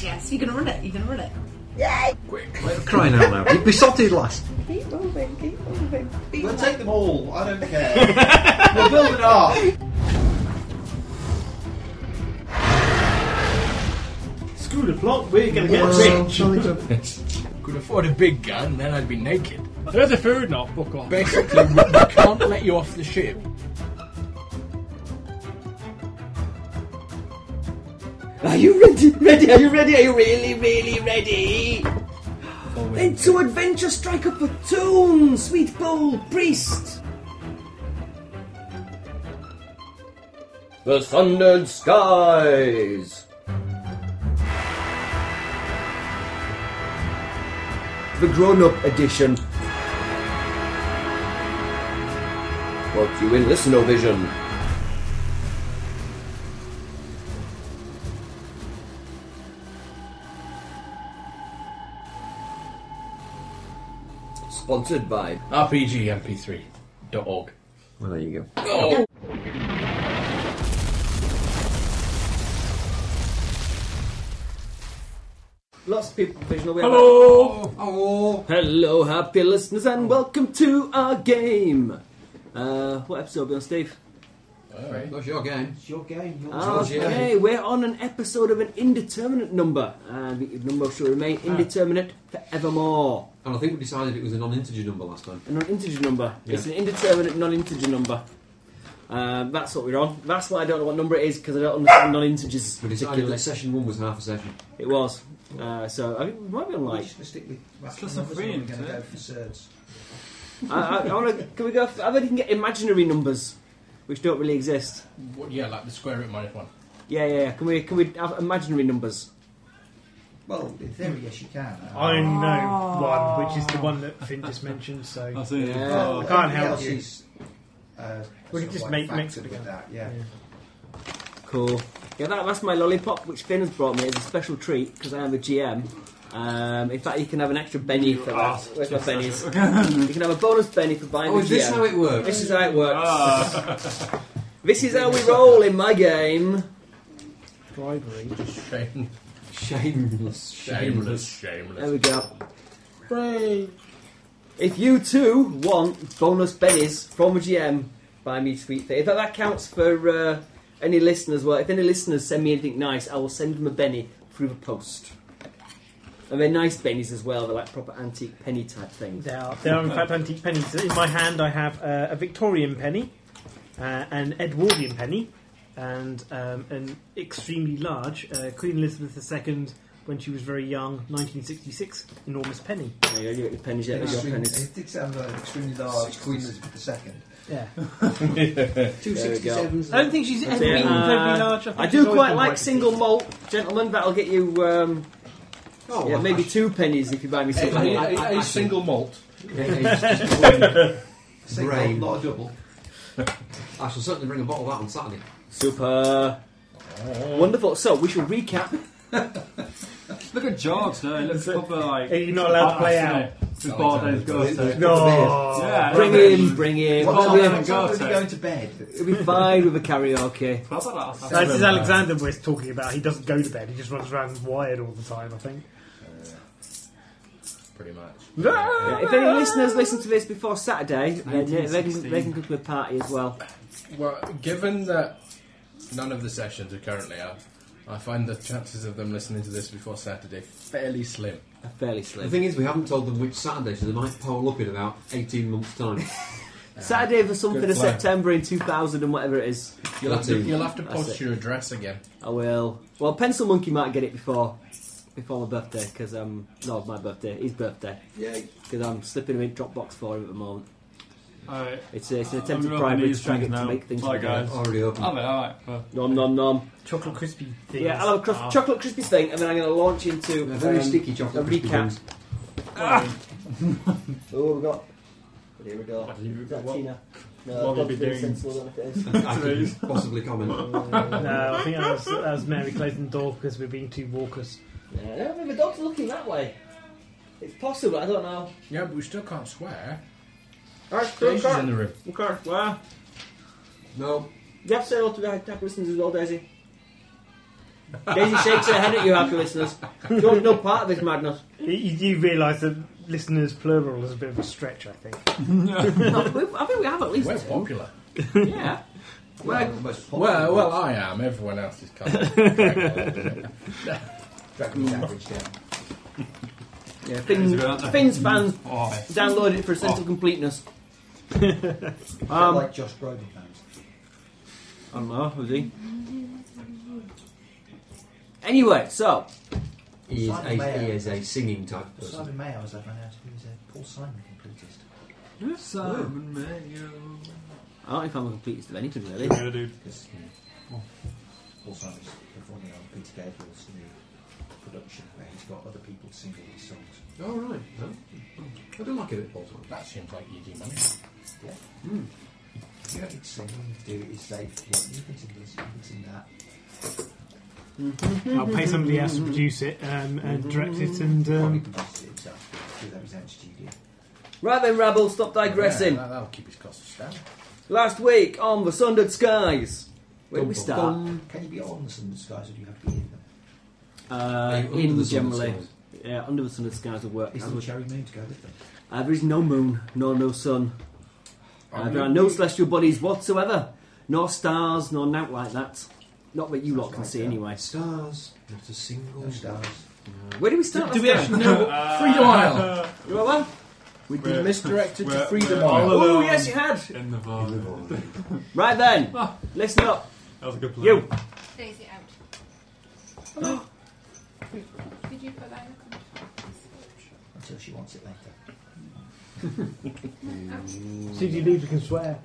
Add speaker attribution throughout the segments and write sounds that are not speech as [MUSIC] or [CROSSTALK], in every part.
Speaker 1: Yes, you can run it. You can run it.
Speaker 2: Quick, we're crying out loud. You'd be sorted last.
Speaker 1: Keep moving. Keep moving. Keep
Speaker 3: We'll
Speaker 1: moving.
Speaker 3: take them all. I don't care. we'll build an ark.
Speaker 4: School of plot, we're gonna get
Speaker 2: Well,
Speaker 4: rich.
Speaker 2: shall we
Speaker 4: [LAUGHS]
Speaker 2: go-
Speaker 5: Could afford a big gun, then I'd be naked.
Speaker 4: Throw the food now, fuck off.
Speaker 5: Basically, we we can't let you off the ship.
Speaker 1: Are you ready? Ready? Are you ready? Are you really, really ready? Into adventure, strike a platoon, sweet bull, priest.
Speaker 6: The Sundered Skies! The grown up edition. Brought to you in Listen-O-Vision. Sponsored by
Speaker 5: RPGMP3.org.
Speaker 2: Well, there you go.
Speaker 6: Lots of people vision away.
Speaker 4: Hello!
Speaker 6: Hello, happy listeners, and welcome to our game. Uh, what episode are we on, Steve?
Speaker 7: What's your game?
Speaker 3: Your game.
Speaker 6: Ah,
Speaker 3: Your
Speaker 6: Okay, we're on an episode of an indeterminate number, and the number shall remain indeterminate forevermore.
Speaker 2: And I think we decided it was a non-integer number last time.
Speaker 6: A non-integer number. It's an
Speaker 2: Yeah.
Speaker 6: indeterminate non-integer number. Um, that's what we're on. That's why I don't know what number it is because I don't understand non-integers
Speaker 2: We decided
Speaker 6: particularly.
Speaker 2: that session one was half a session.
Speaker 6: It was. Uh, so I think we might be on
Speaker 3: We're [LAUGHS]
Speaker 6: like.
Speaker 3: just gonna stick with
Speaker 4: Plus
Speaker 3: rational
Speaker 4: I'm
Speaker 3: numbers,
Speaker 4: free,
Speaker 3: or we're gonna
Speaker 4: isn't
Speaker 3: go for surds.
Speaker 6: I, I, I wanna, can we go? For, I bet you can get imaginary numbers, which don't really exist.
Speaker 5: What, yeah, like the square root minus one.
Speaker 6: Yeah, yeah. yeah. Can we? Can we have imaginary numbers?
Speaker 3: Well, in theory, yes, you can. Um,
Speaker 4: I
Speaker 6: Oh.
Speaker 4: know one, which is the one that Finn just mentioned, so.
Speaker 7: see.
Speaker 6: Yeah.
Speaker 4: I can't help
Speaker 3: else
Speaker 4: you.
Speaker 3: is, Uh,
Speaker 4: We
Speaker 3: sort
Speaker 4: could
Speaker 3: of
Speaker 4: just
Speaker 3: like
Speaker 4: make- mix
Speaker 3: factored
Speaker 4: it
Speaker 3: with
Speaker 4: together.
Speaker 3: that. Yeah.
Speaker 6: Cool. Yeah, that, that's my lollipop, which Finn has brought me as a special treat because I am a GM. Um, in fact, you can have an extra penny for that. Where's my pennies? you can have a bonus penny for buying
Speaker 2: Oh,
Speaker 6: the
Speaker 2: is this
Speaker 6: GM.
Speaker 2: how it works?
Speaker 6: This is how it works. [LAUGHS] this is how we roll in my game.
Speaker 4: Bribery.
Speaker 5: Shame,
Speaker 2: Shameless.
Speaker 5: shameless,
Speaker 6: There
Speaker 5: shameless.
Speaker 6: we go. If you too want bonus bennies from a GM, buy me sweet thing. If that, that counts for uh, any listeners, well, if any listeners send me anything nice, I will send them a benny through the post. And they're nice bennies as well. They're like proper antique penny type things.
Speaker 4: They are, they are in fact antique pennies. In my hand, I have uh, a Victorian penny, uh, an Edwardian penny, and um, an extremely large uh, Queen Elizabeth II, when she was very young, 1966, enormous penny.
Speaker 6: There you go. You got your pennies. Yeah, you got your
Speaker 3: Extreme-
Speaker 6: pennies.
Speaker 3: it did sound like an extremely large Queen Elizabeth II.
Speaker 4: Yeah.
Speaker 3: Two
Speaker 6: There we go.
Speaker 3: sixty-sevens.
Speaker 4: I don't think she's ever
Speaker 6: it.
Speaker 4: been
Speaker 6: Uh,
Speaker 4: very large. I, think
Speaker 6: I
Speaker 4: she's
Speaker 6: do
Speaker 4: always
Speaker 6: quite
Speaker 4: been
Speaker 6: like single malt, gentlemen. That'll get you um,
Speaker 2: Oh,
Speaker 6: yeah, maybe two pennies if you buy me
Speaker 5: Hey,
Speaker 6: single
Speaker 5: hey,
Speaker 6: malt.
Speaker 5: hey, hey, single malt.
Speaker 2: Brain.
Speaker 3: Not a double.
Speaker 2: I shall certainly bring a bottle of that on Saturday.
Speaker 6: Super. Wonderful. So we shall recap
Speaker 7: Look at George though. He looks proper like.
Speaker 4: Are you not allowed to play out?
Speaker 7: This bar days go to.
Speaker 4: No.
Speaker 7: Yeah.
Speaker 6: Bring him, bring him.
Speaker 3: What
Speaker 7: Well,
Speaker 3: time
Speaker 7: we
Speaker 3: are
Speaker 7: haven't
Speaker 3: we
Speaker 7: got it.
Speaker 3: going to bed?
Speaker 6: It'll be fine with a karaoke.
Speaker 7: Proper like-
Speaker 4: This is Alexander we're talking about. He doesn't go to bed. He just runs around wired all the time. I think.
Speaker 5: Pretty much.
Speaker 6: Yeah, if any listeners listen to this before Saturday, then yeah, they, can,
Speaker 7: 1916.
Speaker 6: they can come to a party as well.
Speaker 5: Well, given that none of the sessions are currently up, I find the chances of them listening to this before Saturday fairly slim.
Speaker 6: They're Fairly
Speaker 2: The
Speaker 6: slim.
Speaker 2: thing is, we haven't told them which Saturday, so they might pole up in about 18 months' [LAUGHS] time.
Speaker 6: Saturday for something
Speaker 5: Good
Speaker 6: of
Speaker 5: plan.
Speaker 6: September in 2000 and whatever it is.
Speaker 5: You'll have to,
Speaker 2: Fourteen.
Speaker 5: you'll have to
Speaker 6: That's
Speaker 5: post
Speaker 6: it.
Speaker 5: your address again.
Speaker 6: I will. Well, Pencil Monkey might get it before before my birthday because um no my birthday his birthday
Speaker 2: Yay.
Speaker 6: because I'm slipping him in Dropbox for him at the moment.
Speaker 7: Alright.
Speaker 6: It's, uh, it's an
Speaker 7: I'm
Speaker 6: attempt at
Speaker 7: rubbing
Speaker 6: bribery
Speaker 7: these
Speaker 6: to try and
Speaker 7: things
Speaker 6: get to
Speaker 7: now.
Speaker 6: make things.
Speaker 7: Bye,
Speaker 6: for me.
Speaker 7: guys.
Speaker 2: Already open.
Speaker 7: I'm alright. Well,
Speaker 6: Nom nom nom.
Speaker 4: Chocolate crispy things.
Speaker 6: Yeah, I'll have a cros-
Speaker 4: Ah.
Speaker 6: chocolate crispy thing, and then I'm going to launch into
Speaker 2: They're very
Speaker 6: um,
Speaker 2: sticky chocolate.
Speaker 6: a
Speaker 2: crispy
Speaker 6: recap.
Speaker 2: buns.
Speaker 6: Oh, we got. Here we go. Is that Tina? No,
Speaker 7: what we'll be
Speaker 6: that's
Speaker 7: doing.
Speaker 6: sensible, that it is.
Speaker 2: [LAUGHS] I could possibly [LAUGHS] comment.
Speaker 4: No, Uh, I think that was, that was Mary closing the door because we're being too raucous.
Speaker 6: Yeah, no, I mean, the dog's looking that way. It's possible, I don't know.
Speaker 5: Yeah, but we still can't swear.
Speaker 6: Alright,
Speaker 5: Daisy's in the room.
Speaker 6: Okay, well.
Speaker 2: No.
Speaker 6: [LAUGHS] You have said all to the listeners as well, Daisy. Daisy shakes her head at you, happy listeners. Don't know part of this madness.
Speaker 4: You, you realise that listeners plural is a bit of a stretch, I think.
Speaker 6: No, we- [LAUGHS] I think we have at least
Speaker 5: We're
Speaker 6: two.
Speaker 5: popular.
Speaker 6: Yeah.
Speaker 3: Well, most popular
Speaker 5: Well, well,
Speaker 3: ones.
Speaker 5: I am. Everyone else is kind
Speaker 7: [LAUGHS]
Speaker 5: of.
Speaker 3: Dragon's average down.
Speaker 6: yeah Finn, Finn's fans
Speaker 7: Oh,
Speaker 6: download it for a sense of completeness.
Speaker 3: Um,
Speaker 6: um,
Speaker 3: like Josh Brolin fans.
Speaker 7: I don't know, was he?
Speaker 6: anyway, so
Speaker 2: He is,
Speaker 3: Simon
Speaker 2: a,
Speaker 3: Mayer.
Speaker 2: he is a singing type person.
Speaker 3: Simon Mayer was like, I know he was a Paul Simon completist.
Speaker 7: Simon Mayo.
Speaker 6: I don't know if I'm a completest of anything really.
Speaker 7: Yeah, dude.
Speaker 3: Because you know, Paul Simon's performing on Peter Gabriel's new production where he's got other people singing his songs.
Speaker 2: Oh, right. Huh? I do like it at Paul's one.
Speaker 5: That seems like easy money.
Speaker 6: Hmm.
Speaker 3: You don't need to sing, all you do is say, yeah, you can sing this, you can sing that.
Speaker 4: I'll pay somebody else to produce it um, and direct it and.
Speaker 3: Probably
Speaker 4: Um,
Speaker 3: produced it himself, do that in his own studio.
Speaker 6: Right then, rabble, stop digressing.
Speaker 5: Yeah, that, that'll keep his costs down.
Speaker 6: Last week on the Sundered Skies, where did we start?
Speaker 3: Can you be on the Sun Skies or do you have to be in them?
Speaker 6: Uh,
Speaker 2: Hey, under the
Speaker 6: in
Speaker 2: sun,
Speaker 6: generally,
Speaker 2: it's
Speaker 6: yeah, under the Sundered Skies would work.
Speaker 3: Is the cherry moon to go with them?
Speaker 6: Uh, there is no moon, nor no sun. Uh,
Speaker 5: Are
Speaker 6: there
Speaker 5: we-
Speaker 6: are no celestial bodies whatsoever, nor stars, nor nout like that. Not that you lot can
Speaker 3: right,
Speaker 6: see,
Speaker 3: yeah.
Speaker 6: anyway.
Speaker 2: Stars, not a single
Speaker 3: No stars.
Speaker 6: Uh, Where do we start?
Speaker 7: Do
Speaker 6: last
Speaker 7: we
Speaker 6: time?
Speaker 7: actually know what
Speaker 5: [LAUGHS] Freedom Isle.
Speaker 6: You know what?
Speaker 5: We've
Speaker 7: We're-
Speaker 5: been misdirected to
Speaker 7: we're-
Speaker 5: Freedom
Speaker 7: we're all
Speaker 5: Isle.
Speaker 6: Oh
Speaker 7: Hello.
Speaker 6: yes, you had.
Speaker 7: In the vault. That
Speaker 6: Right then, listen up.
Speaker 7: was a good play.
Speaker 6: You.
Speaker 8: Daisy out. Did you put that in the
Speaker 3: Until she wants it later.
Speaker 4: CGB, we can swear.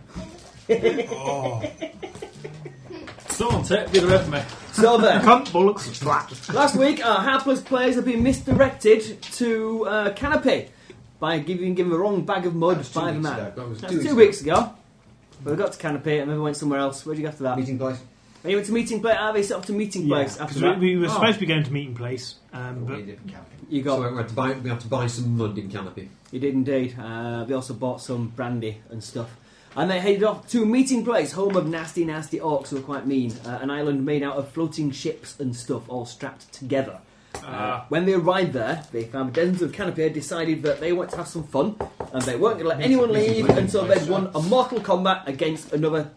Speaker 7: Someone take the other
Speaker 4: [LAUGHS]
Speaker 7: end from
Speaker 6: So [LAUGHS] then,
Speaker 4: Cunt, bollocks, twat.
Speaker 6: Last week, our hapless players have been misdirected to uh, Canopy by giving given the wrong bag of mud
Speaker 3: That was two
Speaker 6: by the
Speaker 3: weeks
Speaker 6: man.
Speaker 3: ago.
Speaker 2: That was
Speaker 6: That's two weeks ago. But we got to Canopy and then we went somewhere else. Where'd you go after that?
Speaker 1: Meeting place.
Speaker 6: When you went to meeting place, ah, they set up to meeting place after
Speaker 4: Because
Speaker 6: that.
Speaker 4: we, we were
Speaker 6: Oh.
Speaker 4: supposed to be going to meeting place, um,
Speaker 3: But
Speaker 4: but
Speaker 3: we didn't camping.
Speaker 6: You got.
Speaker 2: So we had to buy, we had to buy some mud in Canopy.
Speaker 6: You did indeed. Uh, they also bought some brandy and stuff. And they headed off to Meeting Place, home of nasty, nasty orcs who are quite mean. Uh, an island made out of floating ships and stuff, all strapped together.
Speaker 7: Ah.
Speaker 6: Uh, when they arrived there, they found the denizens of Canopy had decided that they wanted to have some fun, and they weren't going to let anyone leave until they'd won a mortal combat against another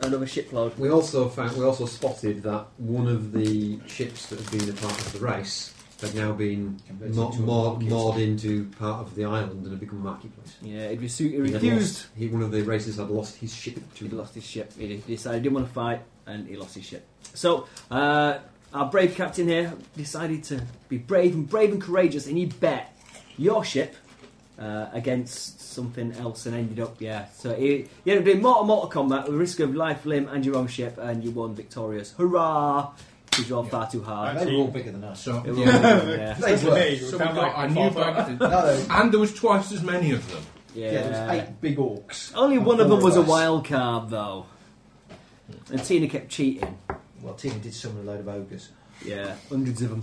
Speaker 6: another shipload.
Speaker 2: We also found, we also spotted that one of the ships that had been a part of the race had now been
Speaker 3: Converted
Speaker 2: mo-
Speaker 3: to a
Speaker 2: mo-
Speaker 3: market.
Speaker 2: moored into part of the island and had become a marketplace.
Speaker 6: Yeah, it, resu- it
Speaker 2: He had
Speaker 6: refused.
Speaker 2: lost- He, one of the racers had lost his ship to
Speaker 6: He lost his ship. He decided he didn't want to fight, and he lost his ship. So uh, our brave captain here decided to be brave and brave and courageous, and he bet your ship uh, against something else, and ended up yeah. So he, he ended up doing mortal mortal combat with risk of life, limb, and your own ship, and you won victorious. Hurrah! Because you're all far too hard.
Speaker 7: Right.
Speaker 3: They were all bigger than us.
Speaker 5: So,
Speaker 6: It was- yeah,
Speaker 3: They
Speaker 7: me.
Speaker 3: were.
Speaker 5: so we got a new bag.
Speaker 3: No, they were-
Speaker 5: And there was twice as many of them.
Speaker 6: yeah.
Speaker 3: [LAUGHS] yeah, there was eight big orcs.
Speaker 6: Only one of them was a
Speaker 3: Four us.
Speaker 6: wild card though, and Tina kept cheating.
Speaker 3: Well, Tina did summon a load of ogres.
Speaker 6: Yeah, hundreds of them.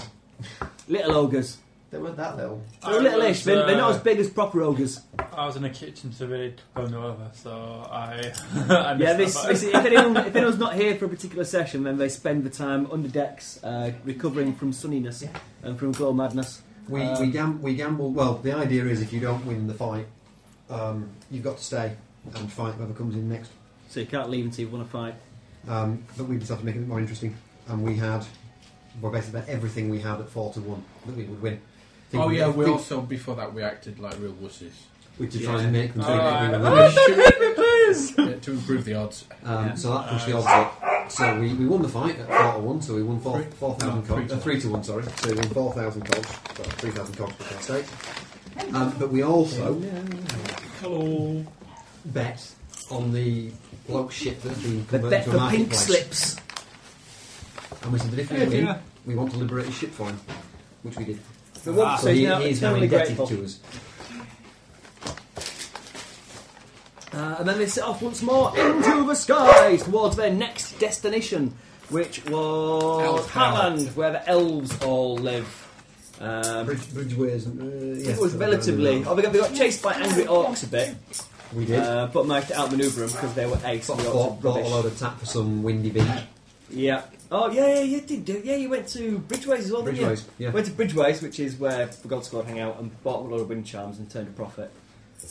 Speaker 6: Little ogres.
Speaker 3: They weren't that little.
Speaker 6: They're little-ish. They're, they're
Speaker 7: uh,
Speaker 6: not as big as proper ogres.
Speaker 7: I was in the kitchen, so really going over, so I. [LAUGHS] I missed
Speaker 6: Yeah,
Speaker 7: that
Speaker 6: this,
Speaker 7: part.
Speaker 6: this, if,
Speaker 7: [LAUGHS]
Speaker 6: anyone, if anyone's not here for a particular session, then they spend the time under decks uh, recovering from sunniness and from glow madness.
Speaker 2: We, we, gam- we gamble. Well, the idea is if you don't win the fight, um, you've got to stay and fight whoever comes in next.
Speaker 6: So you can't leave until you want to fight.
Speaker 2: Um, but we decided to make it a bit more interesting, and we had well basically about everything we had at four to one that we would win. Think
Speaker 5: Oh
Speaker 2: we-
Speaker 5: yeah, we
Speaker 2: think
Speaker 5: also before that we acted like real wusses
Speaker 2: we to
Speaker 6: yeah.
Speaker 2: try and make them think that we were
Speaker 7: Alright. Oh,
Speaker 5: [LAUGHS]
Speaker 2: winning.
Speaker 5: Yeah, to improve the odds.
Speaker 2: Um,
Speaker 6: Yeah.
Speaker 2: So that pushed the odds up. So we, we won the fight at four to one. So we won four
Speaker 5: Three-
Speaker 2: four thousand
Speaker 5: no,
Speaker 2: co-
Speaker 5: three to
Speaker 2: uh, three to one. Sorry, so we won four thousand cogs, well, three thousand cogs for sake. Um, but we also
Speaker 7: Hello.
Speaker 2: bet on the bloke ship that's been
Speaker 6: The
Speaker 2: converted
Speaker 6: bet
Speaker 2: to a
Speaker 6: for pink
Speaker 2: marketplace.
Speaker 6: slips.
Speaker 2: And we said that if we win,
Speaker 7: Yeah.
Speaker 2: we want to liberate his ship for him, which we did.
Speaker 6: Ah,
Speaker 2: so he,
Speaker 6: now
Speaker 2: he is now
Speaker 6: eternally
Speaker 2: indebted
Speaker 6: grateful.
Speaker 2: to us.
Speaker 6: Uh, and then they set off once more into the skies towards their next destination, which was
Speaker 5: Elf Town.
Speaker 6: Hatland, where the elves all live. Um,
Speaker 2: Bridge, bridgeways. And, uh, yes,
Speaker 6: it was
Speaker 2: uh,
Speaker 6: relatively. Oh, they got, they got chased by angry orcs a bit.
Speaker 2: We did.
Speaker 6: Uh, but managed to outmaneuver them because they were ace.
Speaker 2: Sort
Speaker 6: and
Speaker 2: of
Speaker 6: we got
Speaker 2: bought, bought a
Speaker 6: rubbish.
Speaker 2: load of tap for some windy beach.
Speaker 6: Yeah. Oh, yeah, yeah, you did do. Yeah, you went to Bridgeways as well, didn't you?
Speaker 2: Bridgeways, yeah.
Speaker 6: Went to Bridgeways, which is where the Gold Squad hang out, and bought a load of wind charms and turned a profit.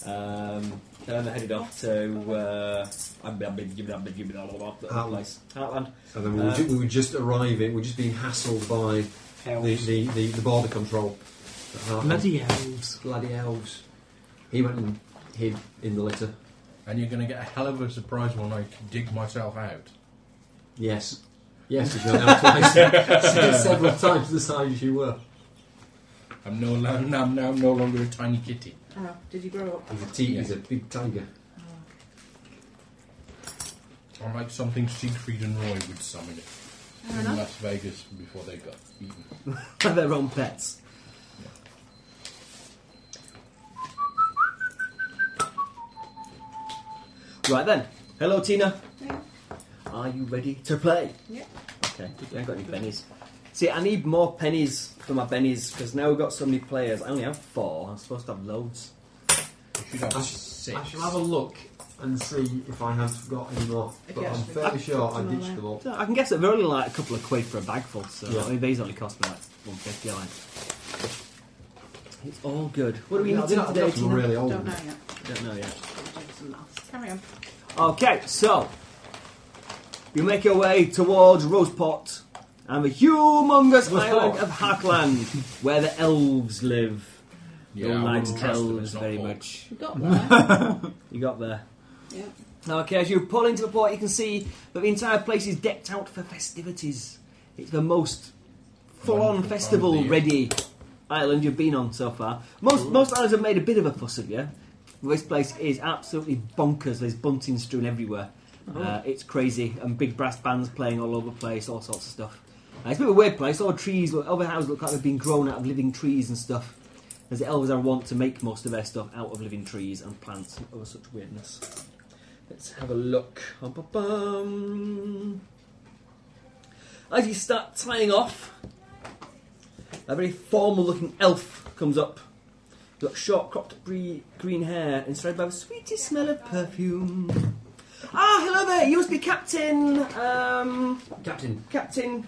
Speaker 6: Um, then they headed off to uh, that
Speaker 2: Heartland.
Speaker 6: place, Heartland.
Speaker 2: So then we were,
Speaker 6: Uh,
Speaker 2: ju- we were just arriving, we were just being hassled by the,
Speaker 6: Hells.
Speaker 2: the, the, the border control. at Hartlepool.
Speaker 4: Bloody elves.
Speaker 2: Bloody elves. He went and hid in the litter.
Speaker 5: And you're going to get a hell of a surprise when I dig myself out.
Speaker 2: Yes. Yes, if you're now twice. Said several times the size you were.
Speaker 5: I'm no, lo- [LAUGHS] I'm now, now no longer a tiny kitty.
Speaker 8: Oh, did you grow up?
Speaker 2: He's a, t- he's a big tiger.
Speaker 5: I'm like something Siegfried and Roy would summon it
Speaker 8: Fair
Speaker 5: in
Speaker 8: enough.
Speaker 5: Las Vegas before they got eaten.
Speaker 6: their own pets. Right then. Hello, Tina.
Speaker 8: Yeah.
Speaker 6: Are you ready to play?
Speaker 8: Yeah.
Speaker 6: Okay. I ain't got any pennies. See, I need more pennies for my pennies because now we've got so many players. I only have four. I'm supposed to have loads.
Speaker 5: You should have
Speaker 2: I sh-
Speaker 5: six.
Speaker 2: I shall have a look and see if I have got any more.
Speaker 8: If
Speaker 2: But
Speaker 8: you
Speaker 2: I'm
Speaker 8: actually-
Speaker 2: fairly sure I
Speaker 8: them all
Speaker 2: ditched
Speaker 8: out.
Speaker 2: them all.
Speaker 6: So I can guess that they're only like a couple of quid for a bag full. So
Speaker 2: Yeah.
Speaker 6: I mean, these only cost me like one fifty. Like. It's all good. What do we
Speaker 2: Yeah,
Speaker 6: need
Speaker 2: they're
Speaker 6: to
Speaker 2: not-
Speaker 6: do
Speaker 2: they're
Speaker 6: today,
Speaker 2: not
Speaker 6: Tina?
Speaker 2: really old.
Speaker 8: Don't know yet.
Speaker 6: Don't know yet.
Speaker 8: We'll do some maths. Carry on.
Speaker 6: Okay, so you make your way towards Roseport and the humongous island of Hackland, where the elves live.
Speaker 5: Yeah,
Speaker 6: Your
Speaker 5: I
Speaker 6: light
Speaker 5: wouldn't trust them,
Speaker 6: elves
Speaker 5: it's not
Speaker 6: very
Speaker 5: pork.
Speaker 6: much.
Speaker 8: We got there.
Speaker 6: You got there.
Speaker 8: yeah.
Speaker 6: Okay, as you pull into the port, you can see that the entire place is decked out for festivities. It's the most full-on
Speaker 5: Wonderful time of the
Speaker 6: festival-ready island you've been on so far. Most most islands have made a bit of a fuss of you. This place is absolutely bonkers. There's bunting strewn everywhere. Uh, it's crazy, and big brass bands playing all over the place, all sorts of stuff. Uh, it's a bit of a weird place. All the trees, look- all the houses look like they've been grown out of living trees and stuff. As the elves are wont to make most of their stuff out of living trees and plants and other such weirdness. Let's have a look. Bum, bum, bum. As you start tying off, a very formal looking elf comes up. He's got short cropped bre- green hair and surrounded by the sweetest smell of perfume. Ah, hello there, you must be Captain. Um,
Speaker 2: Captain.
Speaker 6: Captain.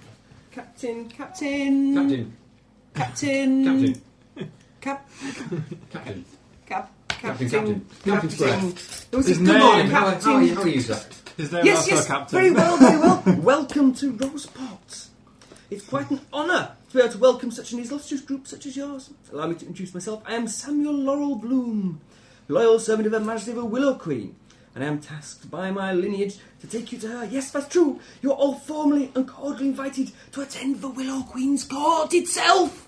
Speaker 6: Captain. Captain.
Speaker 2: Captain.
Speaker 6: Captain.
Speaker 2: Captain.
Speaker 6: Cap.
Speaker 2: Captain.
Speaker 6: Cap. Captain.
Speaker 2: Captain, captain. Captain Square.
Speaker 6: It was
Speaker 7: His
Speaker 6: his good morning,
Speaker 7: name.
Speaker 2: How are- how are
Speaker 6: Captain.
Speaker 2: you, how are you, sir?
Speaker 7: His name
Speaker 6: Yes,
Speaker 7: is
Speaker 6: yes,
Speaker 7: also Captain.
Speaker 6: very well, very well. welcome to Roseport. It's quite an honour to be able to welcome such an illustrious group such as yours. Allow me to introduce myself. I am Samuel Laurel Bloom, loyal servant of Her Majesty the Willow Queen, and I am tasked by my lineage to take you to her. Yes, that's true. You are all formally and cordially invited to attend the Willow Queen's court itself.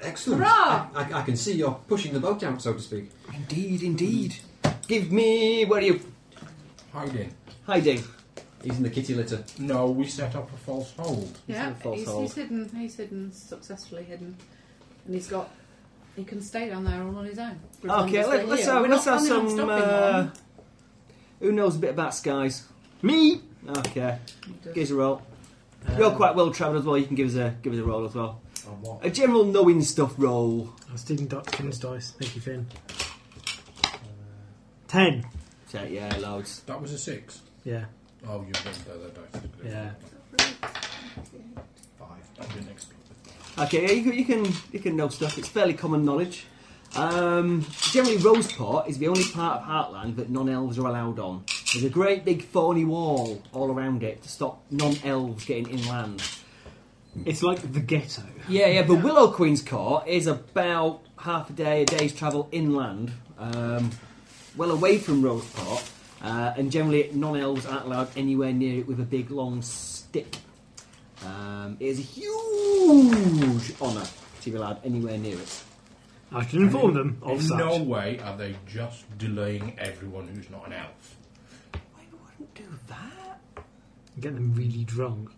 Speaker 2: Excellent.
Speaker 6: Hurrah!
Speaker 2: I, I can see you're pushing the boat out, so to speak.
Speaker 6: Indeed, indeed. Give me. Where are you
Speaker 5: Hiding.
Speaker 6: hiding?
Speaker 2: He's in the kitty litter.
Speaker 5: No, we set up a false hold.
Speaker 8: Yeah,
Speaker 6: false
Speaker 8: he's,
Speaker 6: hold.
Speaker 8: he's hidden. He's hidden, successfully hidden, and he's got. He can stay down there all on his own. for as long
Speaker 6: Okay,
Speaker 8: as
Speaker 6: let,
Speaker 8: they're
Speaker 6: let's
Speaker 8: here.
Speaker 6: have,
Speaker 8: We're
Speaker 6: let's
Speaker 8: not
Speaker 6: have
Speaker 8: planning on
Speaker 6: some.
Speaker 8: stopping
Speaker 6: Uh,
Speaker 8: one.
Speaker 6: who knows a bit about skies?
Speaker 4: Me!
Speaker 6: Okay,
Speaker 8: We'll do-
Speaker 6: give us a roll. You're
Speaker 8: Um,
Speaker 4: Um,
Speaker 6: quite well travelled as well. You can give us a give us a roll as well.
Speaker 5: On what?
Speaker 6: A general knowing stuff roll.
Speaker 4: I was stealing Dr. Kim's dice. Thank you, Finn. Ten.
Speaker 6: So, yeah, loads.
Speaker 5: That was a six.
Speaker 4: Yeah.
Speaker 5: Oh, you didn't throw that dice. did you?
Speaker 4: Yeah.
Speaker 5: Five. I didn't expect it.
Speaker 6: Okay, yeah, you, can- you can you can know stuff. It's fairly common knowledge. Um, generally, Roseport is the only part of Heartland that non-elves are allowed on. There's a great big thorny wall all around it to stop non-elves getting inland.
Speaker 4: It's like the ghetto.
Speaker 6: Yeah, yeah. The Willow Queen's Court is about half a day, a day's travel inland, um, well away from Roseport, uh, and generally non-elves aren't allowed anywhere near it with a big long stick. Um, it is a huge honour to be allowed anywhere near it.
Speaker 4: I should inform them
Speaker 5: In
Speaker 4: of such.
Speaker 5: no way are they just delaying everyone who's not an elf.
Speaker 6: Why wouldn't do that?
Speaker 4: Get them really drunk.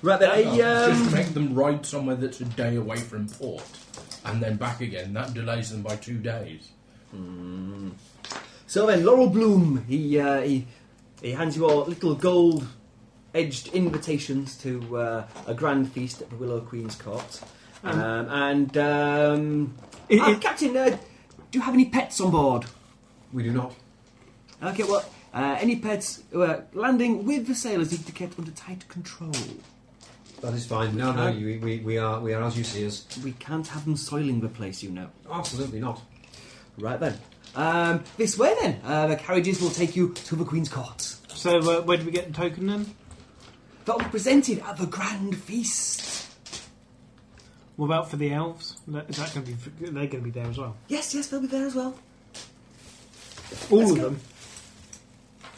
Speaker 6: Right then, I,
Speaker 5: Oh, Just
Speaker 6: um,
Speaker 5: make them ride somewhere that's a day away from port and then back again. That delays them by two days.
Speaker 6: Mm. so then Laurel Bloom, he uh, he he hands you all little gold. Edged invitations to uh, a grand feast at the Willow Queen's Court, um, and um,
Speaker 4: It-
Speaker 6: Ah,
Speaker 4: it-
Speaker 6: Captain, uh, do you have any pets on board?
Speaker 2: We do not.
Speaker 6: Okay, well, uh, Uh, any pets uh, landing with the sailors need to be kept under tight control.
Speaker 2: That is fine. No, no, you, we, we are we are as you see us.
Speaker 6: We can't have them soiling the place, you know.
Speaker 2: Oh, Absolutely not.
Speaker 6: Right then. Um, this way then. Uh, the carriages will take you to the Queen's Court.
Speaker 4: So uh, where do we get the token then?
Speaker 6: That will be presented at the Grand Feast.
Speaker 4: What about for the elves? Is that going to be? They're going to be there as well.
Speaker 6: Yes, yes, they'll be there as well.
Speaker 4: All
Speaker 6: Let's
Speaker 4: of
Speaker 6: go.
Speaker 4: them.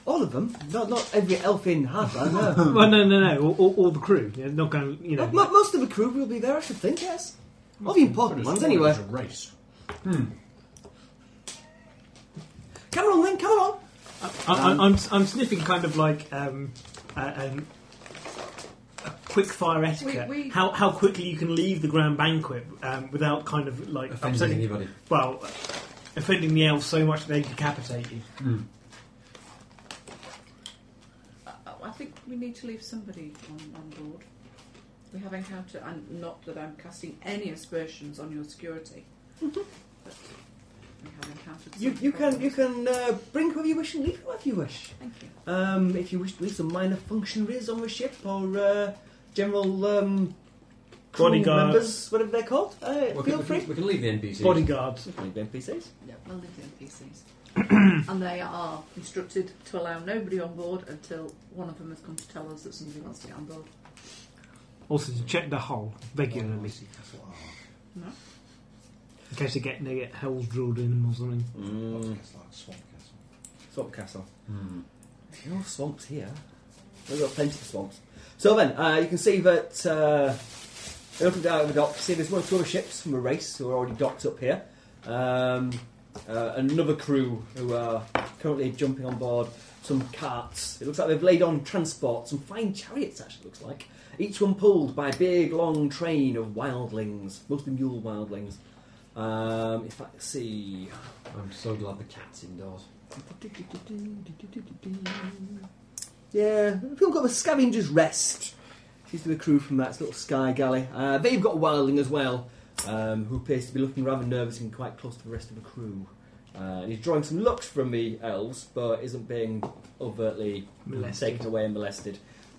Speaker 6: All of them. Not not every elf in Harper, [LAUGHS] no.
Speaker 4: Well, no, no, no. All, all, all the crew. They're not going. You know.
Speaker 6: Mo- mo- most of the crew will be there, I should think, yes. All the important Oh, ones, anyway.
Speaker 5: It's a race.
Speaker 6: Come on then, come on.
Speaker 4: I, I, I'm, I'm sniffing kind of like um, uh, um, a quick fire etiquette.
Speaker 8: we-
Speaker 4: How, how quickly you can leave the grand banquet um, without kind of like
Speaker 2: Offending anybody.
Speaker 4: Well, offending the elves so much they decapitate you.
Speaker 8: I, uh, I think we need to leave somebody on, on board. We have encountered, and not that I'm casting any aspersions on
Speaker 6: [LAUGHS]
Speaker 8: your security, but we have encountered.
Speaker 6: You,
Speaker 8: some
Speaker 6: you can you
Speaker 8: problems.
Speaker 6: can uh, bring whoever you wish and leave whoever you wish.
Speaker 8: Thank you.
Speaker 6: Um, if you wish to leave some minor functionaries on the ship or uh, general um, crew
Speaker 4: Bodyguards.
Speaker 6: members, whatever they're called, uh,
Speaker 2: We can,
Speaker 6: feel
Speaker 2: we,
Speaker 6: free.
Speaker 2: can, we can leave the NPCs.
Speaker 4: Bodyguards.
Speaker 6: We can leave NPCs.
Speaker 8: Yeah, we'll leave the [CLEARS THROAT] NPCs. and they are instructed to allow nobody on board until one of them has come to tell us that somebody wants to get on board.
Speaker 4: Also to check the hull regularly
Speaker 3: That's what I-
Speaker 4: in case they get they get holes drilled in them or something.
Speaker 3: It's like Swamp Castle.
Speaker 6: Swamp castle. No swamps here. We've got plenty of swamps. So then, uh, you can see that uh, they're looking down at the dock. See, there's one or two other ships from a race who are already docked up here. Um, uh, another crew who are currently jumping on board some carts. It looks like they've laid on transport, some fine chariots, actually, it looks like. Each one pulled by a big, long train of wildlings, mostly mule wildlings. Um, if I can see.
Speaker 2: I'm so glad the cat's indoors.
Speaker 6: Yeah, people got the Scavenger's Rest. She's the crew from that little sky galley. Uh, they've got Wilding as well, um, who appears to be looking rather nervous and quite close to the rest of the crew. Uh, he's drawing some looks from the elves, but isn't being overtly
Speaker 4: Molested.
Speaker 6: taken away and molested.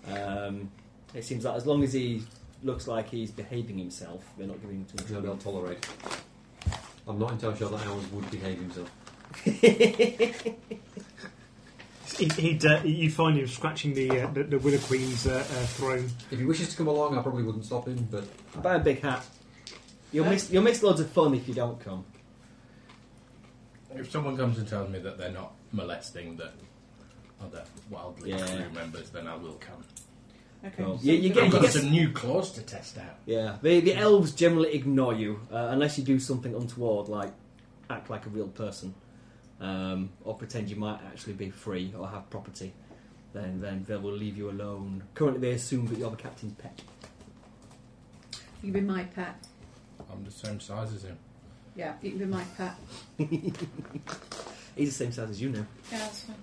Speaker 6: Um, it seems that as long as he looks like he's behaving himself, they're not giving him too much
Speaker 2: No, they'll tolerate. I'm not entirely sure that Owls would behave himself.
Speaker 4: He, he'd, uh, you'd find him scratching the uh, the, the Willow Queen's uh, uh, throne.
Speaker 2: If he wishes to come along, I probably wouldn't stop him, but
Speaker 6: Buy a big hat. You'll miss, you'll miss loads of fun if you don't come.
Speaker 5: If someone comes and tells me that they're not molesting the other wildly
Speaker 6: Yeah.
Speaker 5: crew members, then I will come.
Speaker 8: Okay.
Speaker 6: Well, you- you
Speaker 8: so-
Speaker 6: Yeah,
Speaker 5: I've got
Speaker 6: yes.
Speaker 5: some new claws to test out.
Speaker 6: Yeah, the, the elves generally ignore you uh, unless you do something untoward, like act like a real person, um, or pretend you might actually be free or have property. Then, then they will leave you alone. Currently, they assume that you're the captain's pet.
Speaker 8: You can be my pet.
Speaker 5: I'm the same size as him.
Speaker 8: Yeah, you can be my pet.
Speaker 6: He's the same size as you now.
Speaker 8: Yeah, that's fine.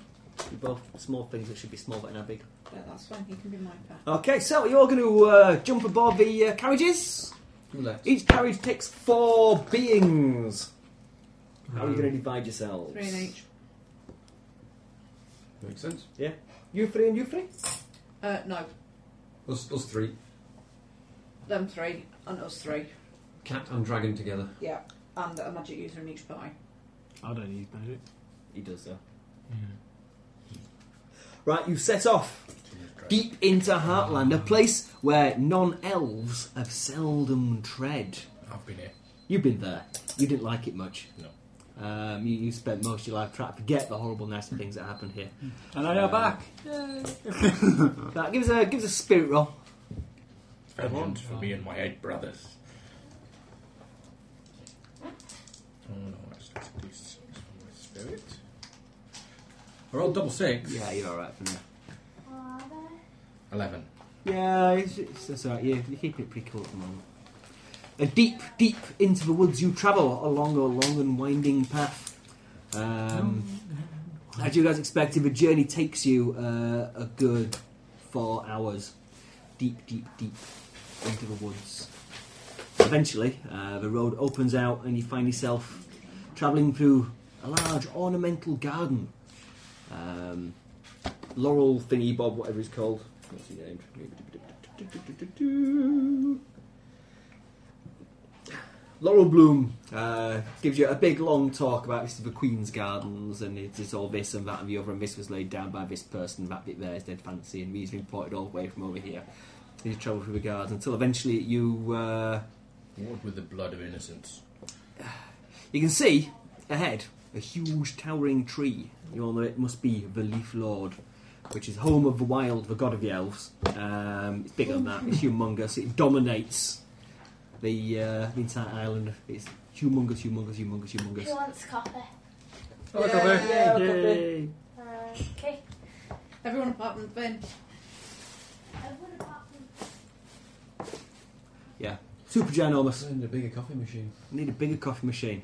Speaker 6: You're both small things that should be small but now big.
Speaker 8: Yeah, that's fine. You can be my pet.
Speaker 6: Okay, so you're going to uh, jump aboard the uh, carriages.
Speaker 2: who left?
Speaker 6: Each carriage takes four beings. How are you going to divide yourselves?
Speaker 8: Three in each.
Speaker 2: Makes sense.
Speaker 6: You three and you three.
Speaker 8: Uh, no,
Speaker 2: Us, us three,
Speaker 8: them three and us three.
Speaker 2: cat and dragon together.
Speaker 8: Yeah, and a magic user in each party.
Speaker 4: I don't use magic.
Speaker 6: He does so. Right, you set off deep into Heartland, a place where non-elves have seldom tread.
Speaker 5: I've been here.
Speaker 6: You've been there. You didn't like it much.
Speaker 5: No.
Speaker 6: Um, you, you spent most of your life trying to forget the horrible, nasty things that happened here.
Speaker 7: And I are back.
Speaker 6: Right, give us a give us a spirit roll.
Speaker 5: Vengeance for me and my eight brothers. Oh no, that's that's a decent six for my spirit. I rolled double six.
Speaker 6: Yeah, you're all right for now.
Speaker 5: Eleven.
Speaker 6: Yeah, it's, it's, it's alright. You, you're keeping it pretty cool at the moment. Uh, deep, deep into the woods you travel along a long and winding path. Um, as you guys expected, the journey takes you uh, a good four hours. Deep, deep, deep into the woods. Eventually, uh, the road opens out and you find yourself travelling through a large ornamental garden. Um, Laurel Thingy Bob, whatever he's called. What's he named? Laurel Bloom uh, gives you a big long talk about this is the Queen's Gardens and it is all this and that and the other and this was laid down by this person that bit there is dead fancy and these are imported all the way from over here. And you travel through the gardens until eventually you uh,
Speaker 5: What with the blood of innocence?
Speaker 6: you can see ahead a huge towering tree. You all know it must be the Leaf Lord, which is home of the wild, the god of the elves. Um, it's bigger than that. It's humongous. It dominates the, uh, the entire island. It's humongous, humongous, humongous,
Speaker 9: Who
Speaker 6: humongous.
Speaker 9: wants coffee?
Speaker 6: Yeah,
Speaker 4: Yay.
Speaker 9: Uh, okay.
Speaker 8: Everyone apart from Finn.
Speaker 9: Everyone apart from
Speaker 6: Super ginormous.
Speaker 2: Send a bigger coffee machine.
Speaker 6: Need a bigger coffee machine.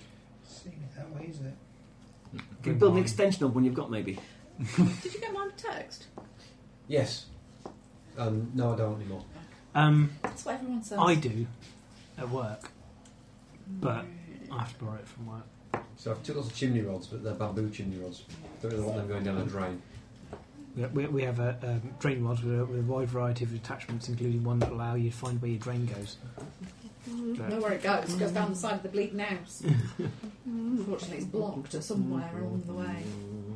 Speaker 3: Seeing it that way, is it?
Speaker 6: Can you build an extension of one you've got, maybe?
Speaker 8: Did you get my text?
Speaker 2: Yes. Um, no, I don't anymore.
Speaker 4: Um,
Speaker 8: That's what everyone says.
Speaker 4: I do at work, but I have to borrow it from work.
Speaker 2: So I've took lots of chimney rods, but they're bamboo chimney rods. Don't really want them going down a drain.
Speaker 4: We- We, we have a um, drain rod with a, with a wide variety of attachments, including one that allow you to find where your drain goes.
Speaker 8: know where it goes. It goes down the side of the bleeding house. Unfortunately, it's blocked somewhere along the way.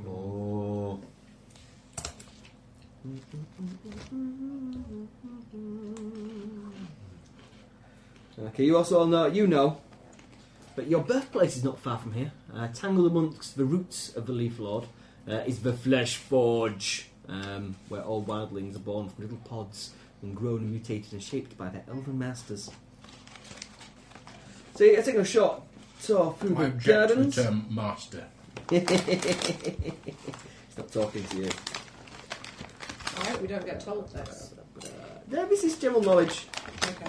Speaker 2: Oh.
Speaker 6: Okay, you also all know, you know, but your birthplace is not far from here. Uh, tangled amongst the roots of the Leaf Lord uh, is the Flesh Forge, um, where all wildlings are born from little pods and grown and mutated and shaped by their elven masters. So yeah, I take a shot. So through the
Speaker 5: I object to the
Speaker 6: gardens.
Speaker 5: term master.
Speaker 6: [LAUGHS] Stop talking to you.
Speaker 8: I hope we don't get told this.
Speaker 6: No, this uh, is general knowledge.
Speaker 8: Okay.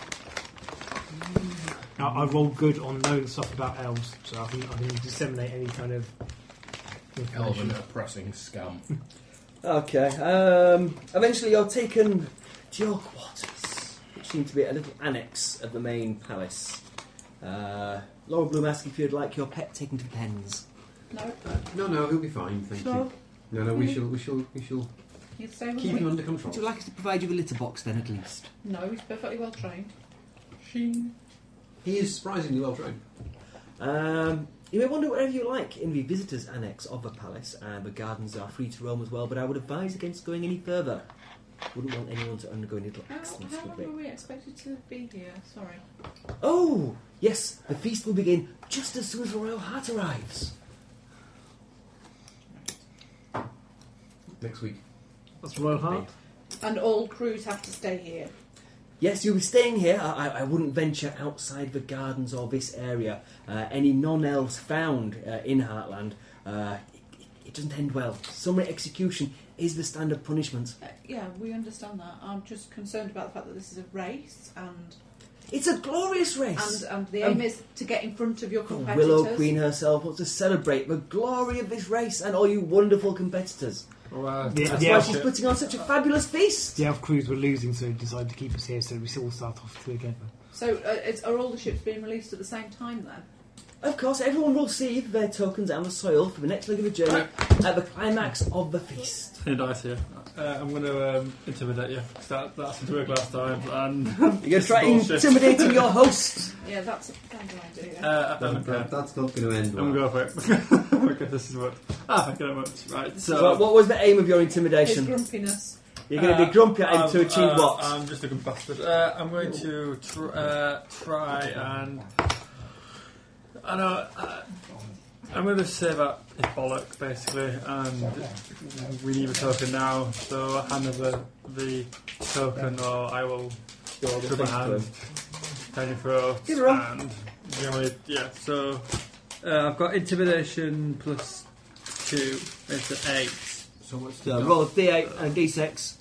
Speaker 4: Now, I rolled good on knowing stuff about elves, so I can, I can disseminate any kind of
Speaker 5: Elven
Speaker 4: information.
Speaker 5: oppressing scum.
Speaker 6: Okay. Um, eventually, you're taken to your quarters, which seem to be a little annex of the main palace. Uh, Laura Bloom asked if you'd like your pet taken to the pens.
Speaker 8: No,
Speaker 2: No, no, he'll be fine, thank you. No, no, we shall, we shall, we shall
Speaker 8: you stay with
Speaker 2: keep
Speaker 8: me.
Speaker 2: him under control.
Speaker 6: Would you like us to provide you with a litter box then, at least?
Speaker 8: No, he's perfectly well trained.
Speaker 2: He is surprisingly well trained.
Speaker 6: Um, you may wander wherever you like in the visitors' annex of the palace, and the gardens are free to roam as well. But I would advise against going any further. Wouldn't want anyone to undergo any little
Speaker 8: How,
Speaker 6: accidents,
Speaker 8: how
Speaker 6: would
Speaker 8: long
Speaker 6: we?
Speaker 8: were we expected to be here? Sorry.
Speaker 6: Oh, yes, the feast will begin just as soon as the royal heart arrives.
Speaker 2: Next week.
Speaker 4: That's Royal Heart.
Speaker 8: And all crews have to stay here.
Speaker 6: Yes, you'll be staying here. I, I- I wouldn't venture outside the gardens or this area. Uh, any non-elves found uh, in Heartland, uh, it, it- it doesn't end well. Summary execution is the standard punishment.
Speaker 8: Uh, yeah, we understand that. I'm just concerned about the fact that this is a race, and
Speaker 6: It's a glorious race.
Speaker 8: and, and the
Speaker 6: Um,
Speaker 8: aim is to get in front of your
Speaker 6: The
Speaker 8: competitors.
Speaker 6: Willow Queen herself wants to celebrate the glory of this race and all you wonderful competitors.
Speaker 7: uh,
Speaker 4: The,
Speaker 6: That's
Speaker 4: the,
Speaker 6: why
Speaker 4: elf,
Speaker 6: she's putting on such a fabulous feast.
Speaker 4: the elf crews were losing, so they decided to keep us here, so we all start off together.
Speaker 8: So, uh, it's, are all the ships being released at the same time then?
Speaker 6: Of course, everyone will see their tokens and the soil for the next leg of the journey at the climax of the feast.
Speaker 7: Ten dice here. Uh, I'm going to um, intimidate you. 'cause That, that's to work last time, and
Speaker 6: You're trying
Speaker 7: Bullshit.
Speaker 6: intimidating your [LAUGHS] host.
Speaker 8: Yeah, that's a kind of idea.
Speaker 7: uh, I
Speaker 2: That-
Speaker 7: don't care.
Speaker 2: that's not going to end well.
Speaker 7: I'm going to go for it.
Speaker 6: [LAUGHS]
Speaker 7: okay, this is what. Ah, thank you very much. Right, so
Speaker 6: Well, what was the aim of your
Speaker 8: His
Speaker 6: intimidation?
Speaker 8: grumpiness.
Speaker 6: You're going to be
Speaker 7: Uh,
Speaker 6: grumpy at him
Speaker 7: um,
Speaker 6: to achieve
Speaker 7: uh,
Speaker 6: what?
Speaker 7: I'm just a good bastard. Uh, I'm going to tr- uh, try and. I know. Uh, I'm going to say that it's bollocks, basically, and we need a token now. So hand over the token, or I will
Speaker 6: Your
Speaker 7: trip my hand, turn your throat,
Speaker 6: Either or.
Speaker 7: and generally, yeah. So uh, I've got intimidation plus two, it's an eight.
Speaker 2: So what's
Speaker 6: So roll a d8 and a d6.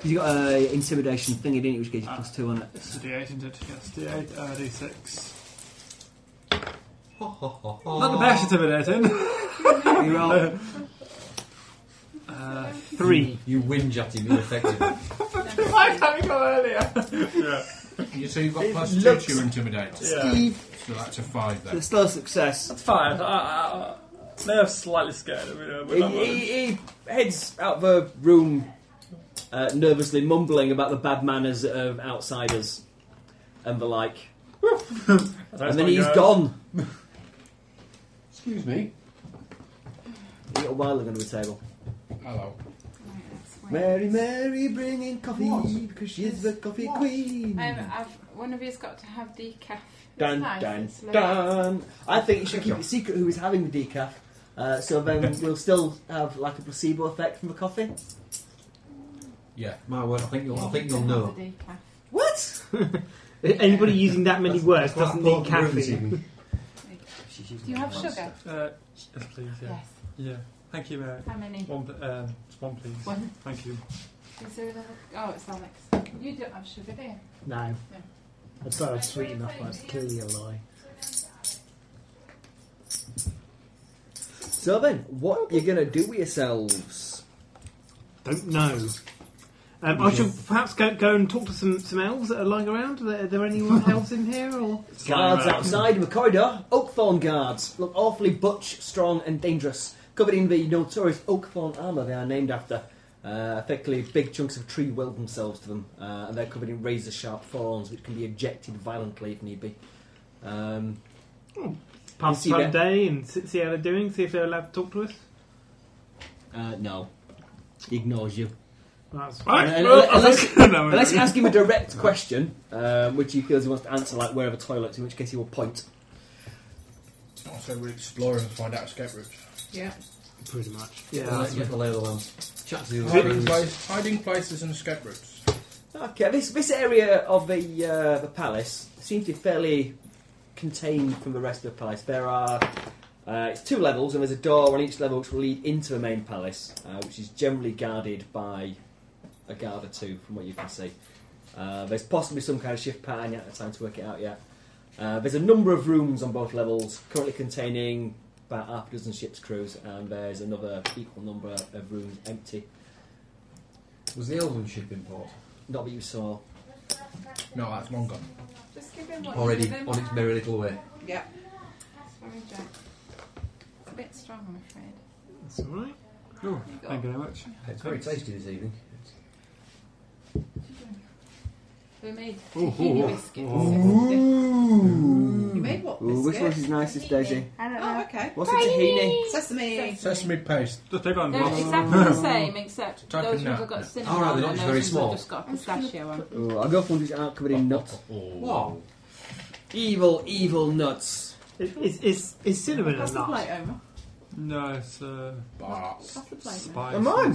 Speaker 6: 'Cause You got a intimidation thingy, didn't you? Which gives you plus two on it.
Speaker 7: It's a D8, isn't it? Yes, D8, uh, D6. Not the best intimidating.
Speaker 6: You [LAUGHS] roll.
Speaker 7: [LAUGHS] Uh,
Speaker 4: Three.
Speaker 2: [LAUGHS] You whinge at him ineffectively.
Speaker 7: [LAUGHS] Why can't we go earlier? yeah.
Speaker 5: You- so you've got
Speaker 6: It
Speaker 5: plus
Speaker 6: looks-
Speaker 5: two to intimidate.
Speaker 7: yeah.
Speaker 5: So that's a five
Speaker 6: So
Speaker 5: then.
Speaker 6: it's still a success.
Speaker 7: It's fine. I, I, They are slightly scared of me, uh, but
Speaker 6: He,
Speaker 7: I'm worried.
Speaker 6: he, he heads out of the room, uh, nervously mumbling about the bad manners of outsiders and the like. and then he's gone.
Speaker 5: Excuse me.
Speaker 6: A little while ago to the table.
Speaker 5: Hello.
Speaker 2: Mary, Mary, bringing coffee because she's the coffee
Speaker 8: What?
Speaker 2: queen.
Speaker 10: Um, I've, one of you's got to have decaf. It's
Speaker 6: Dun,
Speaker 10: nice,
Speaker 6: dun,
Speaker 10: it's lovely.
Speaker 6: Dun. I think you should keep it secret who is having the decaf. Uh, so
Speaker 4: [LAUGHS]
Speaker 6: then we'll still have like a placebo effect from the coffee.
Speaker 5: Yeah.
Speaker 2: My word, I think you'll, I think you'll
Speaker 10: Have
Speaker 2: know.
Speaker 10: the decaf.
Speaker 6: What?
Speaker 4: [LAUGHS] Anybody using that many
Speaker 2: That's-
Speaker 4: words
Speaker 2: that's quite
Speaker 4: doesn't need
Speaker 2: important room this
Speaker 4: caffeine.
Speaker 2: evening.
Speaker 10: Do you have sugar?
Speaker 7: Uh, yes, please, yeah.
Speaker 10: Yes.
Speaker 7: Yeah. Thank you, Mary.
Speaker 10: How many?
Speaker 6: Oh.
Speaker 7: One, p- um, just one, please.
Speaker 10: One.
Speaker 7: Thank you.
Speaker 10: Is there another? Oh, it's Alex. You don't have sugar, do you?
Speaker 4: No. I thought I was sweet enough, but it's clearly a lie.
Speaker 6: So then, what you gonna do with yourselves?
Speaker 4: Don't know. Um, I should perhaps go, go and talk to some, some elves that are lying around. Are there, are there
Speaker 7: [LAUGHS]
Speaker 4: anyone else in here? Or
Speaker 6: Guards outside in the corridor, oakthorn guards. Look awfully butch, strong, and dangerous. Covered in the notorious oakthorn armour they are named after. Uh, effectively, big chunks of tree weld themselves to them, uh, and they're covered in razor sharp thorns which can be ejected violently if need be. Um,
Speaker 4: pass
Speaker 6: see
Speaker 4: the
Speaker 6: that-
Speaker 4: day and see see how they're doing, see if they're allowed to talk to us.
Speaker 6: uh, no. He ignores you.
Speaker 4: That's
Speaker 7: Right,
Speaker 6: And- and-
Speaker 7: well, I'll
Speaker 6: unless-
Speaker 7: ask you now,
Speaker 6: Unless you
Speaker 7: Mary.
Speaker 6: ask him a direct question, um, which he feels he wants to answer, like where are the toilets, in which case he will point.
Speaker 5: So we're exploring to find out escape routes.
Speaker 8: Yeah.
Speaker 4: pretty much.
Speaker 2: Yeah,
Speaker 4: Yeah.
Speaker 2: that's get the lay of the land. Chat to the other
Speaker 5: Hiding,
Speaker 2: friends.
Speaker 5: place, hiding places and escape routes.
Speaker 6: Okay, this this area of the uh, the palace seems to be fairly contained from the rest of the palace. There are uh, it's two levels, and there's a door on each level which will lead into the main palace, uh, which is generally guarded by a guard or two, from what you can see. Uh, there's possibly some kind of shift pattern. You haven't had time to work it out yet. Uh, there's a number of rooms on both levels, currently containing about half a dozen ship's crews, and there's another equal number of rooms empty.
Speaker 2: Was the Elven ship in port?
Speaker 6: Not that you saw.
Speaker 5: No, that's long gone.
Speaker 10: Just give him what you
Speaker 2: Already
Speaker 10: give him.
Speaker 2: on its merry little way.
Speaker 8: Yeah.
Speaker 10: Sorry, Jack. It's a bit strong, I'm afraid.
Speaker 4: That's all right.
Speaker 7: Oh,
Speaker 10: You got
Speaker 7: thank you very much.
Speaker 2: It's very tasty this evening.
Speaker 10: We made [LAUGHS]
Speaker 5: Ooh,
Speaker 10: tahini
Speaker 5: ooh,
Speaker 10: biscuits.
Speaker 8: You made what?
Speaker 6: Ooh, which one's
Speaker 8: biscuit?
Speaker 6: his nicest, Daisy?
Speaker 10: [LAUGHS] I don't
Speaker 8: Oh,
Speaker 10: know.
Speaker 8: okay.
Speaker 6: What's a tahini?
Speaker 8: Sesame.
Speaker 5: Sesame paste.
Speaker 7: Just take one.
Speaker 10: They're
Speaker 7: Ross.
Speaker 10: exactly the same, [LAUGHS] except
Speaker 5: Type
Speaker 10: those
Speaker 5: in
Speaker 10: ones
Speaker 5: that.
Speaker 10: have got
Speaker 5: Yeah.
Speaker 10: cinnamon
Speaker 2: Oh, right,
Speaker 10: on
Speaker 2: they're
Speaker 10: and
Speaker 2: not
Speaker 10: those
Speaker 2: very
Speaker 10: ones
Speaker 2: small.
Speaker 10: have just got a pistachio on.
Speaker 6: Oh, I'll go for one which aren't covered in nuts.
Speaker 5: Oh.
Speaker 2: What?
Speaker 6: Evil, evil nuts.
Speaker 4: Is, is, is, is cinnamon
Speaker 8: Pass
Speaker 4: a
Speaker 8: the plate
Speaker 4: nut?
Speaker 8: over.
Speaker 7: No, it's uh,
Speaker 5: But
Speaker 8: Pass the plate over.
Speaker 7: spice.
Speaker 6: Am I?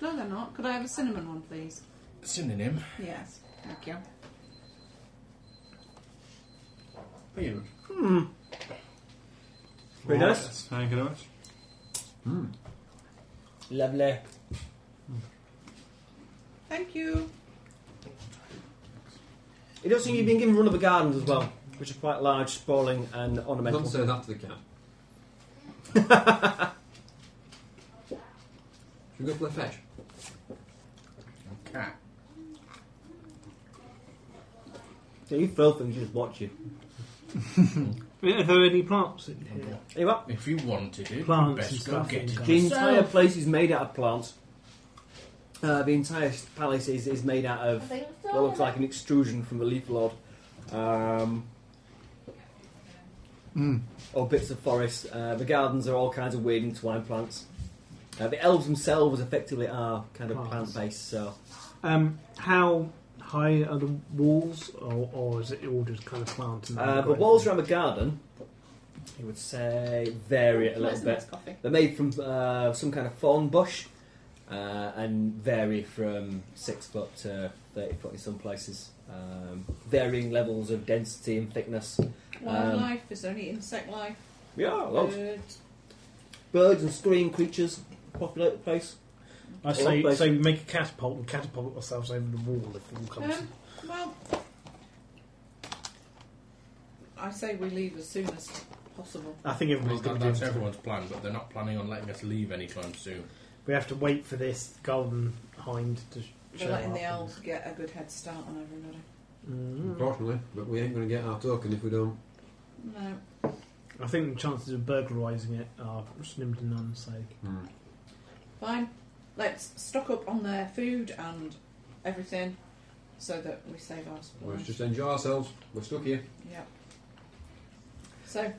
Speaker 8: No, they're not. Could I have a cinnamon one, please?
Speaker 5: synonym.
Speaker 8: Yes. Thank you.
Speaker 5: Weird.
Speaker 6: Very nice.
Speaker 7: Yes, Thank you very much.
Speaker 6: Hmm. Lovely.
Speaker 8: Thank you.
Speaker 6: It does seem you've been given run of the gardens as well, which are quite large, sprawling, and ornamental.
Speaker 2: Don't say that to the cat.
Speaker 6: [LAUGHS]
Speaker 2: Should we go play fetch?
Speaker 5: Cat.
Speaker 6: Yeah, you throw things, you just watch you.
Speaker 4: Are there any plants in here?
Speaker 6: There you are.
Speaker 5: If you wanted it, you
Speaker 4: Plants and
Speaker 5: best go
Speaker 4: stuff.
Speaker 5: get it.
Speaker 4: and-
Speaker 6: The entire place is made out of plants. Uh, the entire palace is, is made out of what looks like an extrusion from the leaf lord. Um,
Speaker 7: Hmm.
Speaker 6: Or bits of forest. Uh, the gardens are all kinds of weird entwined plants. Uh, the elves themselves effectively are kind of
Speaker 4: Plants.
Speaker 6: plant based, so.
Speaker 4: Um, how high are the walls, or, or is it all just kind of plant? And
Speaker 6: Uh, the walls around the garden, you would say, vary it a little
Speaker 8: That's nice
Speaker 6: bit.
Speaker 8: coffee.
Speaker 6: They're made from uh, some kind of thorn bush uh, and vary from 6 foot to 30 foot in some places. Um, varying levels of density and thickness. Um,
Speaker 8: Wildlife. Is there any insect life?
Speaker 6: Yeah,
Speaker 8: Birds?
Speaker 6: Birds and scurrying creatures populate the place.
Speaker 4: I say,
Speaker 6: Well,
Speaker 4: say we make a catapult and catapult ourselves over the wall if the wall comes.
Speaker 8: Um, well, I say we leave as soon as possible.
Speaker 4: I think
Speaker 5: Well,
Speaker 4: everybody's
Speaker 5: that-
Speaker 4: going to do
Speaker 5: that's
Speaker 4: it.
Speaker 5: everyone's plan, but they're not planning on letting us leave anytime soon.
Speaker 4: We have to wait for this golden hind to show
Speaker 8: We're letting
Speaker 4: up.
Speaker 8: the elves get a good head start on everybody.
Speaker 4: Mm.
Speaker 6: Hmm.
Speaker 2: Unfortunately, but we ain't going to get our token if we don't.
Speaker 8: No.
Speaker 4: I think the chances of burglarising it are slim to none. So
Speaker 2: Mm.
Speaker 8: Fine. Let's stock up on their food and everything so that we save ours. for
Speaker 2: Let's
Speaker 8: lunch.
Speaker 2: just enjoy ourselves. We're stuck
Speaker 8: [LAUGHS]
Speaker 2: here.
Speaker 8: Yep. So,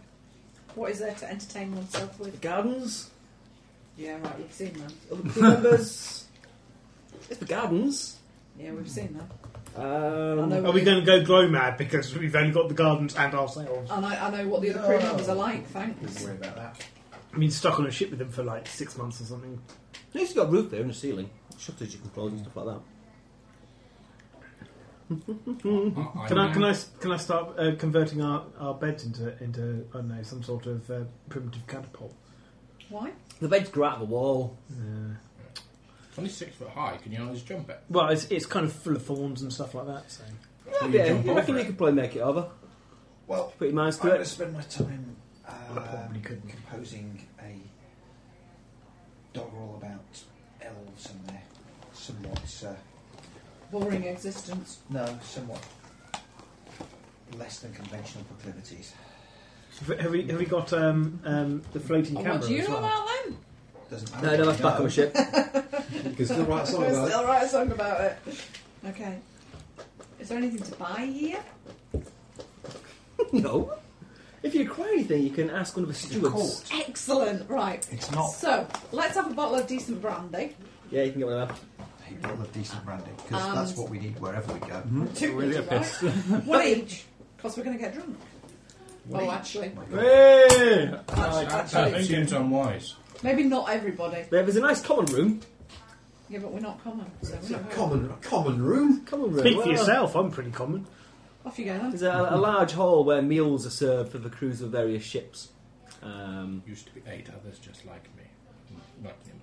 Speaker 8: what is there to entertain oneself
Speaker 6: The
Speaker 8: with?
Speaker 6: gardens,
Speaker 8: Yeah, right, we've seen them.
Speaker 6: other crew members. [LAUGHS] It's the gardens.
Speaker 8: Yeah,
Speaker 6: Hmm.
Speaker 8: we've seen them. I
Speaker 6: Um,
Speaker 8: know
Speaker 4: are we going to go glow mad because we've only got the gardens and ourselves?
Speaker 8: And I, I know what the other crew members are like, thanks.
Speaker 3: Don't worry about that.
Speaker 4: I mean, stuck on a ship with them for like six months or something.
Speaker 6: no, it's got a roof there and a ceiling, shutters you can close and stuff like that.
Speaker 5: I,
Speaker 4: Can I can I can I start uh, converting our, our beds into into I don't know some sort of uh, primitive catapult?
Speaker 8: Why?
Speaker 6: The bed's grew out of the wall.
Speaker 4: Uh,
Speaker 5: Only six foot high. Can you always jump it?
Speaker 4: well, it's, it's kind of full of thorns and stuff like that. So
Speaker 5: Can you
Speaker 6: Yeah,
Speaker 5: jump
Speaker 6: I reckon
Speaker 5: over
Speaker 6: you
Speaker 5: it?
Speaker 6: could probably make it over.
Speaker 3: Well,
Speaker 6: Put your minds
Speaker 3: I'm
Speaker 6: to
Speaker 3: going to
Speaker 6: it.
Speaker 3: spend my time uh,
Speaker 4: probably couldn't.
Speaker 3: composing a doggerel about elves and their somewhat, uh,
Speaker 8: Boring existence.
Speaker 3: no, somewhat less than conventional proclivities.
Speaker 4: have we have we got um, um, the floating
Speaker 8: Oh,
Speaker 4: camera
Speaker 8: what do you
Speaker 4: as
Speaker 8: know
Speaker 4: well?
Speaker 8: about them?
Speaker 3: Doesn't
Speaker 6: No, no, that's back on
Speaker 3: no.
Speaker 6: the [LAUGHS] ship.
Speaker 2: You can still write a song
Speaker 8: We'll [LAUGHS]
Speaker 2: about it.
Speaker 8: still write a song about it. Okay. Is there anything to buy here?
Speaker 6: no. If you acquire anything, you can ask one of the stewards.
Speaker 3: court.
Speaker 8: Excellent. Right.
Speaker 3: It's not
Speaker 8: So let's have a bottle of decent brandy.
Speaker 6: Yeah, you can get one of them.
Speaker 3: a bottle of decent brandy because
Speaker 8: Um,
Speaker 3: that's what we need wherever we go.
Speaker 8: Two
Speaker 5: Really
Speaker 8: liters,
Speaker 5: a
Speaker 8: right? One each, because we're going to get drunk.
Speaker 3: What
Speaker 8: Oh,
Speaker 3: each?
Speaker 8: actually.
Speaker 3: My God.
Speaker 7: Hey!
Speaker 8: Actually,
Speaker 5: That
Speaker 8: actually,
Speaker 5: seems unwise.
Speaker 8: maybe not everybody.
Speaker 6: There- There's a nice common room.
Speaker 8: Yeah, but we're not common. So
Speaker 2: It's
Speaker 8: we're
Speaker 2: a
Speaker 8: not common.
Speaker 2: common, a common room.
Speaker 6: Common room.
Speaker 4: Speak
Speaker 6: well,
Speaker 4: for yourself. I'm pretty common.
Speaker 8: Off you go then.
Speaker 6: There's a, a large hall where meals are served for the crews of various ships. Um,
Speaker 5: Used to be eight others just like me. Not anymore.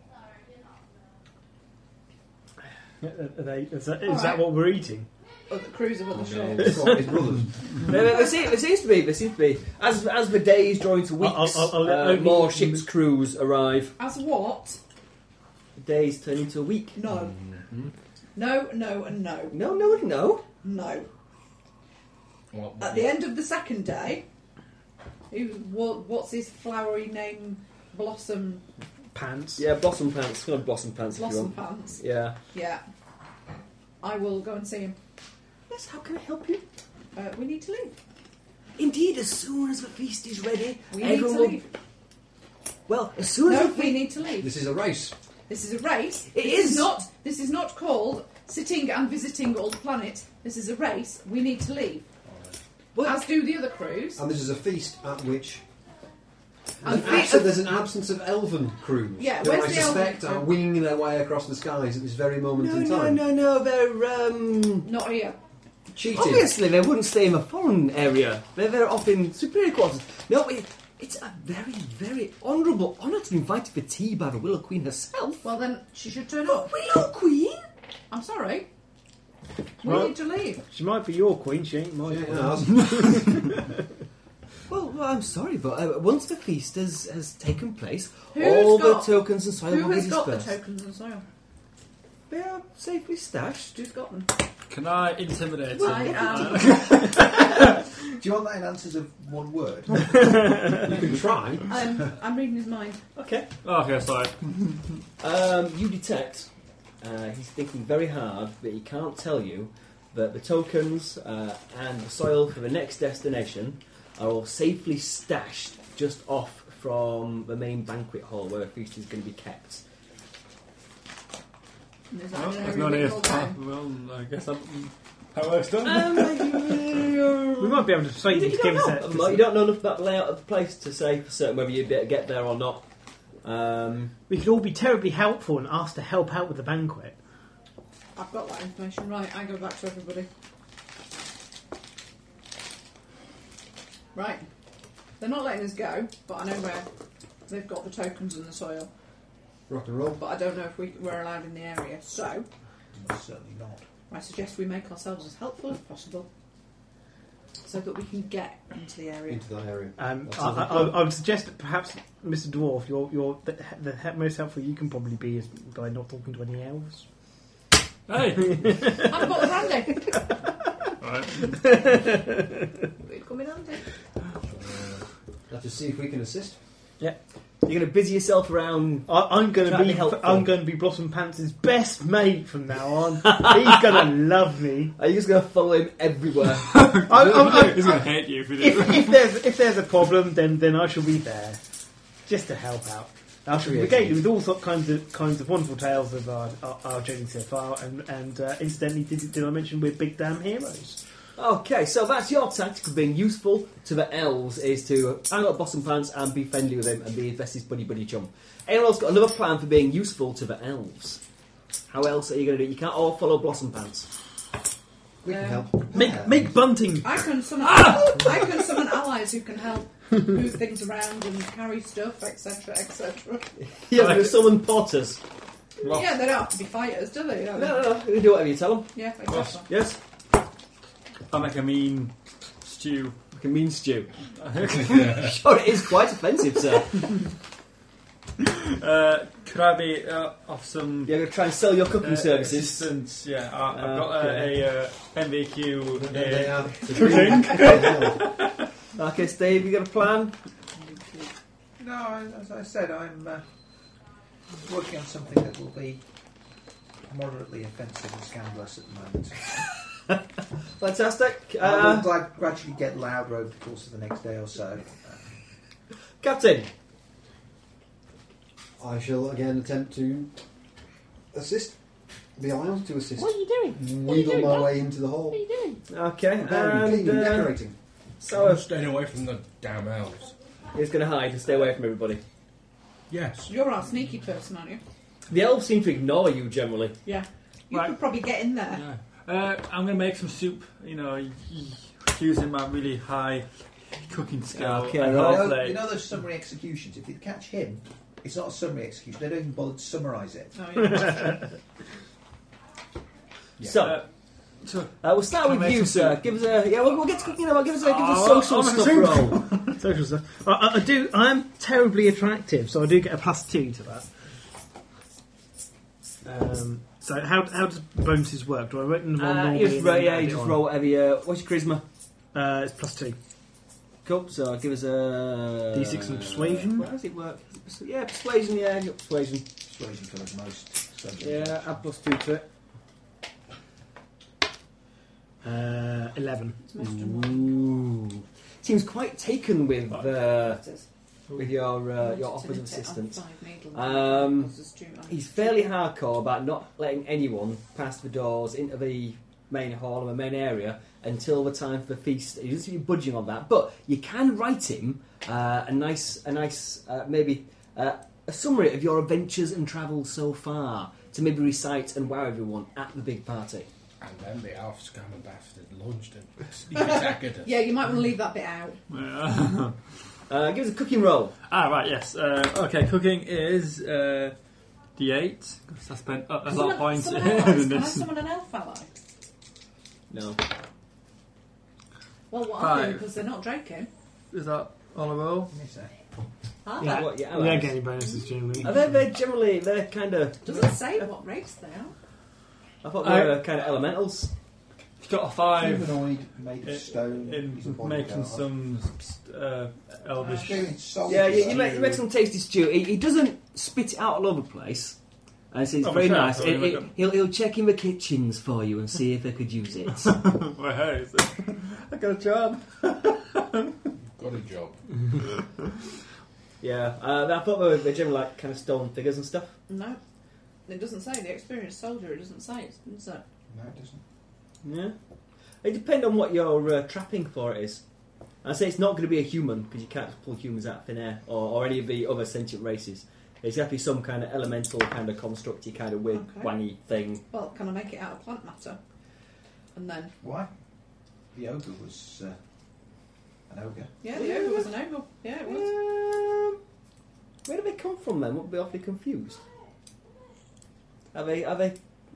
Speaker 4: Uh, Are they, is that, is
Speaker 8: All right.
Speaker 4: that what we're eating?
Speaker 8: Other crews of other ships.
Speaker 2: It's got his brothers.
Speaker 6: there, there, seems, there seems to be. There seems to be. As as the days draw into weeks,
Speaker 4: I'll- I'll- I'll let
Speaker 6: uh,
Speaker 4: only-
Speaker 6: more ships' crews arrive.
Speaker 8: As what?
Speaker 6: The days turn into a week.
Speaker 8: No. No, no, and no.
Speaker 6: No, no, one no.
Speaker 8: No.
Speaker 5: Well,
Speaker 8: At the end of the second day, who, what, what's his flowery name? Blossom,
Speaker 4: Pants.
Speaker 6: Yeah, blossom pants. Kind of blossom pants if you
Speaker 8: blossom
Speaker 6: want.
Speaker 8: pants.
Speaker 6: Yeah.
Speaker 8: Yeah. I will go and see him.
Speaker 6: Yes. How can I help you?
Speaker 8: Uh, we need to leave.
Speaker 6: Indeed, as soon as the feast is ready,
Speaker 8: We
Speaker 6: everyone
Speaker 8: need to
Speaker 6: will-
Speaker 8: leave.
Speaker 6: Well, as soon as
Speaker 8: No,
Speaker 6: the
Speaker 8: we need to leave.
Speaker 2: This is a race.
Speaker 8: This is a race.
Speaker 6: It
Speaker 8: this
Speaker 6: is.
Speaker 8: not. This is not called sitting and visiting all the planets. This is a race. We need to leave.
Speaker 6: Well-
Speaker 8: As do the other crews.
Speaker 2: And this is a feast at which
Speaker 8: And
Speaker 2: an
Speaker 8: fe-
Speaker 2: absent, there's an absence of elven crews
Speaker 8: Yeah,
Speaker 2: who
Speaker 8: where's
Speaker 2: I
Speaker 8: the elven Uh,
Speaker 2: suspect
Speaker 8: crew?
Speaker 2: are winging their way across the skies at this very moment
Speaker 6: No,
Speaker 2: in
Speaker 6: no,
Speaker 2: time.
Speaker 6: no, no. They're um,
Speaker 8: not here.
Speaker 2: Cheating.
Speaker 6: obviously they wouldn't stay in a foreign area. They're they're off in superior quarters. No, it, it's a very, very honourable honour to be invited for tea by the Willow Queen herself.
Speaker 8: Well, then she should turn
Speaker 6: The
Speaker 8: up.
Speaker 6: Willow Queen?
Speaker 8: I'm sorry. We
Speaker 4: Well-
Speaker 8: need to leave.
Speaker 4: She might be your queen. She ain't my
Speaker 2: Yeah,
Speaker 4: queen.
Speaker 2: no, that's-
Speaker 6: Well, well, I'm sorry, but uh, once the feast has, has taken place,
Speaker 8: Who's
Speaker 6: all
Speaker 8: got-
Speaker 6: the tokens and soil
Speaker 8: Who
Speaker 6: will be
Speaker 8: has got the
Speaker 6: dispersed.
Speaker 8: tokens and soil?
Speaker 6: they are safely stashed.
Speaker 8: Who's got them?
Speaker 7: Can I intimidate
Speaker 8: I um,
Speaker 7: him?
Speaker 8: [LAUGHS] am.
Speaker 3: Do you want that in answers of one word?
Speaker 2: you can try.
Speaker 8: I'm, I'm reading his mind.
Speaker 6: Okay.
Speaker 7: Okay, sorry.
Speaker 6: Um, you detect uh, he's thinking very hard, but he can't tell you that the tokens uh, and the soil for the next destination are all safely stashed just off from the main banquet hall where the feast is going to be kept.
Speaker 2: Oh,
Speaker 8: There's
Speaker 7: No,
Speaker 8: an
Speaker 7: there's
Speaker 8: area
Speaker 7: no
Speaker 8: we
Speaker 7: need.
Speaker 8: can go
Speaker 7: Ah,
Speaker 8: down.
Speaker 7: Well, I guess I'm. That works done.
Speaker 8: Um,
Speaker 6: [LAUGHS]
Speaker 4: We might be able to persuade
Speaker 6: You,
Speaker 4: them to
Speaker 6: you
Speaker 4: give
Speaker 6: don't
Speaker 4: us
Speaker 6: know.
Speaker 4: that.
Speaker 6: Well, you don't know enough about the layout of the place to say for certain whether you'd be able to get there or not. Um,
Speaker 4: We could all be terribly helpful and asked to help out with the banquet.
Speaker 2: Oh.
Speaker 8: I've got that information right. I go back to everybody. Right. They're not letting us go, but I know where they've got the tokens and the soil.
Speaker 2: Rock and roll.
Speaker 8: But I don't know if we, we're allowed in the area. So
Speaker 3: Certainly not.
Speaker 8: I suggest we make ourselves as helpful as possible so that we can get into the area.
Speaker 2: Into that area.
Speaker 4: Um,
Speaker 2: That
Speaker 4: I,
Speaker 2: sounds
Speaker 4: I,
Speaker 2: like
Speaker 4: I, I would suggest that perhaps Mr. Dwarf, you're, you're the, the he- most helpful you can probably be is by not talking to any elves.
Speaker 7: Hey!
Speaker 8: I've got the brandy.
Speaker 7: Alright.
Speaker 8: It'll come in handy.
Speaker 2: That is Uh, to see if we can assist.
Speaker 6: You're going to busy yourself around.
Speaker 4: I, I'm going to
Speaker 6: That'd
Speaker 4: be
Speaker 6: be helpful.
Speaker 4: I'm going to be Blossom Pants' best mate from now on. He's [LAUGHS] going to love me.
Speaker 6: Are you just going to follow him everywhere?
Speaker 4: I, I, I,
Speaker 7: He's going to hate you if we do.
Speaker 4: if, if there's if there's a problem, then then I shall be there, just to help out. I shall regale you with all sorts kinds of kinds of wonderful tales of our, our, our journey so far, and and uh, incidentally, did, did I mention we're big damn heroes?
Speaker 6: [LAUGHS] okay, so that's your tactic of being useful to the elves is to hang out Boston Pants and be friendly with him and be his bestest buddy buddy chum. Anyone else got another plan for being useful to the elves? How else are you going to do it? You can't all follow Blossom [LAUGHS] Pants.
Speaker 2: We can
Speaker 8: Um,
Speaker 2: help.
Speaker 4: Make make bunting.
Speaker 8: I can summon
Speaker 7: Ah!
Speaker 8: I can summon allies who can help move things around and carry stuff, etc., etc.
Speaker 6: You're going to summon porters.
Speaker 7: Ross.
Speaker 8: Yeah, they don't have to be fighters, do they?
Speaker 6: No, no, no. You can do whatever you tell them.
Speaker 8: Yeah, exactly.
Speaker 6: Yes.
Speaker 7: I make a mean stew.
Speaker 6: Like a mean stew. [LAUGHS]
Speaker 5: yeah.
Speaker 6: Oh, it is quite offensive, sir.
Speaker 7: Uh, could I be uh, off some
Speaker 6: You're going to try and sell your cooking
Speaker 7: uh,
Speaker 6: services. Ah,
Speaker 7: assistance? Yeah, I,
Speaker 4: uh,
Speaker 7: I've got
Speaker 6: Okay.
Speaker 7: a, a, uh MVQ.
Speaker 2: They- they
Speaker 7: here. [LAUGHS]
Speaker 2: are- They
Speaker 7: uh,
Speaker 6: Okay, Steve, you got a plan?
Speaker 3: No, I- as I said, I'm uh, working on something that will be moderately offensive and scandalous at the moment.
Speaker 6: Fantastic.
Speaker 3: I will
Speaker 6: Uh,
Speaker 3: glad, gradually get louder over the course of the next day or so. uh,
Speaker 6: Captain.
Speaker 2: are. I shall again attempt to assist. Be allowed to assist.
Speaker 10: What are you doing? What are you
Speaker 2: Wheedle
Speaker 10: doing?
Speaker 2: my
Speaker 10: What
Speaker 2: way into the
Speaker 10: are
Speaker 2: hall.
Speaker 10: you doing?
Speaker 6: Okay.
Speaker 2: Preparing,
Speaker 6: And,
Speaker 2: cleaning,
Speaker 6: uh,
Speaker 2: decorating.
Speaker 5: I'm
Speaker 6: so
Speaker 5: staying away from the damn elves.
Speaker 6: he's going to hide and stay away from everybody.
Speaker 5: Yes.
Speaker 8: You're our sneaky person, aren't you?
Speaker 6: The elves seem to ignore you generally.
Speaker 8: Yeah. You
Speaker 7: Right.
Speaker 8: could probably get in there.
Speaker 7: Yeah. Uh, I'm going to make some soup, you know, y- y- using my really high cooking skill.
Speaker 6: Okay,
Speaker 7: and
Speaker 6: right.
Speaker 7: role
Speaker 3: You know,
Speaker 7: play.
Speaker 3: you know those summary executions? If you catch him, it's not a summary execution. They don't even bother to summarise it.
Speaker 8: Oh, yeah.
Speaker 6: So uh,
Speaker 7: Uh, so,
Speaker 6: we'll start
Speaker 7: Can I
Speaker 6: with
Speaker 7: make
Speaker 6: you,
Speaker 7: some
Speaker 6: sir.
Speaker 7: soup?
Speaker 6: Give us a yeah. We'll, we'll get to cooking. Now. Give us a give us a
Speaker 7: Oh,
Speaker 6: social
Speaker 7: I'm
Speaker 6: stuff
Speaker 7: assuming-
Speaker 6: roll.
Speaker 4: Social stuff. I, Uh, I, I do. I am terribly attractive, so I do get a plus two to that. Um, so how how does bonuses work? Do I write them on
Speaker 6: Uh,
Speaker 4: normally?
Speaker 6: you just
Speaker 4: and
Speaker 6: roll,
Speaker 4: then
Speaker 6: yeah,
Speaker 4: add
Speaker 6: you
Speaker 4: it
Speaker 6: just
Speaker 4: on?
Speaker 6: roll whatever you. What's your charisma?
Speaker 4: Uh, it's plus two. [LAUGHS]
Speaker 6: Cool. So give us a
Speaker 4: D6 and persuasion.
Speaker 6: Where does it work? Is it persu- Yeah, persuasion. Yeah, you got persuasion.
Speaker 3: Persuasion for the most. subject.
Speaker 6: Yeah, add plus two to it.
Speaker 4: Uh, Eleven.
Speaker 8: It's most
Speaker 6: Ooh. Seems quite taken with uh,
Speaker 8: important.
Speaker 6: with your uh, your offers
Speaker 8: Wanted
Speaker 6: of
Speaker 8: to knit
Speaker 6: assistance.
Speaker 8: it on five needles.
Speaker 6: Um,
Speaker 8: Because there's two on
Speaker 6: He's
Speaker 8: each.
Speaker 6: fairly hardcore about not letting anyone pass the doors into the main hall or the main area until the time for the feast. He doesn't seem to be budging on that, but you can write him uh, a nice, a nice, uh, maybe uh, a summary of your adventures and travel so far to maybe recite and wow everyone at the big party.
Speaker 5: And then the elf scam ambassador launched [LAUGHS] a sneak attack at us.
Speaker 8: Yeah, you might want to leave that bit out.
Speaker 7: yeah.
Speaker 6: Uh, give us a cooking roll.
Speaker 7: ah, right, yes. Uh, okay, cooking is uh, D8. 'cause I spent a, a lot of
Speaker 8: Someone-
Speaker 7: points
Speaker 8: someone
Speaker 4: [LAUGHS]
Speaker 7: in
Speaker 8: else. Can I have
Speaker 7: this.
Speaker 8: someone an elf ally?
Speaker 6: No.
Speaker 8: Well, what I'll do,
Speaker 7: Five.
Speaker 8: because they're not drinking.
Speaker 7: Is that on a roll?
Speaker 3: Yes, sir.
Speaker 8: Are
Speaker 6: Yeah,
Speaker 8: they?
Speaker 6: what, yeah,
Speaker 4: You don't
Speaker 6: allies.
Speaker 4: get any bonuses generally.
Speaker 6: Are they, they're generally, they're kind of,
Speaker 8: Doesn't say what race they are.
Speaker 6: I thought they were kind of elementals.
Speaker 7: He's got a 5
Speaker 3: Humanoid made of
Speaker 7: in-
Speaker 3: stone. He's a
Speaker 7: in
Speaker 3: bodyguard.
Speaker 7: making some uh, elvish.
Speaker 3: Experienced soldier.
Speaker 6: Yeah, you, you, make, you make some tasty stew. He, he doesn't spit it out all over the place. And so it's
Speaker 7: Oh,
Speaker 6: very
Speaker 7: sure.
Speaker 6: nice.
Speaker 7: Oh,
Speaker 6: He- he-
Speaker 7: look at-
Speaker 6: he'll, he'll check in the kitchens for you and see if they could use it.
Speaker 7: Well, hey, is it- I got a job.
Speaker 5: Got a job.
Speaker 6: [LAUGHS] yeah, uh, I thought they were, they're generally like kind of stone figures and stuff.
Speaker 8: No. It doesn't say. The experienced soldier, it doesn't say. It does it?
Speaker 3: No, it doesn't.
Speaker 6: Yeah. It depends on what your uh, trapping for it is. I say it's not going to be a human because you can't pull humans out of thin air or, or any of the other sentient races. It's got to be some kind of elemental, kind of constructy, kind of weird,
Speaker 8: Okay.
Speaker 6: wangy thing.
Speaker 8: Well, can I make it out of plant matter? And then,
Speaker 3: Why? The ogre was uh, an ogre.
Speaker 8: yeah, the ogre was an ogre. Yeah, it was.
Speaker 6: Um, where do they come from then? Would be awfully confused. Are they? Are they?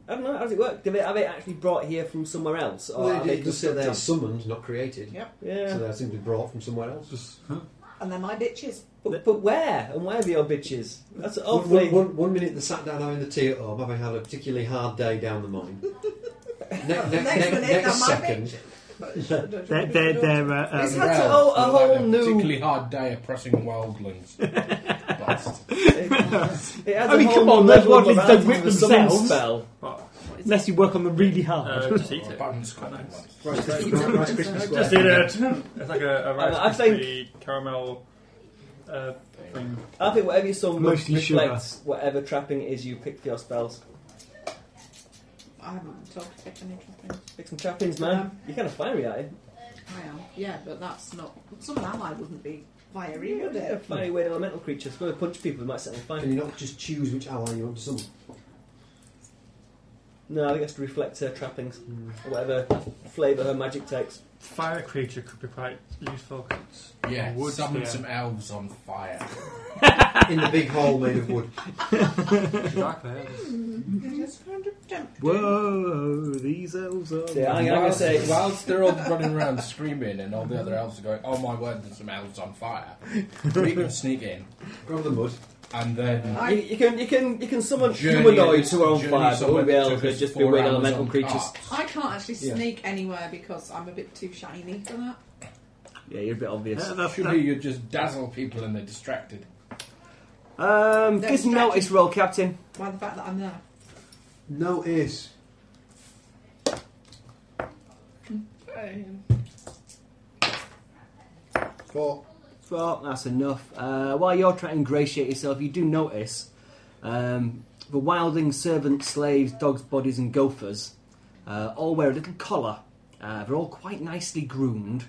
Speaker 6: I don't know. How does it work? Do they? Are they actually brought here from somewhere else, or
Speaker 2: Well,
Speaker 6: are
Speaker 2: it-
Speaker 6: they
Speaker 2: it just said they're
Speaker 6: constructed?
Speaker 2: summoned, not created.
Speaker 8: Yeah.
Speaker 6: Yeah.
Speaker 2: So they're simply brought from somewhere else.
Speaker 8: And they're my bitches.
Speaker 6: But, but where? And where are the old bitches? That's
Speaker 3: Oh,
Speaker 2: One-
Speaker 6: awfully.
Speaker 2: One, one, one minute they sat down having the tea at
Speaker 3: [LAUGHS]
Speaker 2: home, having had a particularly hard day down the mine. Ne- ne-
Speaker 8: Next
Speaker 2: ne- next
Speaker 8: minute, they're my
Speaker 2: second,
Speaker 4: They're, they're, they're, uh,
Speaker 1: It's
Speaker 4: um,
Speaker 1: had to whole- a
Speaker 5: Well,
Speaker 1: whole
Speaker 5: had a
Speaker 1: new-
Speaker 5: particularly hard day of
Speaker 6: [LAUGHS]
Speaker 5: pressing wildlings. Blast.
Speaker 6: It adds
Speaker 4: [LAUGHS] I
Speaker 6: a
Speaker 4: mean,
Speaker 6: whole
Speaker 4: come on,
Speaker 6: new
Speaker 4: those
Speaker 6: level of
Speaker 4: waddlings don't
Speaker 6: advantage
Speaker 4: whip
Speaker 6: with a summon
Speaker 4: themselves.
Speaker 6: Spell.
Speaker 7: Well,
Speaker 4: unless you work on them really hard.
Speaker 7: uh,
Speaker 4: [LAUGHS]
Speaker 7: just eat it.
Speaker 5: Button
Speaker 7: It's quite
Speaker 5: squad.
Speaker 7: nice.
Speaker 2: Right, so right, Christmas square.
Speaker 7: Just eat it. It's like a, a rice
Speaker 6: I
Speaker 7: crispy
Speaker 6: think-
Speaker 7: caramel uh, thing.
Speaker 6: I think whatever your sum
Speaker 4: Mostly
Speaker 6: reflects whatever trapping it is you pick for your spells.
Speaker 8: I haven't talked to any trappings.
Speaker 6: Pick some trappings, man. You're kind of fiery, are you?
Speaker 8: I am. Yeah, but that's not. Some ally wouldn't be fiery, would
Speaker 6: They're a
Speaker 8: it?
Speaker 6: fiery weird elemental creature. It's going to punch people, they might set on fire.
Speaker 2: Can you not just choose which ally you want to summon?
Speaker 6: No, I think that's to reflect her trappings,
Speaker 5: Mm.
Speaker 6: or whatever flavour her magic takes.
Speaker 7: Fire creature could be quite useful. 'cause it's
Speaker 5: Yeah,
Speaker 7: wood
Speaker 5: summon
Speaker 7: spear.
Speaker 5: some elves on fire.
Speaker 2: [LAUGHS] In the big hole made of wood.
Speaker 7: Exactly. yes.
Speaker 8: It's kind of tempting.
Speaker 4: Whoa, these elves are.
Speaker 6: Yeah, I'm going to
Speaker 5: Whilst,
Speaker 6: say
Speaker 5: whilst they're all running around screaming, and all the other elves are going, "Oh my word, there's some elves on fire!"
Speaker 6: [LAUGHS]
Speaker 5: We can sneak in,
Speaker 2: Grab the mud.
Speaker 5: and then
Speaker 6: you, you can you can you can summon
Speaker 5: Journey-
Speaker 6: humanoids who are on
Speaker 5: journey
Speaker 6: fire, but
Speaker 5: somewhere
Speaker 6: won't be
Speaker 5: that
Speaker 6: able
Speaker 5: took
Speaker 6: to
Speaker 5: us
Speaker 6: just be
Speaker 5: four
Speaker 6: weird
Speaker 5: hours
Speaker 6: elemental
Speaker 5: on
Speaker 6: creatures.
Speaker 5: carts.
Speaker 8: I can't actually
Speaker 2: Yeah.
Speaker 8: sneak anywhere because I'm a bit too shiny for that.
Speaker 6: Yeah, you're a bit obvious.
Speaker 4: Uh, that's-
Speaker 5: Surely you just dazzle people and they're distracted.
Speaker 6: Um, give
Speaker 8: That's
Speaker 6: some notice
Speaker 8: strategy.
Speaker 6: roll, Captain.
Speaker 8: By the fact that I'm there.
Speaker 2: No ace. Four.
Speaker 6: Well, that's enough. Uh, while you're trying to ingratiate yourself, you do notice um, the wildling servants, slaves, dogs' bodies, and gophers uh, all wear a little collar. Uh, they're all quite nicely groomed,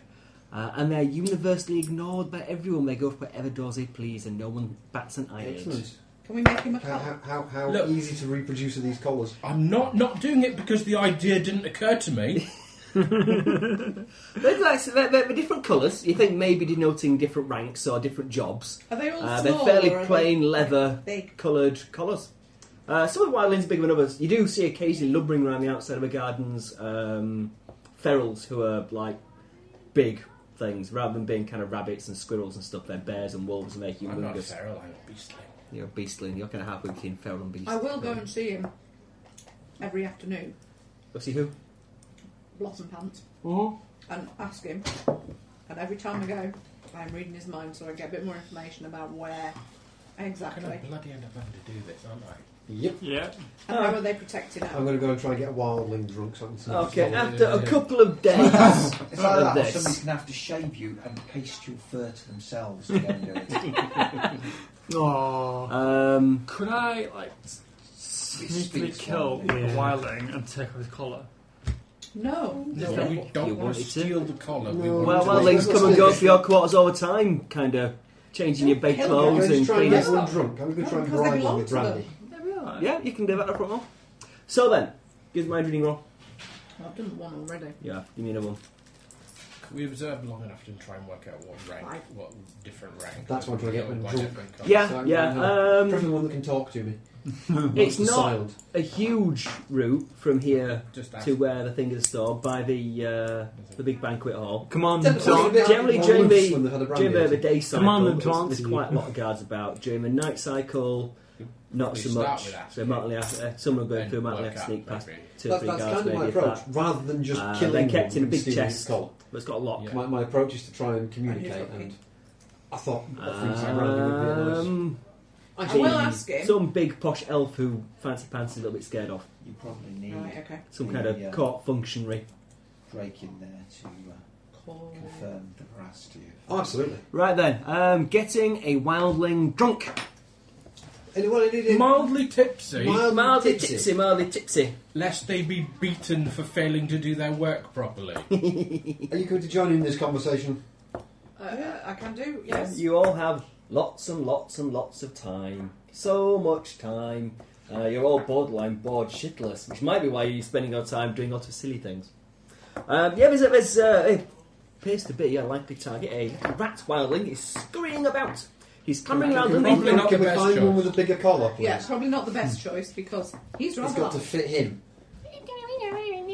Speaker 6: uh, and they're universally ignored by everyone. They go for whatever doors they please, and no one bats an eyelid.
Speaker 2: Excellent.
Speaker 8: Can we make him a
Speaker 2: How,
Speaker 8: cop?
Speaker 2: how, how, how
Speaker 5: Look.
Speaker 2: easy to reproduce are these collars?
Speaker 5: I'm not not doing it because the idea didn't occur
Speaker 6: [LAUGHS]
Speaker 5: to me.
Speaker 6: They're, like, they're, they're different colours. You think maybe denoting different ranks or different jobs.
Speaker 8: Are they all
Speaker 6: Uh, they're
Speaker 8: small?
Speaker 6: fairly
Speaker 8: or are they
Speaker 6: plain leather
Speaker 8: Big.
Speaker 6: coloured collars. Uh, some of the wildlings are bigger than others. You do see occasionally lumbering around the outside of the gardens um, ferals who are like big things rather than being kind of rabbits and squirrels and stuff. They're bears and wolves and they're
Speaker 5: I'm not
Speaker 6: humongous.
Speaker 5: feral, I'm a beastling.
Speaker 6: You're beastly and you're kind of halfway between feral and beast.
Speaker 8: I will go and see him every afternoon,
Speaker 6: Go see who?
Speaker 8: blossom pants,
Speaker 6: Oh.
Speaker 8: and ask him. And every time I go, I'm reading his mind so I get a bit more information about where
Speaker 5: How can I
Speaker 8: exactly
Speaker 5: bloody end up having to do this, aren't I?
Speaker 2: Yep.
Speaker 7: Yeah.
Speaker 8: and how are they protected
Speaker 2: I'm
Speaker 8: out.
Speaker 2: going to go and try and get a wildling drunk. So I can see what's
Speaker 6: Okay,
Speaker 2: going on.
Speaker 6: after a couple of days.
Speaker 3: [LAUGHS] It's like that, or
Speaker 6: This.
Speaker 3: somebody's going to have to shave you and paste your fur to themselves to go and do
Speaker 5: [LAUGHS]
Speaker 3: it.
Speaker 7: Oh.
Speaker 6: Um,
Speaker 7: Could I like s- sneakily
Speaker 3: speaks
Speaker 7: kill the
Speaker 4: volumes. Yeah.
Speaker 7: wildling and take off his collar?
Speaker 8: No,
Speaker 5: No,
Speaker 6: No,
Speaker 5: we
Speaker 6: you
Speaker 5: don't want
Speaker 6: want
Speaker 5: to
Speaker 6: it to.
Speaker 5: steal the collar. We
Speaker 2: No.
Speaker 5: want
Speaker 6: well,
Speaker 5: to
Speaker 6: well,
Speaker 5: make-
Speaker 6: things come and go for your quarters all the time, kind of changing your bed
Speaker 8: Don't kill
Speaker 2: I'm
Speaker 8: them.
Speaker 6: clothes
Speaker 2: going to
Speaker 6: and
Speaker 2: try and
Speaker 6: cleaning.
Speaker 2: get one drunk. I'm going to try and
Speaker 8: because Oh, they
Speaker 2: bribe them
Speaker 8: belong
Speaker 2: with
Speaker 8: to them.
Speaker 2: brandy.
Speaker 7: There we are.
Speaker 6: Yeah, you can do that, no problem. So then, give my reading roll.
Speaker 8: I've done one already.
Speaker 6: Yeah, give me another one.
Speaker 5: Can we observe long enough to try and work out what rank, what different rank.
Speaker 2: That's what we're
Speaker 5: we're
Speaker 2: getting
Speaker 5: by
Speaker 2: drunk.
Speaker 5: different colors?
Speaker 6: Yeah,
Speaker 2: So I'm
Speaker 6: yeah.
Speaker 2: gonna have-
Speaker 6: Um,
Speaker 2: Probably one that can talk to me.
Speaker 6: [LAUGHS] it's
Speaker 2: That's the
Speaker 6: not
Speaker 2: silent.
Speaker 6: a huge route from here
Speaker 5: Just ask.
Speaker 6: to where the thing is stored by the uh, the big banquet hall.
Speaker 4: Command
Speaker 8: Don't
Speaker 4: them
Speaker 8: worry
Speaker 4: to.
Speaker 8: about it.
Speaker 6: Generally,
Speaker 2: Well, loose
Speaker 6: Jamie-
Speaker 2: when they've had a brandy
Speaker 6: During the
Speaker 2: outing.
Speaker 6: day cycle,
Speaker 4: Command them to
Speaker 6: there's,
Speaker 4: answer
Speaker 6: there's
Speaker 4: you.
Speaker 6: quite a lot of guards about. During the night cycle, not
Speaker 5: We
Speaker 6: so
Speaker 5: start
Speaker 6: much.
Speaker 5: with that.
Speaker 6: So might only have, uh, someone going
Speaker 5: Then
Speaker 6: through might only
Speaker 5: work
Speaker 6: have to
Speaker 5: out,
Speaker 6: sneak past
Speaker 5: maybe.
Speaker 6: two or
Speaker 2: That's,
Speaker 6: three
Speaker 2: that's
Speaker 6: guards,
Speaker 2: kind of my
Speaker 6: maybe. if
Speaker 2: approach.
Speaker 6: that.
Speaker 2: Rather than just
Speaker 6: Uh,
Speaker 2: killing
Speaker 6: they're
Speaker 2: one
Speaker 6: kept in a
Speaker 2: and
Speaker 6: big
Speaker 2: stealing
Speaker 6: chest.
Speaker 2: its collar.
Speaker 6: But it's got a lock.
Speaker 5: Yeah.
Speaker 2: My, my approach is to try and communicate,
Speaker 8: okay.
Speaker 2: and I thought a free type brandy would be nice.
Speaker 6: Um,
Speaker 8: I will ask him.
Speaker 6: Some big posh elf who fancy pants is a little bit scared off.
Speaker 3: You probably need
Speaker 8: right, okay.
Speaker 6: Some kind of
Speaker 3: Yeah.
Speaker 6: court functionary.
Speaker 3: Drake in there to uh,
Speaker 8: Cool.
Speaker 3: confirm the veracity of
Speaker 2: Oh, absolutely.
Speaker 6: Right then, um, getting a wildling drunk.
Speaker 2: And what it is,
Speaker 5: Mildly tipsy,
Speaker 2: Mild-
Speaker 6: Mildly
Speaker 2: Tipsy.
Speaker 6: tipsy, mildly tipsy.
Speaker 5: lest they be beaten for failing to do their work properly.
Speaker 2: are you going to join in this conversation?
Speaker 8: Uh, uh, I can do. Yes.
Speaker 6: You all have lots and lots and lots of time. So much time. Uh, you're all borderline bored shitless, which might be why you're spending your time doing lots of silly things. Um, yeah, there's, there's uh, it appears to be a likely target. A rat wildling is scurrying about. He's clambering around
Speaker 5: Probably
Speaker 6: underneath
Speaker 5: not the
Speaker 2: Can we
Speaker 5: best
Speaker 2: find
Speaker 5: choice.
Speaker 2: one with a bigger collar, please?
Speaker 8: Yeah, probably not the best choice because he's
Speaker 2: It's
Speaker 8: rather.
Speaker 2: got to
Speaker 8: large.
Speaker 2: fit him.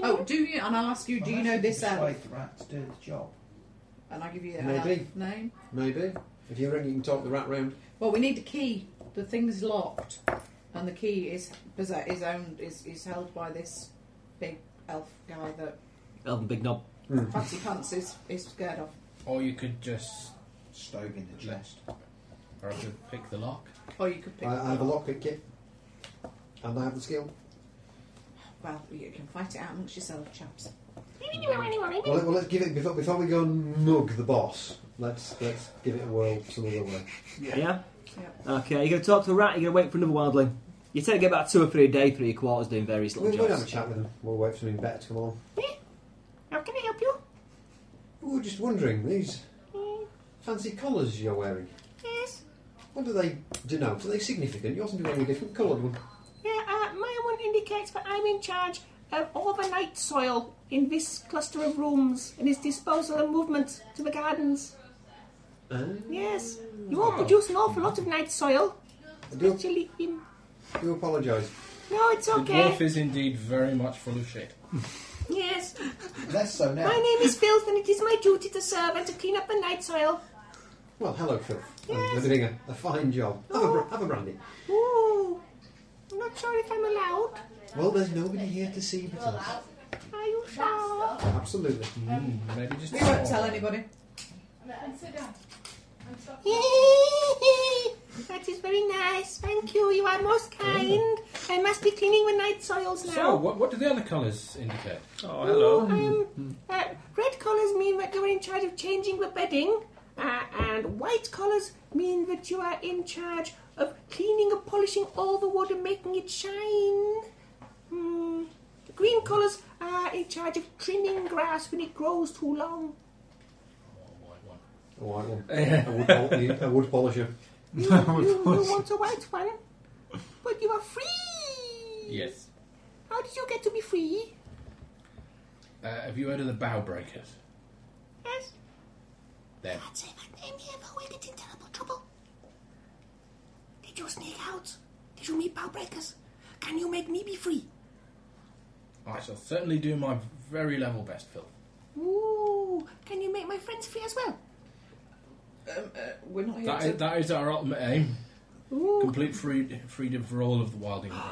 Speaker 8: Oh, do you? And I'll ask you. Do you know this um, elf?
Speaker 3: Persuade the rat to do the job.
Speaker 8: And I'll give you an
Speaker 2: Maybe.
Speaker 8: elf name.
Speaker 2: Maybe. If you reckon you can talk the rat round.
Speaker 8: Well, we need the key. The thing's locked, and the key is possess- is owned is is held by this big elf guy that
Speaker 6: Elven Big Knob.
Speaker 8: Fancy Pants is, is scared of.
Speaker 5: Or you could just.
Speaker 3: Stove in the chest.
Speaker 5: Or I could pick the lock.
Speaker 8: Or you could pick.
Speaker 2: I,
Speaker 8: up
Speaker 2: I have a
Speaker 8: the-
Speaker 2: lockpick kit. And I have the skill.
Speaker 8: Well, you can fight it out amongst yourself,
Speaker 5: Oh.
Speaker 8: chaps.
Speaker 2: Well, let, well let's give it before, before we go and nug the boss. Let's let's give it a whirl some other way.
Speaker 11: Yeah?
Speaker 8: Yep.
Speaker 11: Okay, you're going to talk to a rat, you're going to wait for another wildling. You tend to get about two or three a day, three quarters, doing various
Speaker 2: We'll
Speaker 11: little
Speaker 2: go and have a
Speaker 11: jobs.
Speaker 2: chat with him. We'll wait for something better to come along.
Speaker 11: How can I help you?
Speaker 2: We were just wondering these fancy collars you're wearing.
Speaker 11: Yes.
Speaker 2: What do they denote? Are they significant? You oughtn't to be wearing a different coloured one.
Speaker 11: Yeah, uh, my one indicates that I'm in charge of all the night soil in this cluster of rooms and its disposal and movement to the gardens.
Speaker 2: Ah.
Speaker 11: Yes, you won't produce an awful lot of night soil.
Speaker 2: I do,
Speaker 11: Actually, him.
Speaker 2: do apologise.
Speaker 11: No, it's
Speaker 5: The dwarf
Speaker 11: okay.
Speaker 5: is indeed very much full of shit.
Speaker 11: Yes,
Speaker 3: Less so now.
Speaker 11: my name is Filth, and it is my duty to serve and to clean up the night soil.
Speaker 2: Well, hello, Phil. You're doing a, a fine job. Have,
Speaker 11: Oh.
Speaker 2: a, br- have a brandy.
Speaker 11: Ooh, I'm not sure if I'm allowed.
Speaker 2: Well, there's nobody here to see but us. Hmm.
Speaker 11: Are you sure? [LAUGHS]
Speaker 2: Absolutely.
Speaker 5: Mm, maybe just.
Speaker 8: We won't tell anybody.
Speaker 12: And sit down. And stop.
Speaker 11: that is very nice. Thank you. You are most kind. I must be cleaning the night soils now.
Speaker 5: So, what, what do the other colours indicate?
Speaker 13: Oh, hello.
Speaker 11: Um, uh, red collars mean that you're in charge of changing the bedding, uh, and white collars mean that you are in charge of cleaning and polishing all the wood and making it shine. Hmm. Green collars are in charge of trimming grass when it grows too long.
Speaker 2: A white one. A wood, pol- a wood polisher.
Speaker 11: You, you, you want a white one, but you are free.
Speaker 5: Yes.
Speaker 11: How did you get to be free?
Speaker 5: Uh, have you heard of the bow breakers?
Speaker 11: Yes.
Speaker 5: Them.
Speaker 11: I'd say that name here, but we'll get in terrible trouble. Did you sneak out? Did you meet Bowbreakers? Can you make me be free?
Speaker 5: I shall certainly do my very level best, Phil.
Speaker 11: Ooh, can you make my friends free as well?
Speaker 8: Um, uh, we're not here
Speaker 5: That
Speaker 8: to.
Speaker 5: is, that is our ultimate aim.
Speaker 11: Ooh,
Speaker 5: Complete free, freedom for all of the wilding world.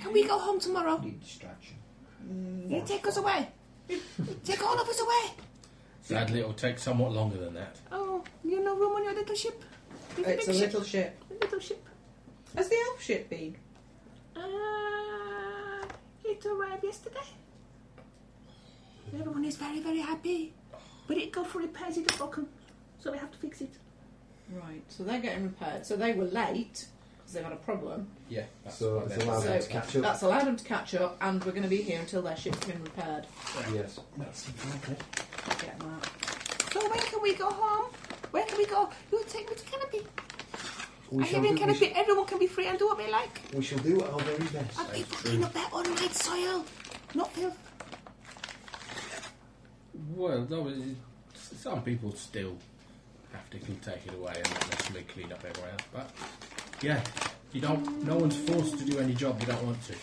Speaker 11: can we go home tomorrow?
Speaker 3: Need distraction.
Speaker 11: You take us [LAUGHS] away. take all of us away.
Speaker 5: Sadly, it'll take somewhat longer than that.
Speaker 11: Oh, you no room on your little ship? Big,
Speaker 8: It's a
Speaker 11: big ship.
Speaker 8: little ship.
Speaker 11: little ship.
Speaker 8: Has the elf ship been?
Speaker 11: Ah, it arrived yesterday. Everyone is very, very happy. But it got for repairs in the Bochum, so we have to fix it.
Speaker 8: Right, so they're getting repaired. So they were late because they've had a problem.
Speaker 5: Yeah. that's
Speaker 2: So
Speaker 5: what
Speaker 2: it's
Speaker 5: that
Speaker 2: allowed
Speaker 8: So
Speaker 2: them to catch up.
Speaker 8: that's allowed them to catch up, and we're going to be here until their ship's been repaired.
Speaker 2: Yes.
Speaker 8: Get them out.
Speaker 11: So when can we go home? Where can we go? You take me to Canopy.
Speaker 2: We
Speaker 11: I
Speaker 2: shall,
Speaker 11: live in
Speaker 2: do, we,
Speaker 11: Canopy.
Speaker 2: shall,
Speaker 11: Everyone can be free and do what they like.
Speaker 2: we shall do our very best.
Speaker 11: I'll be fucking up that all night soil. Not filth.
Speaker 5: Well, that was, some people still have to take it away and not necessarily clean up everywhere else. But yeah, you don't. No one's forced to do any job you don't want to.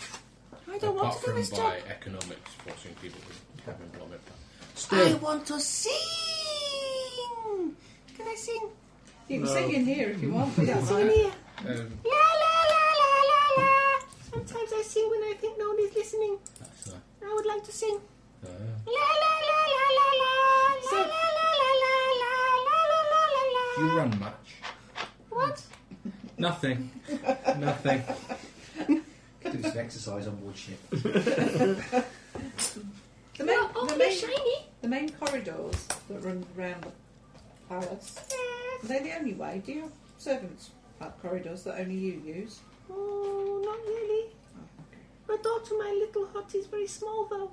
Speaker 11: I don't want
Speaker 5: apart
Speaker 11: to do this
Speaker 5: from
Speaker 11: job.
Speaker 5: by economics forcing people to have employment. But
Speaker 11: I
Speaker 5: still,
Speaker 11: want to sing. Can I sing?
Speaker 8: You can sing in here if you want.
Speaker 11: Can I sing here?
Speaker 5: um,
Speaker 11: La la la la la la. Sometimes I sing when I think no one is listening.
Speaker 5: that's uh, not.
Speaker 11: I would like to sing.
Speaker 5: Uh,
Speaker 11: La la la la la la. La la la la la la la la la
Speaker 5: do
Speaker 11: la.
Speaker 5: you run much?
Speaker 11: What?
Speaker 5: Nothing.
Speaker 2: [LAUGHS]
Speaker 5: Nothing.
Speaker 3: Could do some exercise on wood ship.
Speaker 8: The main,
Speaker 12: Oh,
Speaker 8: the,
Speaker 12: they're
Speaker 8: main,
Speaker 12: shiny.
Speaker 8: the main corridors that run round the palace, are they the only way? Do your servants have corridors that only you use?
Speaker 11: Oh, not really. My door to my little hut is very small, though.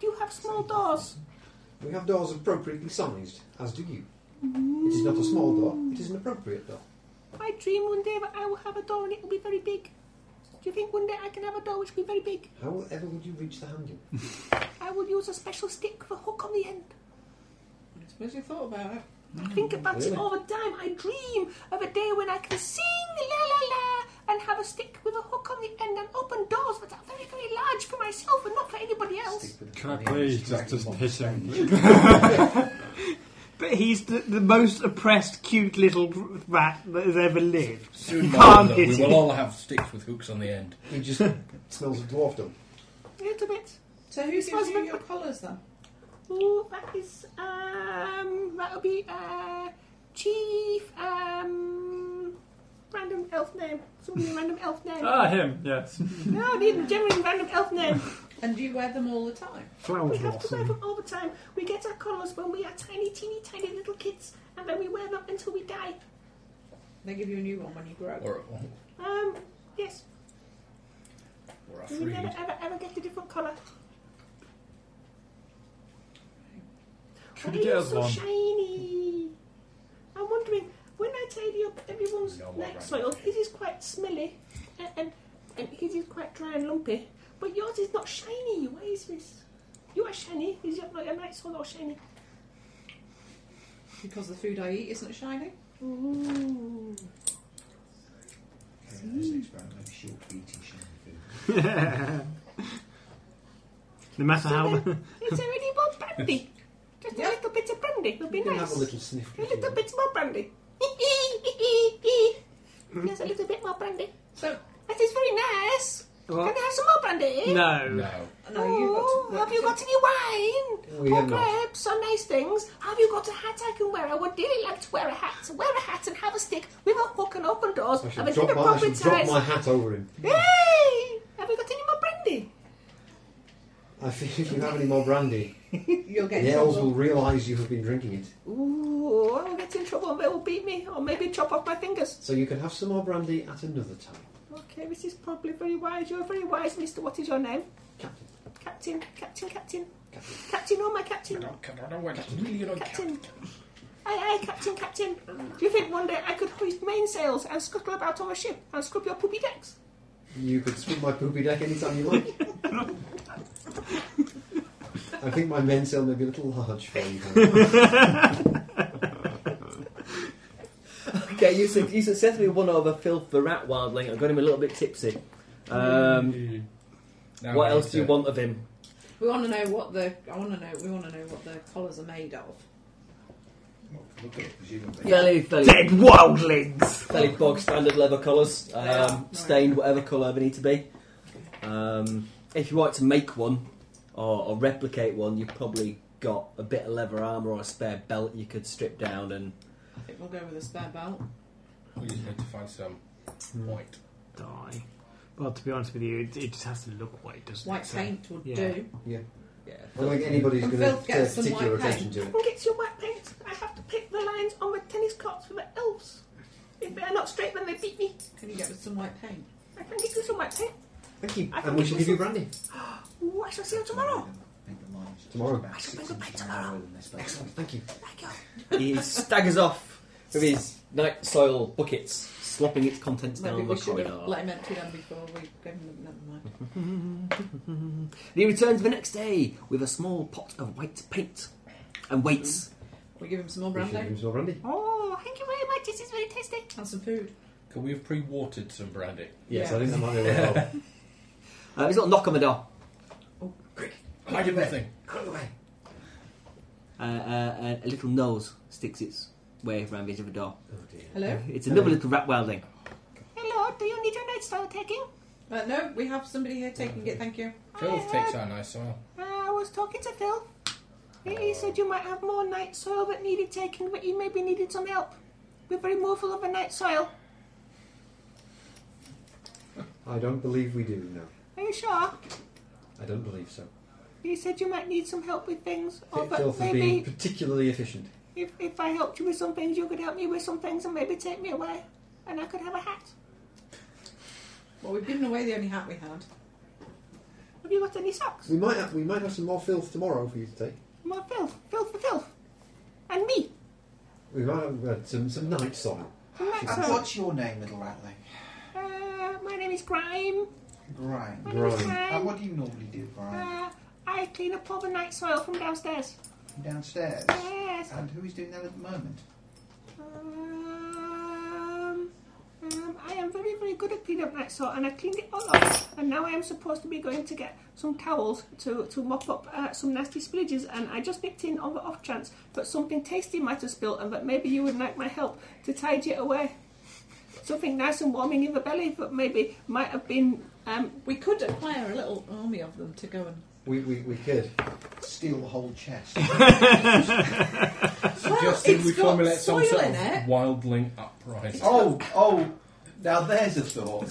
Speaker 11: Do you have small doors?
Speaker 2: We have doors appropriately sized, as do you. It is not a small door, it is an appropriate door.
Speaker 11: I dream one day that I will have a door and it will be very big. Do you think one day I can have a door which will be very big?
Speaker 2: However, would you reach the handle?
Speaker 11: I will use a special stick with a hook on the end.
Speaker 8: I suppose you thought about it.
Speaker 11: I think about
Speaker 2: Really?
Speaker 11: it all the time. I dream of a day when I can sing la la la and have a stick with a hook on the end and open doors that are very, very large for myself and not for anybody else.
Speaker 13: Can I please just, just hit him?
Speaker 4: But he's the, the most oppressed, cute little rat that has ever lived.
Speaker 5: Soon,
Speaker 4: Can't
Speaker 5: my lord,
Speaker 4: hit
Speaker 5: we
Speaker 2: [LAUGHS]
Speaker 4: it.
Speaker 5: will all have sticks with hooks on the end.
Speaker 2: It just smells of dwarfdom.
Speaker 11: A little bit.
Speaker 8: So who gives you your collars then?
Speaker 11: Oh, that is um, that'll be uh, Chief um, random elf name. Somebody random elf name.
Speaker 7: Ah, him, yes.
Speaker 11: No, I need a genuine random elf name.
Speaker 8: And do you wear them all the time?
Speaker 4: Flower
Speaker 11: We have to wear
Speaker 4: blossom.
Speaker 11: them all the time. We get our collars when we are tiny, teeny, tiny little kids, and then we wear them until we die.
Speaker 8: They give you a new one when you grow up.
Speaker 5: Or,
Speaker 11: Um, yes,
Speaker 5: or a
Speaker 11: we never
Speaker 5: freed.
Speaker 11: ever ever get a different collar.
Speaker 7: Could
Speaker 11: Why
Speaker 7: you get
Speaker 11: are
Speaker 7: us
Speaker 11: so
Speaker 7: one?
Speaker 11: shiny? I'm wondering when I tidy up everyone's
Speaker 5: No,
Speaker 11: no,
Speaker 5: what
Speaker 11: neck
Speaker 5: random?
Speaker 11: soil. His is quite smelly, and, and and his is quite dry and lumpy. But yours is not shiny. Why is this? You are shiny. Is your like your night soil all shiny?
Speaker 8: Because the food I eat isn't shiny.
Speaker 11: Ooh.
Speaker 3: Okay, there's the experiment. Maybe she'll be eating shiny food.
Speaker 4: No matter how.
Speaker 11: Is there any
Speaker 2: [LAUGHS]
Speaker 11: more brandy? Just
Speaker 8: Yeah.
Speaker 11: a little bit of brandy would be
Speaker 2: You can
Speaker 11: nice.
Speaker 2: have a little sniff.
Speaker 11: A little bit more brandy.
Speaker 2: Hmm.
Speaker 11: Just a little bit more brandy.
Speaker 8: So
Speaker 11: That is very nice. Can
Speaker 2: Oh.
Speaker 4: What?
Speaker 11: I have some more brandy?
Speaker 4: No.
Speaker 5: No.
Speaker 8: no, you've got.
Speaker 11: Oh,
Speaker 8: To,
Speaker 11: have you got any wine?
Speaker 2: We uh,
Speaker 11: or
Speaker 2: have not.
Speaker 11: grapes or nice things? Have you got a hat I can wear? I would really like to wear a hat. Wear a hat and have a stick with a hook and open doors
Speaker 2: I
Speaker 11: and
Speaker 2: should,
Speaker 11: a little
Speaker 2: drop my, I
Speaker 11: proper
Speaker 2: should drop
Speaker 11: size.
Speaker 2: my hat over him.
Speaker 11: Hey! Have you got any more brandy?
Speaker 2: I think if you have any more brandy,
Speaker 8: You'll get.
Speaker 2: the elves
Speaker 8: trouble.
Speaker 2: will realise you have been drinking it.
Speaker 11: Ooh, I'll get in trouble and they will beat me or maybe chop off my fingers.
Speaker 2: So you can have some more brandy at another time.
Speaker 11: Okay, this is probably very wise. You're very wise, Mister. What is your name?
Speaker 2: Captain.
Speaker 11: Captain, Captain, Captain. Captain, oh my Captain. Captain. Aye, aye, Captain, Captain. Do you think one day I could hoist mainsails and scuttle about on a ship and scrub your poopy decks?
Speaker 2: You could swim my poopy deck anytime you like. I think my mainsail may be a little large for you. Hannah.
Speaker 6: Okay, you, su- you successfully won over Phil the rat wildling. I got him a little bit tipsy. Um,
Speaker 5: Now
Speaker 6: what
Speaker 5: we
Speaker 6: else
Speaker 5: need
Speaker 6: do you
Speaker 5: to-
Speaker 6: want of him?
Speaker 8: We want to know what the. I want to know. We want to know what the collars are made of.
Speaker 3: Well, look at it, presumably.
Speaker 6: Fairly, fairly,
Speaker 4: Dead wildlings!
Speaker 6: fairly bog standard leather colours,
Speaker 8: Yeah,
Speaker 6: um,
Speaker 8: right.
Speaker 6: stained whatever colour they need to be. Um, if you wanted to make one or, or replicate one, you've probably got a bit of leather armour or a spare belt you could strip down and
Speaker 8: I think we'll go with a spare belt.
Speaker 5: We just need to find some white.
Speaker 4: Die. Well, to be honest with you, it, it just has to look white, doesn't it?
Speaker 8: White
Speaker 4: So-
Speaker 8: paint would
Speaker 4: yeah.
Speaker 8: do.
Speaker 6: yeah.
Speaker 2: I don't think anybody's
Speaker 8: And
Speaker 2: going to
Speaker 8: Phil gets
Speaker 2: pay
Speaker 8: some
Speaker 2: particular
Speaker 8: white paint.
Speaker 2: attention to it.
Speaker 11: Come get your white paint. I have to pick the lines on the tennis courts for the elves. If they are not straight, then they beat me.
Speaker 8: Can you get us some white paint?
Speaker 11: I can get you some white paint.
Speaker 2: Thank you.
Speaker 11: I
Speaker 2: And we
Speaker 11: think
Speaker 2: shall
Speaker 11: this
Speaker 2: give you
Speaker 11: is-
Speaker 2: brandy.
Speaker 11: Ooh, I shall see you tomorrow.
Speaker 3: Make the lines.
Speaker 2: Tomorrow.
Speaker 3: About
Speaker 11: should
Speaker 3: six
Speaker 11: bring it back
Speaker 3: inches
Speaker 11: tomorrow.
Speaker 3: narrower than this, but-
Speaker 2: Excellent. Thank you.
Speaker 11: Thank you.
Speaker 6: he staggers off with his night soil buckets, slopping its contents
Speaker 8: Maybe
Speaker 6: down
Speaker 8: we
Speaker 6: the
Speaker 8: should
Speaker 6: corridor.
Speaker 8: have let him empty them before we gave him. Never mind.
Speaker 6: He returns the next day with a small pot of white paint and waits.
Speaker 8: We give him some more
Speaker 2: We should give
Speaker 8: brandy
Speaker 2: him some brandy.
Speaker 11: Oh, thank you very much. This is very tasty.
Speaker 8: and some food.
Speaker 5: Can we have pre-watered some brandy?
Speaker 2: Yes,
Speaker 8: Yeah.
Speaker 2: I think that might Oh, be a way [LAUGHS] help.
Speaker 6: Uh, he's got a knock on the door,
Speaker 5: Hide everything.
Speaker 2: Out of the way.
Speaker 6: uh, uh, and a little nose sticks its way around the edge of the door.
Speaker 2: Oh dear.
Speaker 8: Hello.
Speaker 6: It's another little rat wilding.
Speaker 11: Hello, do you need your night style taking?
Speaker 8: Uh, no, we have somebody here taking it. Thank you.
Speaker 5: Phil
Speaker 11: I
Speaker 5: takes
Speaker 11: heard-
Speaker 5: our nice oil.
Speaker 11: Uh, I was talking to Phil. He he said you might have more night soil that needed taking, but you maybe needed some help with the removal of the night soil.
Speaker 2: I don't believe we do, no.
Speaker 11: Are you sure?
Speaker 2: I don't believe so.
Speaker 11: He said you might need some help with things,
Speaker 8: Oh,
Speaker 11: or
Speaker 2: Phil
Speaker 11: but
Speaker 2: for being
Speaker 11: maybe
Speaker 2: particularly efficient.
Speaker 11: if, if I helped you with some things, you could help me with some things and maybe take me away, and I could have a hat.
Speaker 8: Well, we've given away the only hat we had.
Speaker 11: Have you got any socks?
Speaker 2: We might have, we might have some more filth tomorrow for you to take.
Speaker 11: More filth, filth for filth, and me.
Speaker 2: We might have uh, some some night soil.
Speaker 11: Some night
Speaker 3: And
Speaker 11: soil.
Speaker 3: what's your name, little ratling?
Speaker 11: Uh, my name is Grime.
Speaker 3: Grime.
Speaker 11: My name is
Speaker 2: Grime.
Speaker 3: And
Speaker 11: Grime.
Speaker 3: what do you normally do, Grime?
Speaker 11: Uh, I clean up all the night soil from downstairs.
Speaker 3: Downstairs.
Speaker 11: Yes.
Speaker 3: And who is doing that at the moment?
Speaker 11: Um, um, I am very, very good at cleaning up night soil, and I cleaned it all up. And now I am supposed to be going to get some towels to, to mop up uh, some nasty spillages. And I just nipped in on the off chance that something tasty might have spilled, and that maybe you would like my help to tidy it away. something nice and warm in your belly that maybe might have been. Um,
Speaker 8: we could acquire a little army of them to go and.
Speaker 2: We, we, we could.
Speaker 3: Steal the whole
Speaker 6: [LAUGHS]
Speaker 3: chest.
Speaker 6: Ah,
Speaker 5: Suggesting
Speaker 8: it's
Speaker 5: we
Speaker 8: got
Speaker 5: formulate some
Speaker 8: soil
Speaker 5: sort
Speaker 8: in
Speaker 5: of
Speaker 8: it.
Speaker 5: wildling uprising.
Speaker 3: oh, oh, now there's a thought.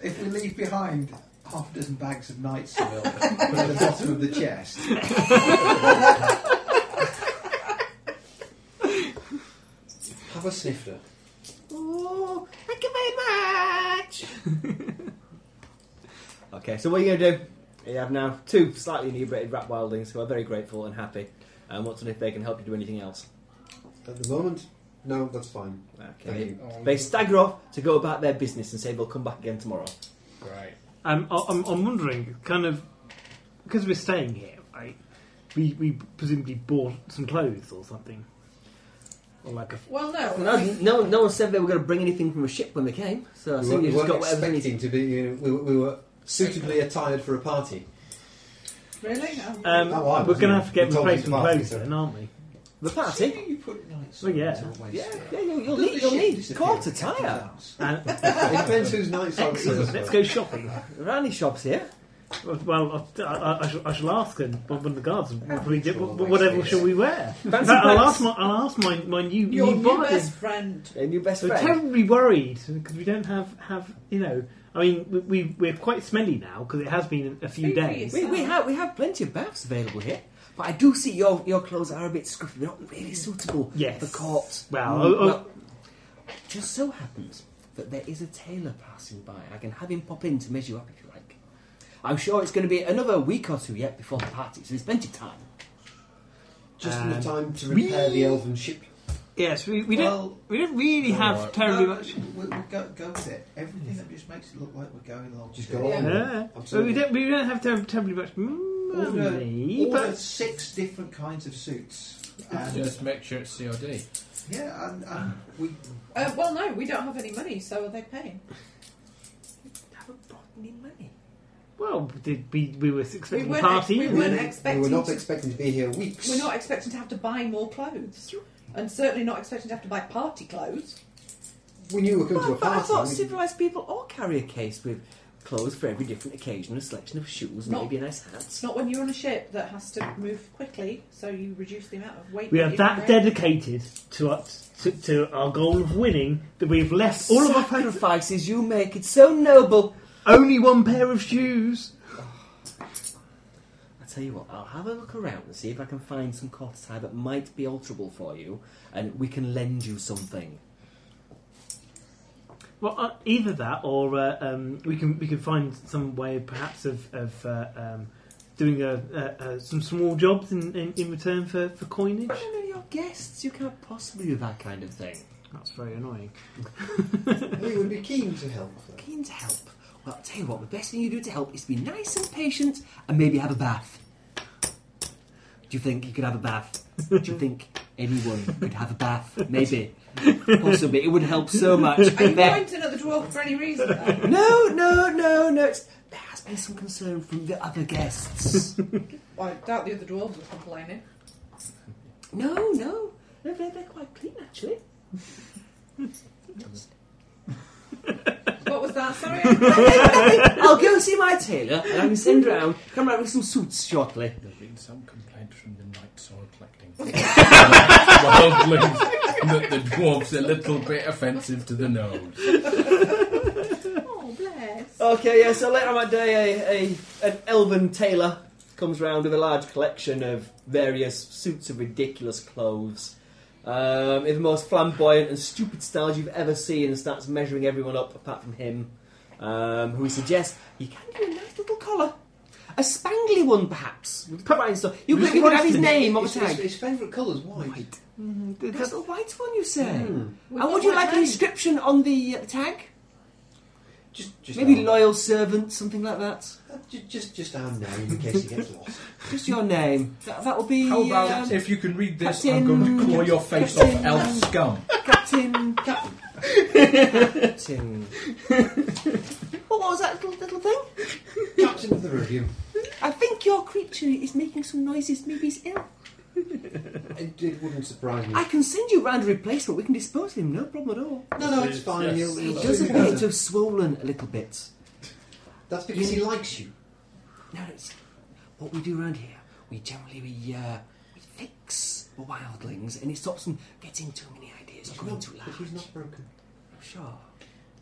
Speaker 3: if we leave behind half a dozen bags of night soil at the bottom of the
Speaker 6: [LAUGHS]
Speaker 3: chest,
Speaker 2: Have a snifter.
Speaker 11: oh, thank you very much.
Speaker 6: [LAUGHS] Okay, so what are you going to do? You have now two slightly inebriated rat wildlings who are very grateful and happy. And what's on if they can help you do anything else?
Speaker 2: At the moment, no, that's fine. Thank
Speaker 6: Okay.
Speaker 2: you.
Speaker 6: They stagger off to go about their business and say they'll come back again tomorrow.
Speaker 5: Great.
Speaker 4: Um, I- I'm, I'm wondering, kind of, because we're staying here, right? We, we presumably bought some clothes or something, or like a
Speaker 8: Well, no.
Speaker 6: No, no, no one said they were going to bring anything from a ship when they came, so I
Speaker 2: We, were,
Speaker 6: assume you
Speaker 2: we
Speaker 6: just
Speaker 2: weren't
Speaker 6: got whatever they
Speaker 2: expecting
Speaker 6: needed.
Speaker 2: to be, you know, we, were- we were suitably attired for a [LAUGHS] party.
Speaker 8: Really? Um,
Speaker 4: Um,
Speaker 2: Oh, I
Speaker 4: we're going to
Speaker 2: wasn't.
Speaker 4: have to get
Speaker 2: We told
Speaker 4: replaced
Speaker 2: you
Speaker 4: some
Speaker 2: to
Speaker 4: clothes
Speaker 2: party,
Speaker 4: then, aren't [LAUGHS] we?
Speaker 6: The party?
Speaker 3: you put night soil
Speaker 4: Well, yeah.
Speaker 3: into a waste
Speaker 6: Yeah,
Speaker 3: bin.
Speaker 6: yeah, you'll, you'll
Speaker 3: Does
Speaker 6: need,
Speaker 3: the
Speaker 6: you'll
Speaker 3: ship
Speaker 6: need
Speaker 3: disappear
Speaker 6: quarter
Speaker 3: at the end of
Speaker 6: tire.
Speaker 3: ours?
Speaker 4: And,
Speaker 2: It depends whose night soil it is.
Speaker 4: let's go shopping.
Speaker 6: Rani shops here.
Speaker 4: Well, I, I, I, shall, I shall ask and one of the guards. What do we do,
Speaker 2: Sure,
Speaker 4: what, whatever
Speaker 2: thanks.
Speaker 4: shall we wear? In fact,
Speaker 6: Fancy
Speaker 4: I'll
Speaker 6: pants.
Speaker 4: ask my I'll ask my, my new
Speaker 8: your
Speaker 4: new
Speaker 8: new
Speaker 4: body.
Speaker 8: best friend.
Speaker 6: Their new best
Speaker 4: We're
Speaker 6: friend.
Speaker 4: terribly worried because we don't have have you know. I mean, we, we we're quite smelly now because it has been a few
Speaker 8: Speak for
Speaker 4: days.
Speaker 6: We, we have we have plenty of baths available here, but I do see your your clothes are a bit scruffy. They're not really suitable
Speaker 4: Yes.
Speaker 6: for court.
Speaker 4: Well,
Speaker 6: Mm,
Speaker 4: oh, oh.
Speaker 6: well, just so happens that there is a tailor passing by. I can have him pop in to measure you up if you like. I'm sure it's going to be another week or two yet before the party, so there's plenty of time.
Speaker 2: Just
Speaker 4: Um,
Speaker 2: enough time to repair the elven ship.
Speaker 4: Yes, we, we
Speaker 3: Well,
Speaker 4: don't we don't really have
Speaker 5: alright.
Speaker 4: terribly
Speaker 3: no,
Speaker 4: much.
Speaker 3: We, we go, go with it. Everything that just makes it look like we're going along.
Speaker 2: Just
Speaker 3: with
Speaker 2: go
Speaker 3: it.
Speaker 2: on.
Speaker 4: Yeah. But
Speaker 2: Absolutely.
Speaker 4: we don't we don't have ter- terribly much money.
Speaker 3: Order, order
Speaker 4: but
Speaker 3: six different kinds of suits. And,
Speaker 5: Just make sure it's COD.
Speaker 3: Yeah, and, and we
Speaker 8: Uh, well, no, we don't have any money, so are they paying?
Speaker 6: haven't brought any money.
Speaker 4: well, did we we were expecting
Speaker 8: weren't
Speaker 4: a party.
Speaker 8: ex- we
Speaker 4: and
Speaker 8: weren't
Speaker 4: then-
Speaker 8: expecting.
Speaker 2: we were not
Speaker 8: to-
Speaker 2: expecting to be here weeks.
Speaker 8: we're not expecting to have to buy more clothes, and certainly not expecting to have to buy party clothes.
Speaker 2: We knew we were coming to a
Speaker 6: But, but I
Speaker 2: party.
Speaker 6: thought
Speaker 2: we-
Speaker 6: civilized people all carry a case with clothes for every different occasion, a selection of shoes,
Speaker 8: Not-
Speaker 6: maybe a nice
Speaker 8: It's
Speaker 6: hat.
Speaker 8: not when you're on a ship that has to move quickly, so you reduce the amount of weight.
Speaker 4: We
Speaker 8: that
Speaker 4: are
Speaker 8: you
Speaker 4: that
Speaker 8: can wear.
Speaker 4: dedicated to our, to, to our goal of winning that we've left all of our pair of,
Speaker 6: sacrifices you make. It's so noble.
Speaker 4: only one pair of shoes.
Speaker 6: I tell you what, I'll have a look around and see if I can find some quarter tie that might be alterable for you, and we can lend you something.
Speaker 4: Well, uh, either that or uh, um, we can we can find some way perhaps of, of uh, um, doing a, a, a, some small jobs in, in, in return for, for coinage.
Speaker 6: No, no, your guests. You can't possibly do that kind of thing.
Speaker 4: That's very annoying.
Speaker 2: we would be keen to help. though.
Speaker 6: Keen to help. Well, I'll tell you what, the best thing you do to help is to be nice and patient and maybe have a bath. Do you think you could have a bath? do you think anyone could have a bath? Maybe. Possibly. It would help so much.
Speaker 8: Are you
Speaker 6: [LAUGHS] There-
Speaker 8: pointing at the dwarf for any reason? Oh, though?
Speaker 6: No, no, no, no. It's, there has been some concern from the other
Speaker 8: [LAUGHS]
Speaker 6: guests.
Speaker 8: well, I doubt the other dwarves are complaining.
Speaker 6: no, no. No, they're, they're quite clean, actually.
Speaker 8: What was that? Sorry.
Speaker 6: [LAUGHS] I'll go see my tailor and I can send round, come round with some suits shortly.
Speaker 5: There's been some complaint from the night soil
Speaker 6: [LAUGHS]
Speaker 5: collecting. Wildlings that the dwarf's a little bit offensive to the nose.
Speaker 8: oh, bless.
Speaker 6: Okay, yeah, so later on that day, a, a, an elven tailor comes round with a large collection of various suits of ridiculous clothes. Um, in the most flamboyant and stupid styles you've ever seen, and starts measuring everyone up apart from him, um, who suggests you can do a nice little collar. A spangly one, perhaps. with pride and stuff. You, could, you could have his name on the
Speaker 2: His, his,
Speaker 6: tag.
Speaker 2: his favourite colour's white.
Speaker 6: That's the white one, you say.
Speaker 8: We've
Speaker 6: And
Speaker 8: got
Speaker 6: would you
Speaker 8: white
Speaker 6: like an
Speaker 8: name.
Speaker 6: inscription on the uh, tag?
Speaker 2: Just, just
Speaker 6: Maybe
Speaker 2: our,
Speaker 6: loyal servant, something like that.
Speaker 2: just, just, just our name in case he gets lost. [LAUGHS]
Speaker 6: Just your name. That, that will be
Speaker 5: How about
Speaker 6: um,
Speaker 5: if you can read this,
Speaker 6: Captain-
Speaker 5: I'm going to claw your face off,
Speaker 6: Captain-
Speaker 5: elf scum.
Speaker 6: Captain. Captain. Captain.
Speaker 11: [LAUGHS] What was that little, little thing?
Speaker 2: Captain of the review.
Speaker 11: I think your creature is making some noises. Maybe it's ill.
Speaker 2: It, it wouldn't surprise me.
Speaker 6: I can send you round a replacement. We can dispose of him, no problem at all.
Speaker 2: No, no, it's fine. He'll,
Speaker 6: He
Speaker 2: he'll
Speaker 6: does
Speaker 2: soon
Speaker 6: appear
Speaker 2: go.
Speaker 6: to have swollen a little bit.
Speaker 2: That's because he likes you.
Speaker 6: No, it's what we do around here. We generally we uh, we fix the wildlings, and it stops them getting too many ideas or going too loud.
Speaker 2: He's not broken.
Speaker 6: Sure.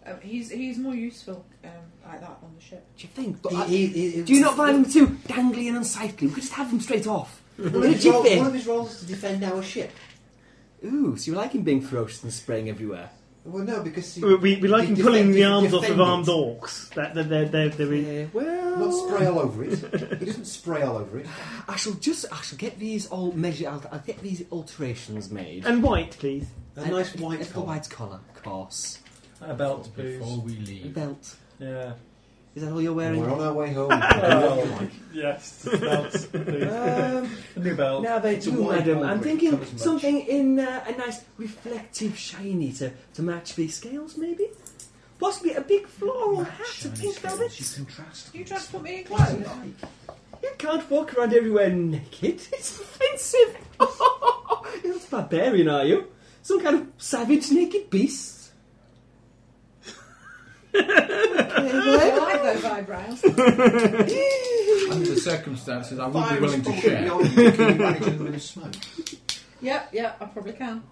Speaker 8: Um, he's he's more useful um, like that on the ship.
Speaker 6: Do you think? But
Speaker 2: He-
Speaker 6: I-
Speaker 2: he- he-
Speaker 6: do you not find them too dangly and unsightly? We could just have them straight off.
Speaker 2: One
Speaker 6: What
Speaker 2: of,
Speaker 6: did
Speaker 2: his
Speaker 6: you
Speaker 2: role- one of
Speaker 6: think?
Speaker 2: his roles is to defend our ship.
Speaker 6: Ooh, so you like him being ferocious and spraying everywhere?
Speaker 2: Well, no, because he,
Speaker 4: We, we, we like
Speaker 2: he
Speaker 4: him pulling
Speaker 2: defend-
Speaker 4: the
Speaker 2: he
Speaker 4: arms off of
Speaker 2: defend it.
Speaker 4: armed orcs. That, that they're, they're, they're in-
Speaker 6: Yeah, well,
Speaker 2: Not spray all over it. He doesn't spray all over it.
Speaker 6: I shall just I shall get these all measured. I'll, I'll get these alterations made.
Speaker 4: And white, please.
Speaker 2: A nice white
Speaker 6: a
Speaker 2: collar.
Speaker 6: white collar, of course.
Speaker 7: A belt,
Speaker 5: Before
Speaker 7: please.
Speaker 5: we
Speaker 6: A
Speaker 5: leave,
Speaker 6: belt.
Speaker 7: Yeah.
Speaker 6: Is that all you're wearing?
Speaker 2: We're on our
Speaker 6: [LAUGHS]
Speaker 2: way home.
Speaker 7: Oh, yes. Belts, please.
Speaker 6: Um,
Speaker 7: A new belt.
Speaker 6: Now they
Speaker 2: It's a
Speaker 6: do,
Speaker 2: wide
Speaker 6: madam.
Speaker 2: ball,
Speaker 6: I'm
Speaker 2: but it
Speaker 6: thinking
Speaker 2: covers much.
Speaker 6: something in uh, a nice reflective shiny to, to match the scales, maybe? Possibly a big floral hat of pink velvet?
Speaker 5: you contrast.
Speaker 8: You trying to put me in clothes?
Speaker 6: You can't walk around everywhere naked. [LAUGHS] It's offensive. [LAUGHS] You're not a barbarian, are you? Some kind of savage naked beast? Okay,
Speaker 8: I
Speaker 6: well,
Speaker 8: like those eyebrows.
Speaker 5: Under the circumstances, I would be
Speaker 2: Fire
Speaker 5: willing
Speaker 2: is
Speaker 5: to
Speaker 2: probably
Speaker 5: share.
Speaker 2: not- Can you manage a little bit
Speaker 7: [LAUGHS]
Speaker 2: of smoke?
Speaker 8: yep, yep, I probably can.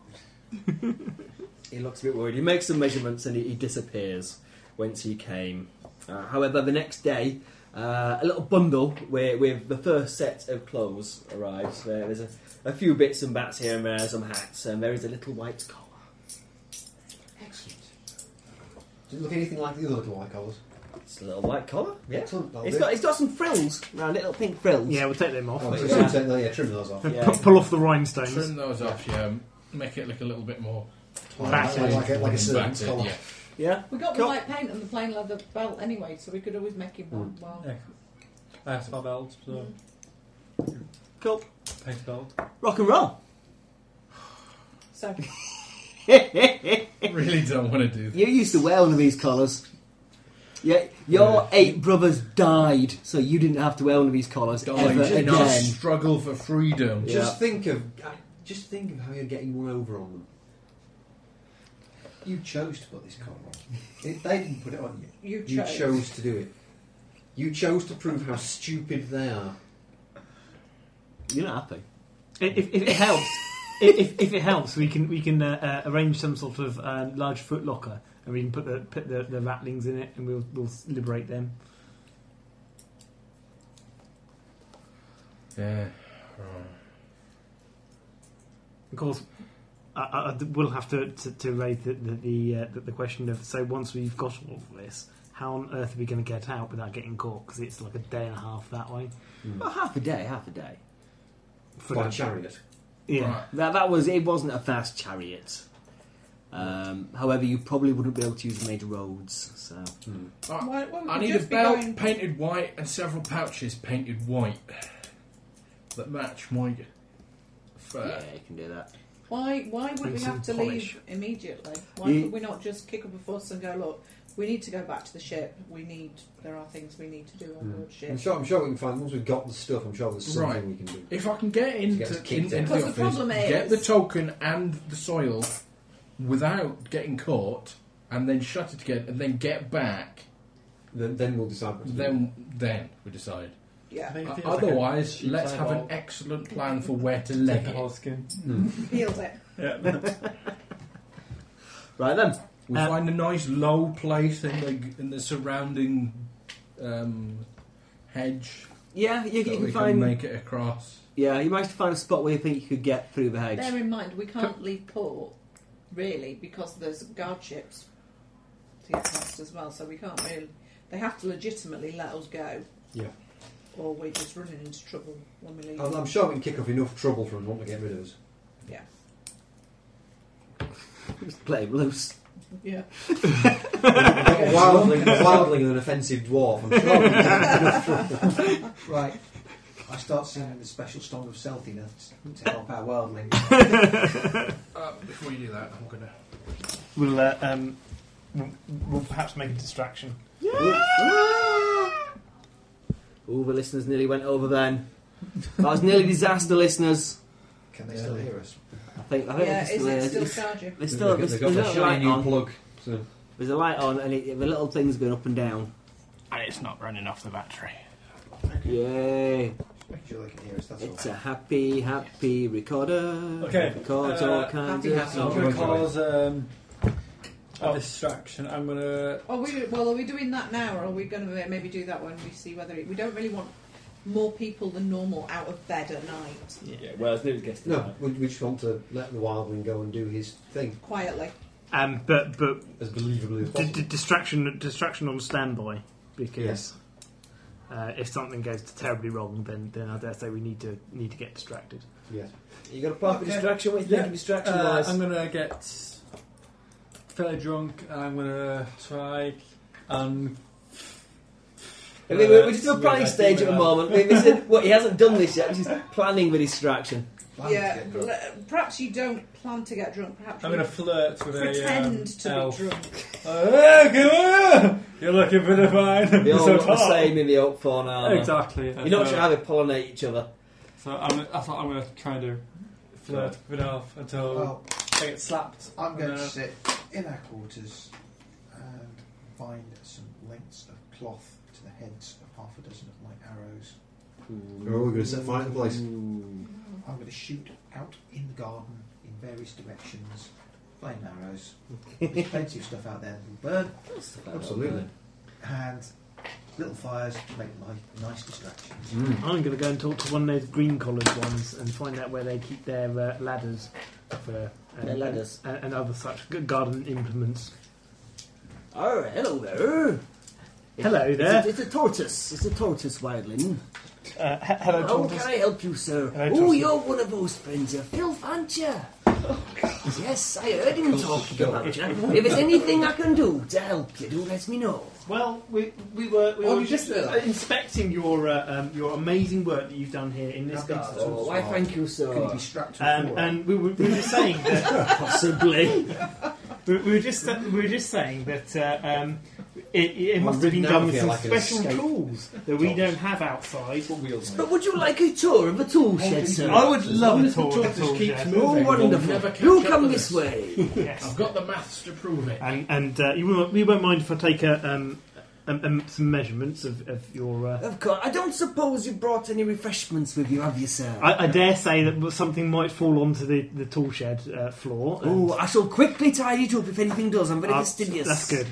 Speaker 6: He looks a bit worried. He makes some measurements and he, he disappears whence he came. Uh, however, the next day, uh, a little bundle with, with the first set of clothes arrives. There, there's a, a few bits and bats here and there, some hats, and there is a little white collar.
Speaker 2: Excellent. Doesn't look anything like the other little white collars.
Speaker 6: It's a little white collar, yeah.
Speaker 2: Excellent. that'll
Speaker 6: It's
Speaker 2: do.
Speaker 6: got, it's got some frills, round little pink frills.
Speaker 4: Yeah, we'll take them off.
Speaker 2: Oh,
Speaker 6: but
Speaker 2: so
Speaker 6: yeah.
Speaker 2: someone said, no, yeah, trim those off.
Speaker 6: Yeah.
Speaker 4: Pu- pull off the rhinestones.
Speaker 5: Trim those off, yeah. Make it look a little bit more
Speaker 2: Like,
Speaker 4: Battered.
Speaker 2: like, like, a- like a servant's
Speaker 5: battered,
Speaker 2: collar.
Speaker 5: yeah.
Speaker 6: yeah.
Speaker 8: We got
Speaker 6: Cool.
Speaker 8: the light paint and the plain leather belt anyway, so we could always make him one. Well,
Speaker 7: Yeah. I have my belt,
Speaker 6: Mm.
Speaker 7: so.
Speaker 6: Cool.
Speaker 7: Paint belt.
Speaker 6: Rock and roll.
Speaker 8: so
Speaker 5: [LAUGHS] Really don't want to do that.
Speaker 6: You used to wear one of these collars. Yeah, your eight brothers died, so you didn't have to wear one of these collars ever
Speaker 5: Died in our
Speaker 6: again.
Speaker 5: struggle for freedom.
Speaker 2: Just think of, just think of how you're getting one over on them. You chose to put this collar on. It, they didn't put it on you.
Speaker 8: you
Speaker 2: You
Speaker 8: chose.
Speaker 2: chose to do it. You chose to prove how stupid they are.
Speaker 6: You're not happy.
Speaker 4: If, if it helps, if, if- if it helps, we can we can uh, uh, arrange some sort of uh, large foot locker, and we can put the put the, the ratlings in it, and we'll we'll liberate them.
Speaker 5: Yeah.
Speaker 4: Of course, I, I, I- we'll have to to, to raise the the the, uh, the the question of so once we've got all of this, how on earth are we going to get out without getting caught? Because it's like a day and a half that way.
Speaker 6: Well, half a day, half a day.
Speaker 4: For
Speaker 2: By
Speaker 4: the-
Speaker 2: chariot.
Speaker 4: yeah.
Speaker 5: Right.
Speaker 6: That that was it. Wasn't a fast chariot. Um, however, you probably wouldn't be able to use major roads. So
Speaker 8: Why, why would
Speaker 5: I
Speaker 8: we
Speaker 5: need a
Speaker 8: just be
Speaker 5: belt
Speaker 8: going-
Speaker 5: painted white and several pouches painted white that match my fur.
Speaker 6: yeah, you can do that.
Speaker 8: Why, why would
Speaker 4: And
Speaker 8: we
Speaker 4: some
Speaker 8: have to
Speaker 4: polish.
Speaker 8: leave immediately? Why
Speaker 6: You-
Speaker 8: could we not just kick up a fuss and go, look, we need to go back to the ship. We need, there are things we need to do on board
Speaker 2: I'm
Speaker 8: ship.
Speaker 2: sure. I'm sure we can find. Once we've got the stuff, I'm sure there's something
Speaker 5: Right.
Speaker 2: we can do.
Speaker 5: If I can get
Speaker 2: Get us
Speaker 5: into,
Speaker 2: kicked
Speaker 5: in, into
Speaker 8: out.
Speaker 5: the
Speaker 8: Because
Speaker 5: office,
Speaker 8: the problem is-
Speaker 5: get the token and the soil without getting caught, and then shut it again, and then get back,
Speaker 2: Then, then we'll decide. What to do.
Speaker 5: then then we decide.
Speaker 8: Yeah,
Speaker 7: I think it feels like a
Speaker 5: Otherwise,
Speaker 7: cheap
Speaker 5: let's have an
Speaker 7: eyeball.
Speaker 5: excellent
Speaker 7: [LAUGHS]
Speaker 5: plan for where to lay
Speaker 7: Take the whole
Speaker 5: it.
Speaker 7: skin.
Speaker 8: feels it.
Speaker 7: Yeah.
Speaker 6: Right then,
Speaker 5: We
Speaker 4: Um,
Speaker 5: find a nice low place in the in the surrounding um, hedge
Speaker 6: yeah, you, you
Speaker 5: that we
Speaker 6: can
Speaker 5: can
Speaker 6: find.
Speaker 5: make it across.
Speaker 6: yeah, you managed to find a spot where you think you could get through the hedge.
Speaker 8: Bear in mind, we can't leave port, really, because there's guard ships to get past as well, so we can't really. They have to legitimately let us go.
Speaker 2: Yeah. Oh,
Speaker 8: Or we're just running into trouble when we leave.
Speaker 2: I'm, I'm sure we can kick off enough trouble for them not to get rid of us.
Speaker 6: Just play him loose.
Speaker 8: Yeah.
Speaker 2: We've got a
Speaker 6: [LAUGHS]
Speaker 2: wildling, a wildling and an offensive dwarf. I'm sure we can kick enough trouble.
Speaker 3: [LAUGHS] Right. I start sending the special storm of stealthiness to help our worldling.
Speaker 5: Uh, before you do that, I'm gonna.
Speaker 4: We'll uh, um, we'll, we'll perhaps make a distraction.
Speaker 6: All the listeners nearly went over then. That was nearly disaster, listeners.
Speaker 2: Can they still hear us?
Speaker 6: I think, I think
Speaker 8: Yeah,
Speaker 6: it's
Speaker 8: is it still
Speaker 6: it's-
Speaker 8: charging?
Speaker 6: There's still
Speaker 2: They've
Speaker 6: there's,
Speaker 2: got
Speaker 6: there's a
Speaker 2: a
Speaker 6: little light
Speaker 2: shiny new
Speaker 6: on.
Speaker 2: plug. So.
Speaker 6: There's a light on, and it, the little thing's going up and down.
Speaker 5: And Ah, it's not running off the battery.
Speaker 6: Yay!
Speaker 2: Make sure they can hear us, that's
Speaker 6: It's
Speaker 2: all.
Speaker 6: a happy, happy recorder.
Speaker 7: Okay,
Speaker 6: Records
Speaker 7: uh,
Speaker 6: all kinds
Speaker 8: happy,
Speaker 6: of
Speaker 8: happy.
Speaker 7: I'm
Speaker 6: songs.
Speaker 7: going
Speaker 2: Enjoy.
Speaker 7: to cause um, a
Speaker 4: Oh.
Speaker 7: distraction. I'm going to.
Speaker 8: Are we, well, are we doing that now, or are we going to maybe do that when we see whether it, we don't really want more people than normal out of bed at night
Speaker 4: Yeah.
Speaker 14: Yeah, well, as Newt gets to
Speaker 2: No, we, we just want to let the wildling go and do his thing
Speaker 8: quietly?
Speaker 4: Um, but but
Speaker 2: as believably as
Speaker 4: d-
Speaker 2: possible.
Speaker 4: d- distraction distraction on standby because uh, if something goes terribly wrong, then then I dare say we need to need to get distracted.
Speaker 2: Yeah.
Speaker 6: You got a plan for
Speaker 7: Okay.
Speaker 6: distraction? What do you
Speaker 7: Yeah.
Speaker 6: think of distraction
Speaker 7: Uh,
Speaker 6: wise?
Speaker 7: I'm going to get fairly drunk and I'm going to try and.
Speaker 6: I mean, we're,
Speaker 7: Uh,
Speaker 6: we're just at a
Speaker 7: we're
Speaker 6: planning
Speaker 7: like-
Speaker 6: stage at
Speaker 7: we're
Speaker 6: the
Speaker 7: like-
Speaker 6: moment. I mean, this is- what, he hasn't done this yet. He's just planning
Speaker 7: [LAUGHS]
Speaker 6: the distraction.
Speaker 2: Plan to
Speaker 8: yeah,
Speaker 2: get drunk.
Speaker 8: l- perhaps you don't plan to get drunk. Perhaps
Speaker 7: I'm
Speaker 8: you
Speaker 7: going to flirt with
Speaker 8: pretend
Speaker 7: a.
Speaker 8: to
Speaker 7: Um, elf.
Speaker 8: be drunk.
Speaker 7: Oh, come on! You're looking for the vine.
Speaker 6: They
Speaker 7: You're [LAUGHS]
Speaker 6: all
Speaker 7: so
Speaker 6: look the
Speaker 7: tall.
Speaker 6: same in the oak fawn armour.
Speaker 7: Exactly. Uh,
Speaker 6: You're not
Speaker 7: so,
Speaker 6: sure how they pollinate each other.
Speaker 7: So I'm, that's what I'm going to try and do. Flirt with an elf until
Speaker 5: Oh.
Speaker 3: Well,
Speaker 7: I get slapped.
Speaker 3: I'm going
Speaker 7: And,
Speaker 3: to
Speaker 7: uh,
Speaker 3: sit in our quarters and bind some lengths of cloth to the heads of half a dozen of my arrows.
Speaker 2: Or we're going to set fire to the place.
Speaker 3: I'm going to shoot out in the garden in various directions, flame arrows.
Speaker 6: [LAUGHS]
Speaker 3: There's plenty of stuff out there that will burn,
Speaker 2: Absolutely.
Speaker 3: and little fires to make li- nice distractions.
Speaker 4: I'm going to go and talk to one of those green collared ones and find out where they keep their uh, ladders for and,
Speaker 6: Their ladders.
Speaker 4: and, and other such good garden implements.
Speaker 6: Oh, hello there.
Speaker 4: Hello
Speaker 6: It's
Speaker 4: there.
Speaker 6: a, it's a tortoise. It's a tortoise wildling.
Speaker 4: Uh, he- hello,
Speaker 6: How
Speaker 4: Tortoise.
Speaker 6: can I help you, sir?
Speaker 4: Hello,
Speaker 6: oh,
Speaker 4: Tortoise.
Speaker 6: you're one of those friends of Phil, aren't you? yes, I heard him talking about you. If there's anything I can do to help you, do let me know.
Speaker 4: Well, we, we were, we
Speaker 8: Oh,
Speaker 4: were
Speaker 8: you
Speaker 4: just
Speaker 8: did that.
Speaker 4: inspecting your uh, um, your amazing work that you've done here in this
Speaker 3: Happy to
Speaker 4: garden.
Speaker 3: talk.
Speaker 6: Oh, why, thank you,
Speaker 3: Could you
Speaker 6: sir. [LAUGHS]
Speaker 3: be strapped to the
Speaker 4: Um,
Speaker 3: floor?
Speaker 4: and we were, we were just saying that
Speaker 6: Possibly.
Speaker 4: we, we were just we were just saying that uh, um, it, it
Speaker 2: I'm
Speaker 4: must have
Speaker 2: written
Speaker 4: been
Speaker 2: down
Speaker 4: done with
Speaker 2: here
Speaker 4: some
Speaker 2: like an
Speaker 4: special
Speaker 2: escape
Speaker 4: tools that we don't have outside.
Speaker 6: but would you like a tour of the
Speaker 5: Oh,
Speaker 6: tool shed, sir?
Speaker 4: I would love a
Speaker 5: as the
Speaker 4: tour of
Speaker 5: tortoise
Speaker 4: the tool
Speaker 5: keeps
Speaker 4: shed.
Speaker 5: moving.
Speaker 6: Oh,
Speaker 5: We'll
Speaker 6: wonderful.
Speaker 5: never catch
Speaker 6: You
Speaker 5: up
Speaker 6: come
Speaker 5: with
Speaker 6: this
Speaker 5: us.
Speaker 6: way.
Speaker 4: Yes.
Speaker 5: I've got the maths to prove it.
Speaker 4: And, and uh, you, won't, you won't mind if I take a, um, um, um, some measurements of, of your. Uh,
Speaker 6: Of course. I don't suppose you brought any refreshments with you, have you, sir?
Speaker 4: I, I dare say that something might fall onto the, the tool shed uh, floor. and-
Speaker 6: Oh, I shall quickly tidy it up if anything does. I'm very
Speaker 4: Ah,
Speaker 6: fastidious.
Speaker 4: That's good.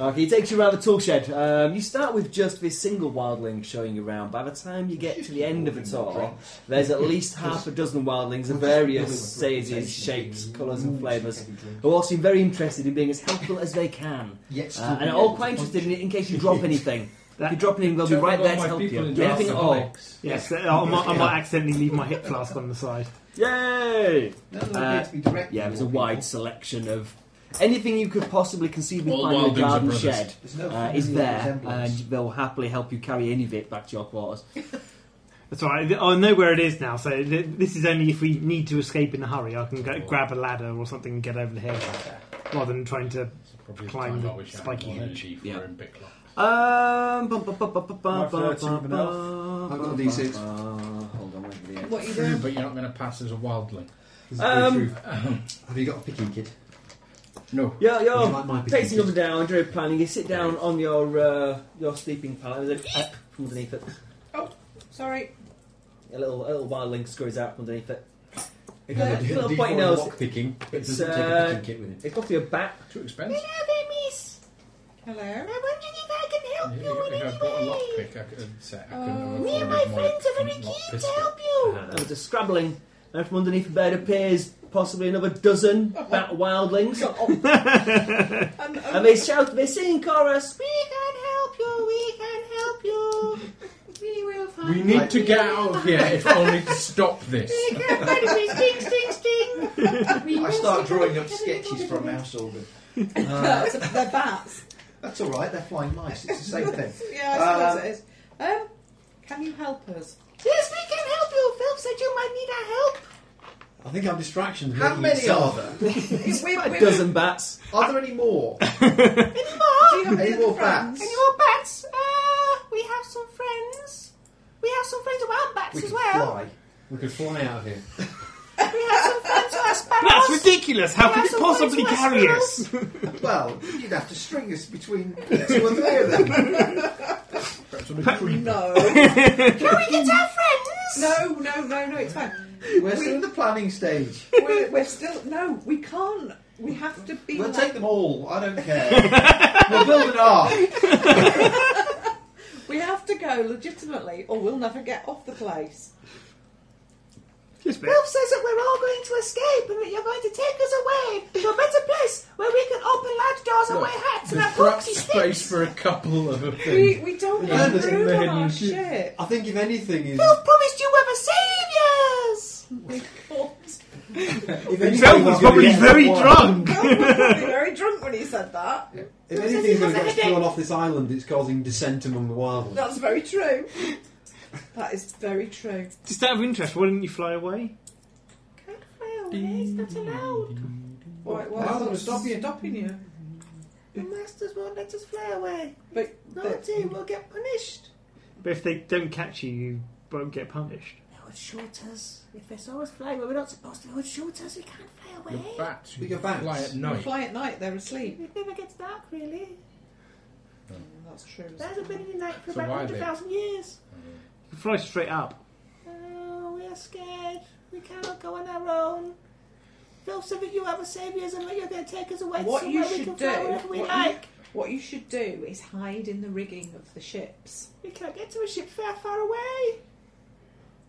Speaker 6: Okay, he takes you around the tool shed. Um, you start with just this single wildling showing you around. By the time you get to the end of it all, there's at least half a dozen wildlings of various sizes, shapes, colours, and flavours who all seem very interested in being as helpful as they can.
Speaker 2: Yes.
Speaker 6: Uh, and are all quite interested in it in case you drop anything. if you
Speaker 4: That-
Speaker 6: drop anything, they'll be
Speaker 5: Tell
Speaker 6: right
Speaker 5: all
Speaker 6: there to
Speaker 5: my
Speaker 6: help you.
Speaker 5: people in
Speaker 6: Anything at all.
Speaker 4: Yes, I might, I might accidentally leave my hip flask on the side.
Speaker 6: Yay!
Speaker 2: No, no,
Speaker 6: Uh,
Speaker 2: we need to be direct
Speaker 6: Yeah,
Speaker 2: with
Speaker 6: there's a
Speaker 2: all
Speaker 6: wide
Speaker 2: people.
Speaker 6: selection of anything you could possibly conceivably
Speaker 5: All
Speaker 6: find in a
Speaker 5: wildlings are
Speaker 6: garden
Speaker 5: brothers.
Speaker 6: shed.
Speaker 3: There's no
Speaker 6: uh, is
Speaker 3: familial
Speaker 6: there, uh, and
Speaker 3: resemblance.
Speaker 6: they'll happily help you carry any of it back to your quarters.
Speaker 4: That's all right. I know where it is now, so th- this is only if we need to escape in a hurry. I can go, grab a ladder or something and get over the hill, rather than trying to.
Speaker 5: Probably
Speaker 4: Climb
Speaker 5: time
Speaker 4: the
Speaker 5: I wish I had
Speaker 4: spiky
Speaker 5: more
Speaker 4: hedge.
Speaker 5: energy for
Speaker 6: Yeah.
Speaker 5: him, Picklock.
Speaker 6: Um, bum, bum, bum, bum, bum, bum,
Speaker 7: Am I flirting
Speaker 6: bum,
Speaker 7: with an
Speaker 6: bum,
Speaker 2: I've got a
Speaker 6: bum,
Speaker 2: D6.
Speaker 6: bum. Hold on, wait for the end.
Speaker 8: What are you
Speaker 5: True,
Speaker 8: doing?
Speaker 5: but you're not going to pass as a wildling.
Speaker 2: Is that very
Speaker 6: Um,
Speaker 2: true? Have you got a picking kid?
Speaker 5: No.
Speaker 6: Yeah,
Speaker 2: Would you
Speaker 6: yeah.
Speaker 2: like my picking
Speaker 6: Pacing up and
Speaker 2: kid?
Speaker 6: down during planning, you sit down on your uh, your sleeping pallet. There's a from underneath it.
Speaker 8: Sorry,
Speaker 6: A little a little wildling scurries out from underneath it.
Speaker 2: It
Speaker 6: Yeah,
Speaker 2: has a
Speaker 6: it's a little
Speaker 2: D4
Speaker 6: pointy nose.
Speaker 2: lock picking, but
Speaker 6: It's,
Speaker 2: doesn't
Speaker 6: uh,
Speaker 2: take a picking kit with it.
Speaker 6: It's got to your back.
Speaker 5: Too expensive.
Speaker 8: hello.
Speaker 11: [LAUGHS] I wondered if I can help
Speaker 5: Yeah,
Speaker 11: you in
Speaker 5: if
Speaker 11: any
Speaker 5: I've got a
Speaker 11: way.
Speaker 5: lockpick, I could say I
Speaker 8: Oh.
Speaker 5: couldn't
Speaker 11: Me and my friends are very keen to help you.
Speaker 6: And there's a scrabbling, and from underneath the bed appears possibly another dozen bat wildlings. [LAUGHS]
Speaker 8: Um, um,
Speaker 6: And they shout, they sing in chorus.
Speaker 11: We can help you. Oh, We can help you. We will find.
Speaker 5: We
Speaker 11: [LAUGHS]
Speaker 5: need to get out of here if only to stop this.
Speaker 11: We can find it. Sting, sting,
Speaker 2: [LAUGHS]
Speaker 11: sting. We
Speaker 2: I
Speaker 11: will
Speaker 2: start
Speaker 11: sting.
Speaker 2: drawing up sketches for a mouse organ.
Speaker 8: no, it's a- they're bats.
Speaker 3: That's all right. They're flying mice. It's the same thing.
Speaker 8: Yeah, I suppose it is. Um, can you help us?
Speaker 11: Yes, we can help you. Phil said you might need our help.
Speaker 2: I think our distractions.
Speaker 3: How many are there?
Speaker 8: We-
Speaker 6: A
Speaker 8: we-
Speaker 6: dozen bats.
Speaker 2: Are there any more?
Speaker 11: Any
Speaker 8: Do you
Speaker 11: more?
Speaker 8: have
Speaker 2: Any
Speaker 8: any
Speaker 2: more
Speaker 8: other friends?
Speaker 2: bats?
Speaker 11: Any more bats? Uh, we have some friends. We have some friends who aren't bats
Speaker 2: We
Speaker 11: as
Speaker 2: can
Speaker 11: well.
Speaker 2: fly. We could fly out of here.
Speaker 4: That's ridiculous. How could it possibly carry us? [LAUGHS]
Speaker 3: well, you'd have to string us between [LAUGHS] two or three of them.
Speaker 8: No.
Speaker 11: Can we get our friends?
Speaker 8: No, no, no, no, it's fine.
Speaker 3: We're still in the planning stage.
Speaker 8: We're, we're still. No, we can't. We have to be.
Speaker 3: We'll
Speaker 8: like-
Speaker 3: take them all. I don't care. we'll build an ark.
Speaker 8: we have to go legitimately, or we'll never get off the place.
Speaker 4: Just a bit.
Speaker 11: Ralph says that we're all going to escape and that you're going to take us away to a better place where we can open large doors and
Speaker 5: Look,
Speaker 11: wear hats and
Speaker 5: There's
Speaker 11: have
Speaker 5: perhaps
Speaker 11: poxy
Speaker 5: space
Speaker 11: sticks.
Speaker 5: for a couple of them.
Speaker 8: We, we don't
Speaker 2: Yeah,
Speaker 8: get
Speaker 2: there's
Speaker 8: room
Speaker 5: the
Speaker 8: on
Speaker 5: hidden
Speaker 8: our
Speaker 5: ship.
Speaker 2: [LAUGHS]
Speaker 8: ship.
Speaker 2: I think if anything is
Speaker 11: Ralph promised you were the saviours.
Speaker 8: We thought-
Speaker 2: if
Speaker 4: Himself
Speaker 2: anything,
Speaker 4: was
Speaker 2: we're
Speaker 4: probably
Speaker 2: gonna get
Speaker 4: very
Speaker 2: one.
Speaker 4: drunk.
Speaker 8: Bill was probably very drunk when he said that.
Speaker 2: If
Speaker 11: Who says
Speaker 2: anything
Speaker 11: he
Speaker 2: is going to
Speaker 11: has a
Speaker 2: get thrown
Speaker 11: headache?
Speaker 2: off this island, it's causing dissent among the wild ones.
Speaker 8: That's very true. That is very true.
Speaker 4: Just out of interest, why didn't you fly away?
Speaker 11: Can't fly away, it's
Speaker 5: Mm.
Speaker 11: not allowed.
Speaker 8: Why,
Speaker 2: I don't wanna stop you.
Speaker 8: Stopping you.
Speaker 11: The masters won't let us fly away.
Speaker 8: But
Speaker 11: Naughty, we'll get punished.
Speaker 4: But if they don't catch you, you won't get punished.
Speaker 11: They would shoot us. If they saw us flying where we're not supposed to, they would shoot us. We can't fly
Speaker 5: Your
Speaker 11: away.
Speaker 5: bats.
Speaker 2: Your
Speaker 5: can Fly
Speaker 2: bats.
Speaker 5: at
Speaker 8: they
Speaker 5: night.
Speaker 8: fly at night, they're asleep.
Speaker 11: It never gets dark, really.
Speaker 8: That's true.
Speaker 11: There hasn't been any night for
Speaker 5: So
Speaker 11: about
Speaker 5: why they-
Speaker 11: 100,000 years.
Speaker 4: You fly straight up.
Speaker 11: Oh, we are scared. We cannot go on our own. Phil said that you have a saviour and that you're going to take us away
Speaker 8: What
Speaker 11: to
Speaker 8: you
Speaker 11: somewhere we
Speaker 8: should
Speaker 11: can fly
Speaker 8: do-
Speaker 11: wherever we
Speaker 8: what you-
Speaker 11: like.
Speaker 8: What you should do is hide in the rigging of the ships.
Speaker 11: We can't get to a ship far, far away.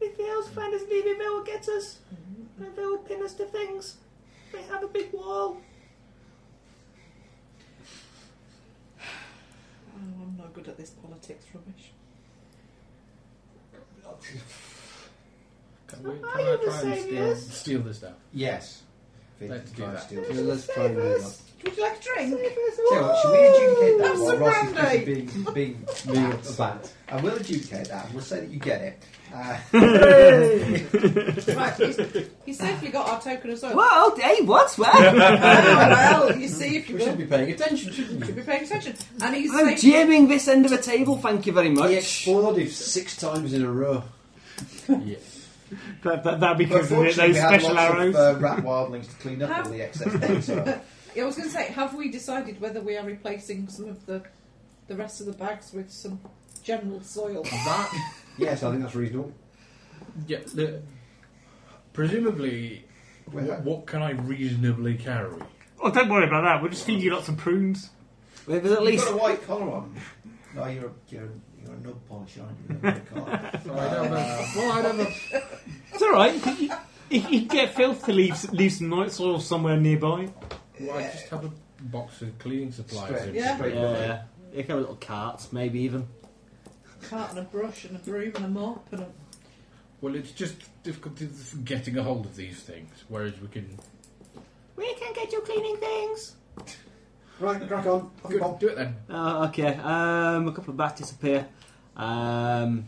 Speaker 11: If the elves find us leaving, they will get us.
Speaker 8: Mm-hmm.
Speaker 11: And they will pin us to things. They have a big wall.
Speaker 8: Oh, I'm not good at this politics rubbish.
Speaker 5: Can, we, can
Speaker 11: Are
Speaker 5: I
Speaker 11: you the
Speaker 5: try and steal,
Speaker 11: saviors?
Speaker 5: steal this now?
Speaker 2: Yes. If
Speaker 5: Let's do
Speaker 2: try and
Speaker 5: that.
Speaker 2: steal-
Speaker 11: Let's
Speaker 2: Let's
Speaker 11: save
Speaker 2: try and do that.
Speaker 11: us.
Speaker 8: Would you like a drink?
Speaker 11: Save us
Speaker 2: Tell you what, should we
Speaker 11: all.
Speaker 2: adjudicate that
Speaker 8: Have
Speaker 2: while
Speaker 8: some
Speaker 2: Ross is
Speaker 8: brandy.
Speaker 2: busy being, being mean at the bat?
Speaker 3: I will adjudicate that. We'll say that you get it. Uh, [LAUGHS]
Speaker 8: [LAUGHS] right, you, you safely got our token as well.
Speaker 6: Well, hey, what's what?
Speaker 8: [LAUGHS] Ah, well, you see if you
Speaker 2: We should
Speaker 8: will.
Speaker 2: be paying attention, shouldn't
Speaker 8: You should
Speaker 2: we?
Speaker 8: be paying attention. And he's
Speaker 6: I'm
Speaker 8: safe.
Speaker 6: jamming this end of the table, thank you very
Speaker 2: He
Speaker 6: much.
Speaker 2: exploded six times in a row.
Speaker 5: yes.
Speaker 4: That, that, that'd be because of it,
Speaker 3: unfortunately,
Speaker 4: those
Speaker 3: we had
Speaker 4: special
Speaker 3: lots
Speaker 4: arrows.
Speaker 3: of uh, rat wildlings to clean up
Speaker 8: Have-
Speaker 3: all the excess things. So
Speaker 8: I was going to say, have we decided whether we are replacing some of the the rest of the bags with some
Speaker 2: [LAUGHS]
Speaker 8: general soil?
Speaker 5: That.
Speaker 2: Yes, I think that's reasonable.
Speaker 5: Yeah. The, presumably,
Speaker 4: [LAUGHS]
Speaker 5: what, what can I reasonably carry?
Speaker 4: Oh, don't worry about that. We'll just feed you lots of prunes.
Speaker 6: Well, There's at
Speaker 3: you've
Speaker 6: least
Speaker 3: got a white collar on. No, you're a, you're a, you're a nub polish, aren't you? You're a white collar.
Speaker 5: [LAUGHS] So I don't know. Well, I don't know.
Speaker 4: It's all right. You could- You you could get filth to leave, leave some night soil somewhere nearby.
Speaker 5: Well, I just have a box of cleaning supplies.
Speaker 2: Straight,
Speaker 5: in.
Speaker 8: Yeah.
Speaker 2: straight away.
Speaker 6: Yeah, you can have a little cart, maybe even.
Speaker 8: Cart and a brush and a broom and a mop and a
Speaker 5: Well, it's just difficulty for getting a hold of these things, whereas we can
Speaker 11: We can get you cleaning things.
Speaker 2: Right, crack on. Off you
Speaker 5: Good,
Speaker 2: pop.
Speaker 5: do it then.
Speaker 6: Oh, okay. Um, a couple of bats disappear, um,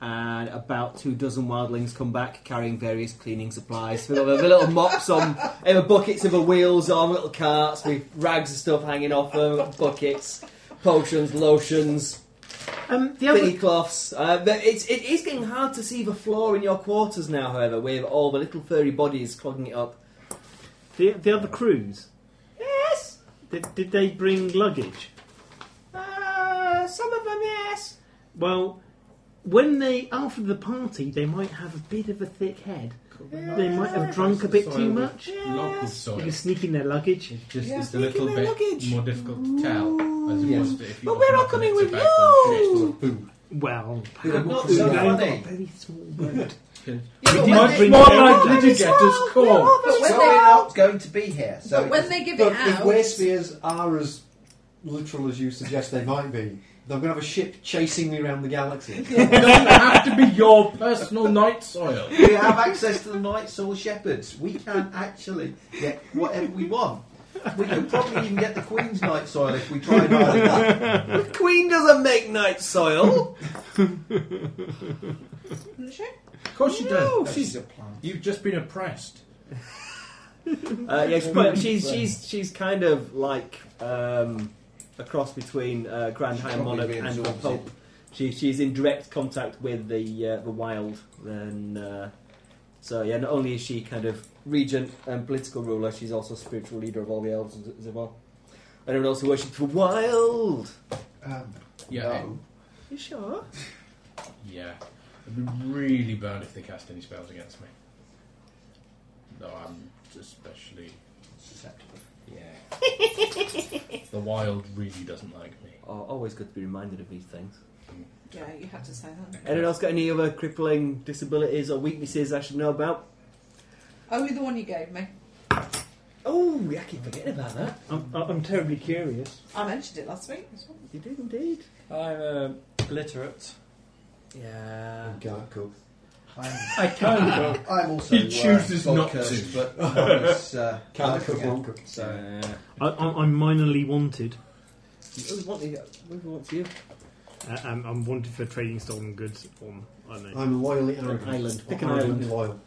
Speaker 6: and about two dozen wildlings come back carrying various cleaning supplies. They've got their little mops on, they have buckets of the wheels on, little carts with rags and stuff hanging off them, got buckets, potions, lotions,
Speaker 4: Um, the
Speaker 6: thingy
Speaker 4: other,
Speaker 6: cloths. Uh, but it's it is getting hard to see the floor in your quarters now, however, with all the little furry bodies clogging it up.
Speaker 4: the, the other crews,
Speaker 11: Yes.
Speaker 4: did, did they bring luggage?
Speaker 11: Uh, some of them, yes.
Speaker 4: Well, when they after the party, they might have a bit of a thick head. They might have drunk a bit too much.
Speaker 5: Lock with
Speaker 11: Yes.
Speaker 4: They
Speaker 5: soil.
Speaker 4: can sneak in their luggage.
Speaker 5: Just
Speaker 8: Yeah.
Speaker 5: it's a little
Speaker 11: Taking
Speaker 5: bit
Speaker 11: my luggage.
Speaker 5: more difficult to tell as
Speaker 2: Yeah.
Speaker 5: opposed to if you
Speaker 11: But we're
Speaker 5: open
Speaker 11: all
Speaker 5: up
Speaker 11: coming
Speaker 5: and
Speaker 11: with
Speaker 5: it's about to
Speaker 11: you.
Speaker 5: finish.
Speaker 2: Boom.
Speaker 4: Well,
Speaker 2: You're
Speaker 4: perhaps
Speaker 2: not
Speaker 4: they
Speaker 2: so
Speaker 4: have got
Speaker 2: funny.
Speaker 4: a very small boat.
Speaker 3: Yeah, but
Speaker 4: did
Speaker 3: when
Speaker 4: not
Speaker 3: they-
Speaker 4: bring
Speaker 5: More
Speaker 4: them.
Speaker 5: likely to get us caught.
Speaker 3: but when
Speaker 8: But
Speaker 3: they're
Speaker 8: when
Speaker 3: not going to be here, so
Speaker 8: but when they give
Speaker 2: But
Speaker 8: it
Speaker 2: if
Speaker 8: out,
Speaker 2: wear spears are as literal as you suggest they might be, they're going to have a ship chasing me around the [LAUGHS] galaxy.
Speaker 5: It doesn't have to be your personal night soil.
Speaker 3: we have access to the Night Soul Shepherds. We can actually get whatever we want. We could probably even get the Queen's Night Soil if we tried hard
Speaker 5: [LAUGHS]
Speaker 3: enough.
Speaker 6: The Queen doesn't make night soil.
Speaker 5: Of course she
Speaker 6: No,
Speaker 5: does.
Speaker 6: she's-
Speaker 5: You've just been oppressed.
Speaker 6: [LAUGHS] Uh, yeah, she's, quite- she's she's she's kind of like um, a cross between uh, Grand
Speaker 2: She's
Speaker 6: High
Speaker 2: probably
Speaker 6: Monarch
Speaker 2: being
Speaker 6: and a
Speaker 2: sponsored.
Speaker 6: Pope. She, she's in direct contact with the uh, the wild, and uh, So yeah, not only is she kind of regent and political ruler, she's also spiritual leader of all the elves as as well. Anyone else who worships the wild?
Speaker 3: Um,
Speaker 5: Yeah.
Speaker 3: no.
Speaker 6: You sure?
Speaker 5: Yeah. I'd be really burned if they cast any spells against me. Though I'm especially.
Speaker 3: Susceptible.
Speaker 5: Yeah. [LAUGHS] the wild really doesn't like me.
Speaker 6: Oh, always good to be reminded of these things.
Speaker 8: Yeah, you had to say that.
Speaker 6: Anyone else got any other crippling disabilities or weaknesses I should know about?
Speaker 8: Only the one you gave me.
Speaker 6: Oh, yeah, I keep forgetting about that.
Speaker 4: I'm, I'm terribly curious.
Speaker 8: I mentioned it last week. as well.
Speaker 6: You did indeed.
Speaker 7: I'm um, illiterate.
Speaker 6: Yeah.
Speaker 2: Can't cook.
Speaker 3: I'm,
Speaker 7: I can cook.
Speaker 2: I'm also.
Speaker 5: He chooses
Speaker 2: uh,
Speaker 5: not
Speaker 2: cursed,
Speaker 5: to.
Speaker 2: But I was, uh, can't cook.
Speaker 3: Won't
Speaker 2: Won't cook. So
Speaker 6: Uh,
Speaker 4: I, I'm, I'm minorly wanted.
Speaker 6: we want the- we want you.
Speaker 4: Uh, I'm, I'm wanted for trading stolen goods on, I don't know.
Speaker 2: I'm loyally arrogant.
Speaker 6: island. Pick an
Speaker 2: I'm
Speaker 6: island.
Speaker 2: Loyal.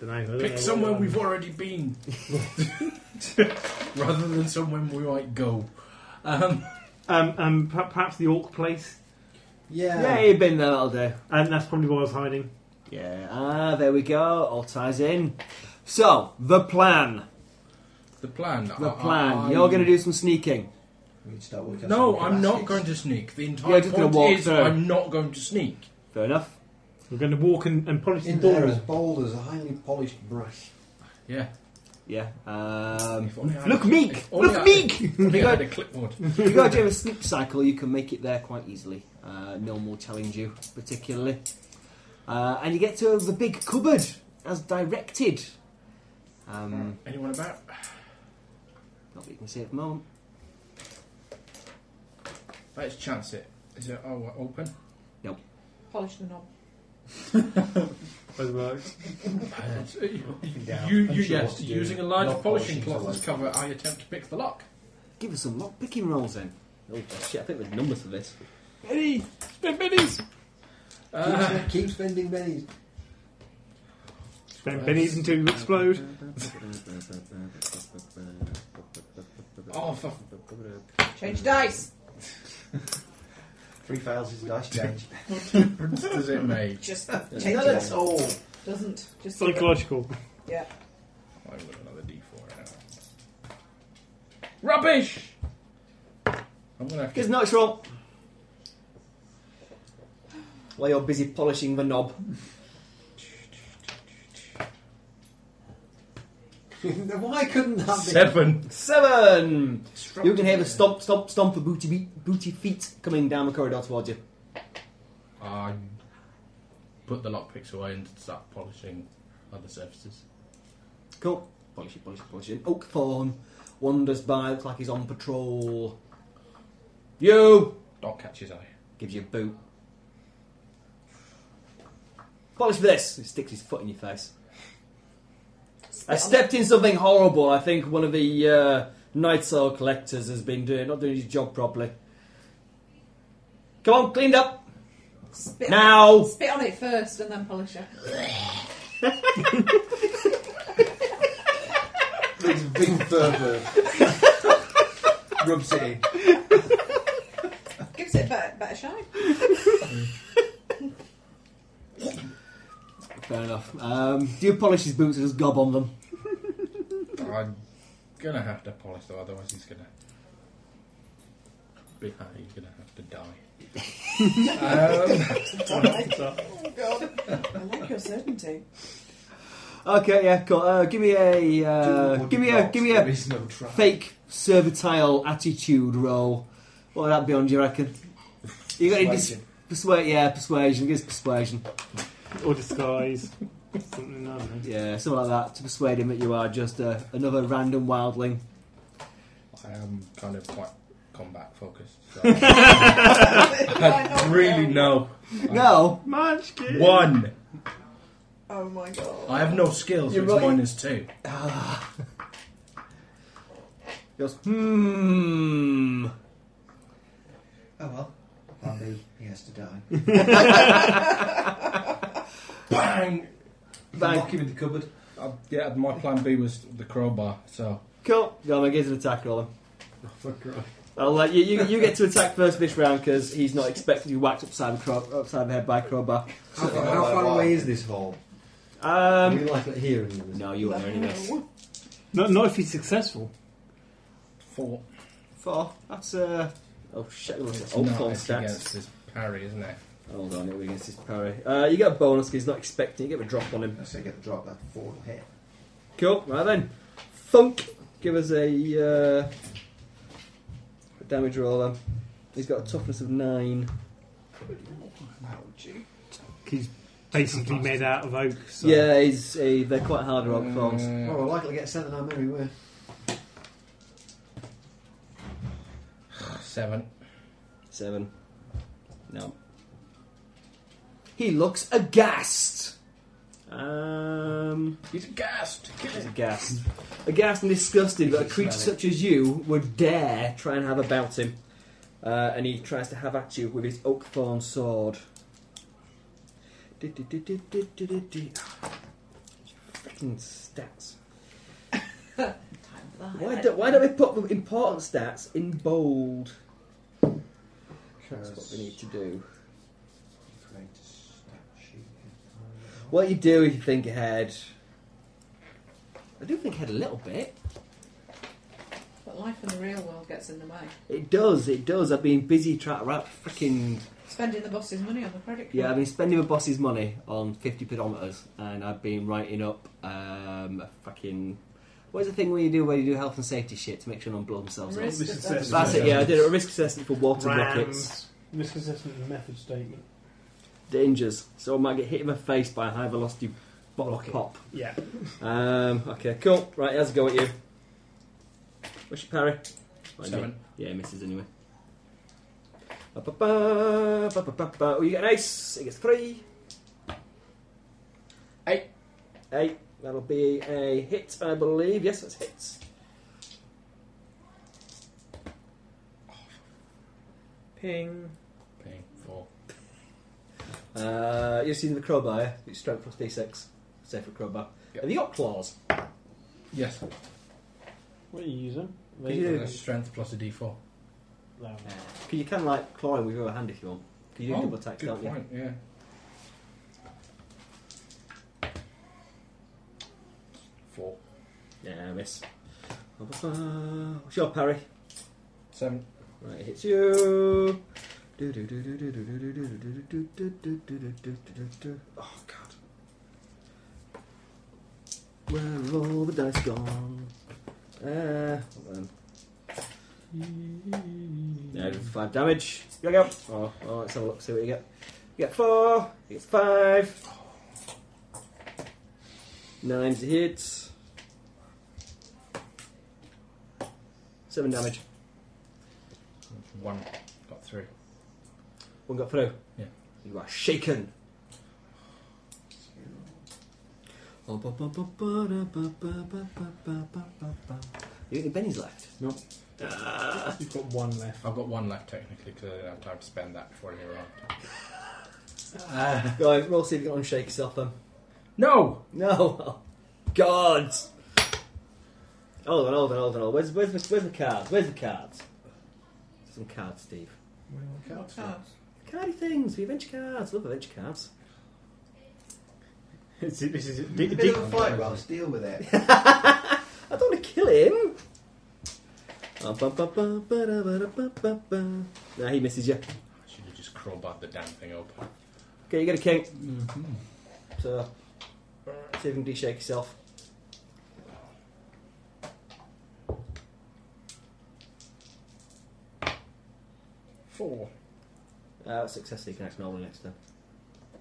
Speaker 4: Then I-
Speaker 5: Pick somewhere we've already been. [LAUGHS] Rather than somewhere we might go. Um,
Speaker 4: Um, um, per- perhaps the Orc place.
Speaker 2: Yeah.
Speaker 6: Yeah, you've been there all day.
Speaker 4: And that's probably why I was hiding.
Speaker 6: Yeah, ah, there we go. All ties in. So, the plan.
Speaker 5: the plan.
Speaker 6: The
Speaker 5: I-
Speaker 6: plan.
Speaker 5: I-
Speaker 6: You're going to do some sneaking.
Speaker 2: We need to start working on
Speaker 5: No,
Speaker 2: some
Speaker 5: I'm not
Speaker 2: classics.
Speaker 5: going to sneak. The
Speaker 6: Yeah,
Speaker 5: entire
Speaker 6: just gonna
Speaker 5: point
Speaker 6: walk
Speaker 5: is
Speaker 6: through.
Speaker 5: I'm not going
Speaker 6: [LAUGHS]
Speaker 5: to sneak.
Speaker 6: Fair enough.
Speaker 4: We're going to walk and, and polish the
Speaker 2: In there
Speaker 4: doors.
Speaker 2: as bold as a highly polished brush.
Speaker 5: Yeah.
Speaker 6: Yeah. Um,
Speaker 5: If only I had
Speaker 6: look
Speaker 5: a-
Speaker 6: meek.
Speaker 5: if only
Speaker 6: Look [LAUGHS]
Speaker 5: I-
Speaker 6: meek.
Speaker 5: if only I had a clipboard.
Speaker 6: if you go to a sleep cycle, you can make it there quite easily. Uh, no one will challenge you particularly. Uh, and you get to the big cupboard as directed. Um,
Speaker 5: Anyone about?
Speaker 6: not that you can see at the moment.
Speaker 5: Let's chance it. Is it oh what, open?
Speaker 8: Polish the knob.
Speaker 5: you
Speaker 2: I'm
Speaker 5: you
Speaker 2: sure what
Speaker 5: yes,
Speaker 2: to do.
Speaker 5: using a large
Speaker 2: Not
Speaker 5: polishing
Speaker 2: polishing
Speaker 5: cloth
Speaker 2: cloth.
Speaker 5: as cover, I attempt to pick the lock.
Speaker 6: Give us some lock picking rolls then. Oh shit! I think there's numbers for this.
Speaker 5: Benny, spin bennies.
Speaker 2: Keep,
Speaker 5: Uh, [LAUGHS]
Speaker 2: spe- keep spending bennies.
Speaker 4: Then Benny's until you explode.
Speaker 5: oh, for,
Speaker 8: Change dice.
Speaker 2: Three fails is a
Speaker 6: [LAUGHS]
Speaker 2: dice change.
Speaker 5: difference does it make?
Speaker 8: Just change
Speaker 2: None
Speaker 8: dice.
Speaker 2: at all.
Speaker 8: Doesn't. Just
Speaker 4: Psychological.
Speaker 8: Yeah.
Speaker 5: I would another D4 now. Rubbish. I'm gonna have
Speaker 6: It's
Speaker 5: to.
Speaker 6: not wrong. While you're busy polishing the [LAUGHS] knob.
Speaker 2: Then Why couldn't that
Speaker 5: [LAUGHS]
Speaker 2: be?
Speaker 5: Seven.
Speaker 6: Seven! You can hear the stomp, stomp, stomp of booty, beat, booty feet coming down the corridor towards you.
Speaker 5: I put the lockpicks away and start polishing other surfaces.
Speaker 6: Cool. Polish it, polish it, polish it. Oakthorn wanders by, looks like he's on patrol. You!
Speaker 5: Dot catches eye.
Speaker 6: Gives you a boot. Polish for this! He sticks his foot in your face. I stepped in something horrible. I think one of the uh, Night Soul collectors has been doing not doing his job properly. Come on, cleaned up
Speaker 8: Spit on
Speaker 6: now.
Speaker 8: it- Spit on it first and then polish it.
Speaker 2: It's a big further. Rubs it in.
Speaker 8: Gives it a better, better
Speaker 6: [LAUGHS]
Speaker 8: shine.
Speaker 6: Fair enough. Um, do you polish his boots and just gob on them?
Speaker 5: I'm gonna have to polish though, otherwise he's gonna be uh, he's gonna have to die. um,
Speaker 8: Oh god. I like your certainty.
Speaker 6: Okay, yeah, cool. Uh, give me a uh,
Speaker 2: Do what
Speaker 6: give
Speaker 2: you
Speaker 6: me a
Speaker 2: got.
Speaker 6: give me
Speaker 2: There
Speaker 6: a
Speaker 2: is no try.
Speaker 6: fake servitile attitude roll. What would that be on? Do you reckon? You got any dis-
Speaker 2: Persuasion.
Speaker 6: persuade? Yeah, persuasion. Give us persuasion.
Speaker 4: Or disguise. Something, I don't know.
Speaker 6: Yeah, something like that to persuade him that you are just uh, another random wildling.
Speaker 5: I am kind of quite combat focused. [LAUGHS] So
Speaker 8: Why
Speaker 6: [LAUGHS]
Speaker 8: not?
Speaker 5: really no.
Speaker 6: No.
Speaker 4: Munch kid.
Speaker 5: One.
Speaker 8: Oh my god.
Speaker 5: I have no skills,
Speaker 6: You're
Speaker 5: it's
Speaker 6: right.
Speaker 5: minus two.
Speaker 6: Just hmm.
Speaker 3: Oh well. Andy, he has to
Speaker 6: [LAUGHS]
Speaker 3: die.
Speaker 5: Bang!
Speaker 6: Bang.
Speaker 2: Lock him in the cupboard.
Speaker 5: Uh, yeah, my plan B was the crowbar, so
Speaker 6: Cool. Go on, give us an attack roll. then.
Speaker 2: Oh, fuck right.
Speaker 6: I'll let you, you. You get to attack first this round because he's not expecting you whacked upside the, crow, upside the head by crowbar.
Speaker 2: How,
Speaker 5: Something
Speaker 2: how
Speaker 5: like
Speaker 2: far
Speaker 5: that.
Speaker 2: away is this hall?
Speaker 1: Um,
Speaker 2: Are we likely to hear any of this?
Speaker 6: No, you won't hear any of this.
Speaker 4: Not, not if he's successful.
Speaker 5: Four.
Speaker 6: Four. That's uh oh shit. What's
Speaker 5: It's
Speaker 6: it? Oh,
Speaker 5: not
Speaker 6: four
Speaker 5: it's
Speaker 6: stats.
Speaker 5: against his parry, isn't it?
Speaker 6: Hold on, it was against his parry. Uh, you get a bonus because he's not expecting. You get a drop on him.
Speaker 3: Let's say get the drop that four will hit.
Speaker 6: Cool. Right then, Funk, give us a, uh, a damage roll. Then he's got a toughness of nine.
Speaker 4: He's basically made out of oak. So.
Speaker 6: Yeah, he's a, they're quite hard rock thorns.
Speaker 5: Uh,
Speaker 2: Well, we're likely to get sent on our merry way.
Speaker 5: Oh. Seven.
Speaker 6: Seven. No. He looks aghast. Um,
Speaker 5: He's gassed. Kill
Speaker 6: he's
Speaker 5: him.
Speaker 6: aghast, aghast and disgusted that a
Speaker 2: He's
Speaker 6: creature
Speaker 2: smelly.
Speaker 6: such as you would dare try and have about him. Uh, and he tries to have at you with his oak thorn sword. Freaking Ah, stats.
Speaker 8: Time for the
Speaker 6: Why,
Speaker 8: highlight.
Speaker 6: do, why don't we put the important stats in bold? That's what we need to do.
Speaker 3: Create a stat sheet.
Speaker 6: What you do is you think ahead. I do think ahead a little bit.
Speaker 8: But life in the real world gets in the way.
Speaker 6: It does, it does. I've been busy trying to wrap freaking.
Speaker 8: Spending the boss's money on the credit card.
Speaker 6: Yeah, I've been spending my boss's money on 50 pedometers and I've been writing up um, a fucking. What is the thing when you do where you do health and safety shit to make sure no one blows themselves up?
Speaker 8: Risk
Speaker 4: This is
Speaker 8: assessment.
Speaker 6: That's it, yeah, I did a risk assessment for water rockets.
Speaker 4: Rams. Risk assessment and method statement.
Speaker 6: Dangers. So I might get hit in the face by a high velocity bottle
Speaker 4: Rocket.
Speaker 6: pop.
Speaker 4: Yeah.
Speaker 6: Um, okay, cool. Right, how's it go at you? What's your parry? Fine,
Speaker 5: Seven.
Speaker 6: Yeah, yeah, misses anyway. Ba-ba-ba, ba-ba-ba-ba. Oh, you get an ace. It gets three.
Speaker 5: Eight.
Speaker 6: Eight. That'll be a hit, I believe. Yes, that's hits.
Speaker 4: Ping.
Speaker 5: Ping. Four.
Speaker 6: Uh, you've seen the crowbar, yeah? It's strength plus d6. Safe for crowbar.
Speaker 5: Yep.
Speaker 6: Have you got claws?
Speaker 5: Yes.
Speaker 4: What are you using?
Speaker 6: Could you do-
Speaker 5: That's strength plus a d4.
Speaker 4: No.
Speaker 6: Can you can like clawing with your other hand if you want. Can you do double attacks,
Speaker 5: Oh, good
Speaker 6: don't you?
Speaker 5: point, yeah. Four.
Speaker 6: Yeah, miss. Ba-ba-ba. What's your parry?
Speaker 5: Seven.
Speaker 6: Right, it hits you. Oh god. Where have all the dice gone? Uh, hold on. Yeah, five damage. Here we go. Oh, oh, let's have a look, see what you get. You get four, you get five. Nine's a hit. Seven damage.
Speaker 5: One. Got three.
Speaker 6: One got through.
Speaker 5: Yeah.
Speaker 6: You are shaken. You got any bennies left? No.
Speaker 4: You've got one left.
Speaker 5: I've got one left technically because I didn't have time to spend that before he arrived.
Speaker 6: Go on, roll see if you can unshake yourself then.
Speaker 5: No!
Speaker 6: No. God. Hold on, hold on, hold on. hold on. Where's, where's, the, where's the cards? Where's the cards? Some cards, Steve.
Speaker 8: What cards?
Speaker 6: Cardy things, we adventure cards. Love adventure cards.
Speaker 4: This is- this is-
Speaker 2: In the
Speaker 4: Dick-
Speaker 2: middle of
Speaker 4: Dick-
Speaker 2: a fight, Ralph, deal with it.
Speaker 6: I don't want to kill him. Ah, ba, ba, ba, ba, da, ba, da, ba, ba, ba. Nah, he misses you.
Speaker 5: I should have just crowbarred the damn thing open.
Speaker 6: Okay, you get a king. So, see if you can de-shake yourself.
Speaker 5: Four.
Speaker 6: Uh, success, so you can act normal next time.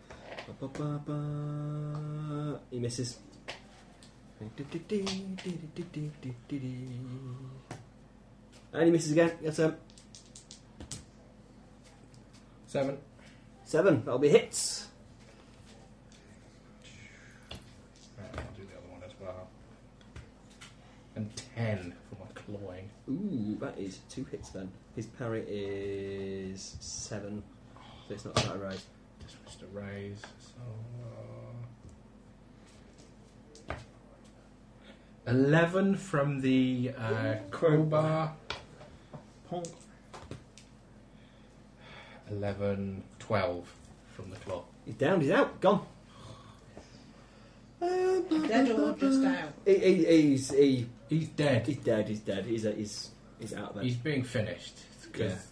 Speaker 6: Ba, ba, ba, ba. He misses. And he misses again. That's him.
Speaker 5: Seven.
Speaker 6: Seven. That'll be hits.
Speaker 5: Right, I'll do the other one as well. And ten for my clawing.
Speaker 6: Ooh, that is two hits then. His parry is seven, so it's not quite right.
Speaker 5: This one's to raise, so. Uh, Eleven from the uh, crowbar.
Speaker 4: Honk.
Speaker 5: Eleven, twelve from the claw.
Speaker 6: He's down, he's out, gone.
Speaker 8: Dead or just out?
Speaker 6: He, he, he's he,
Speaker 5: he's dead.
Speaker 6: He's dead. He's dead. He's uh, he's he's out there.
Speaker 5: He's being finished. 'cause-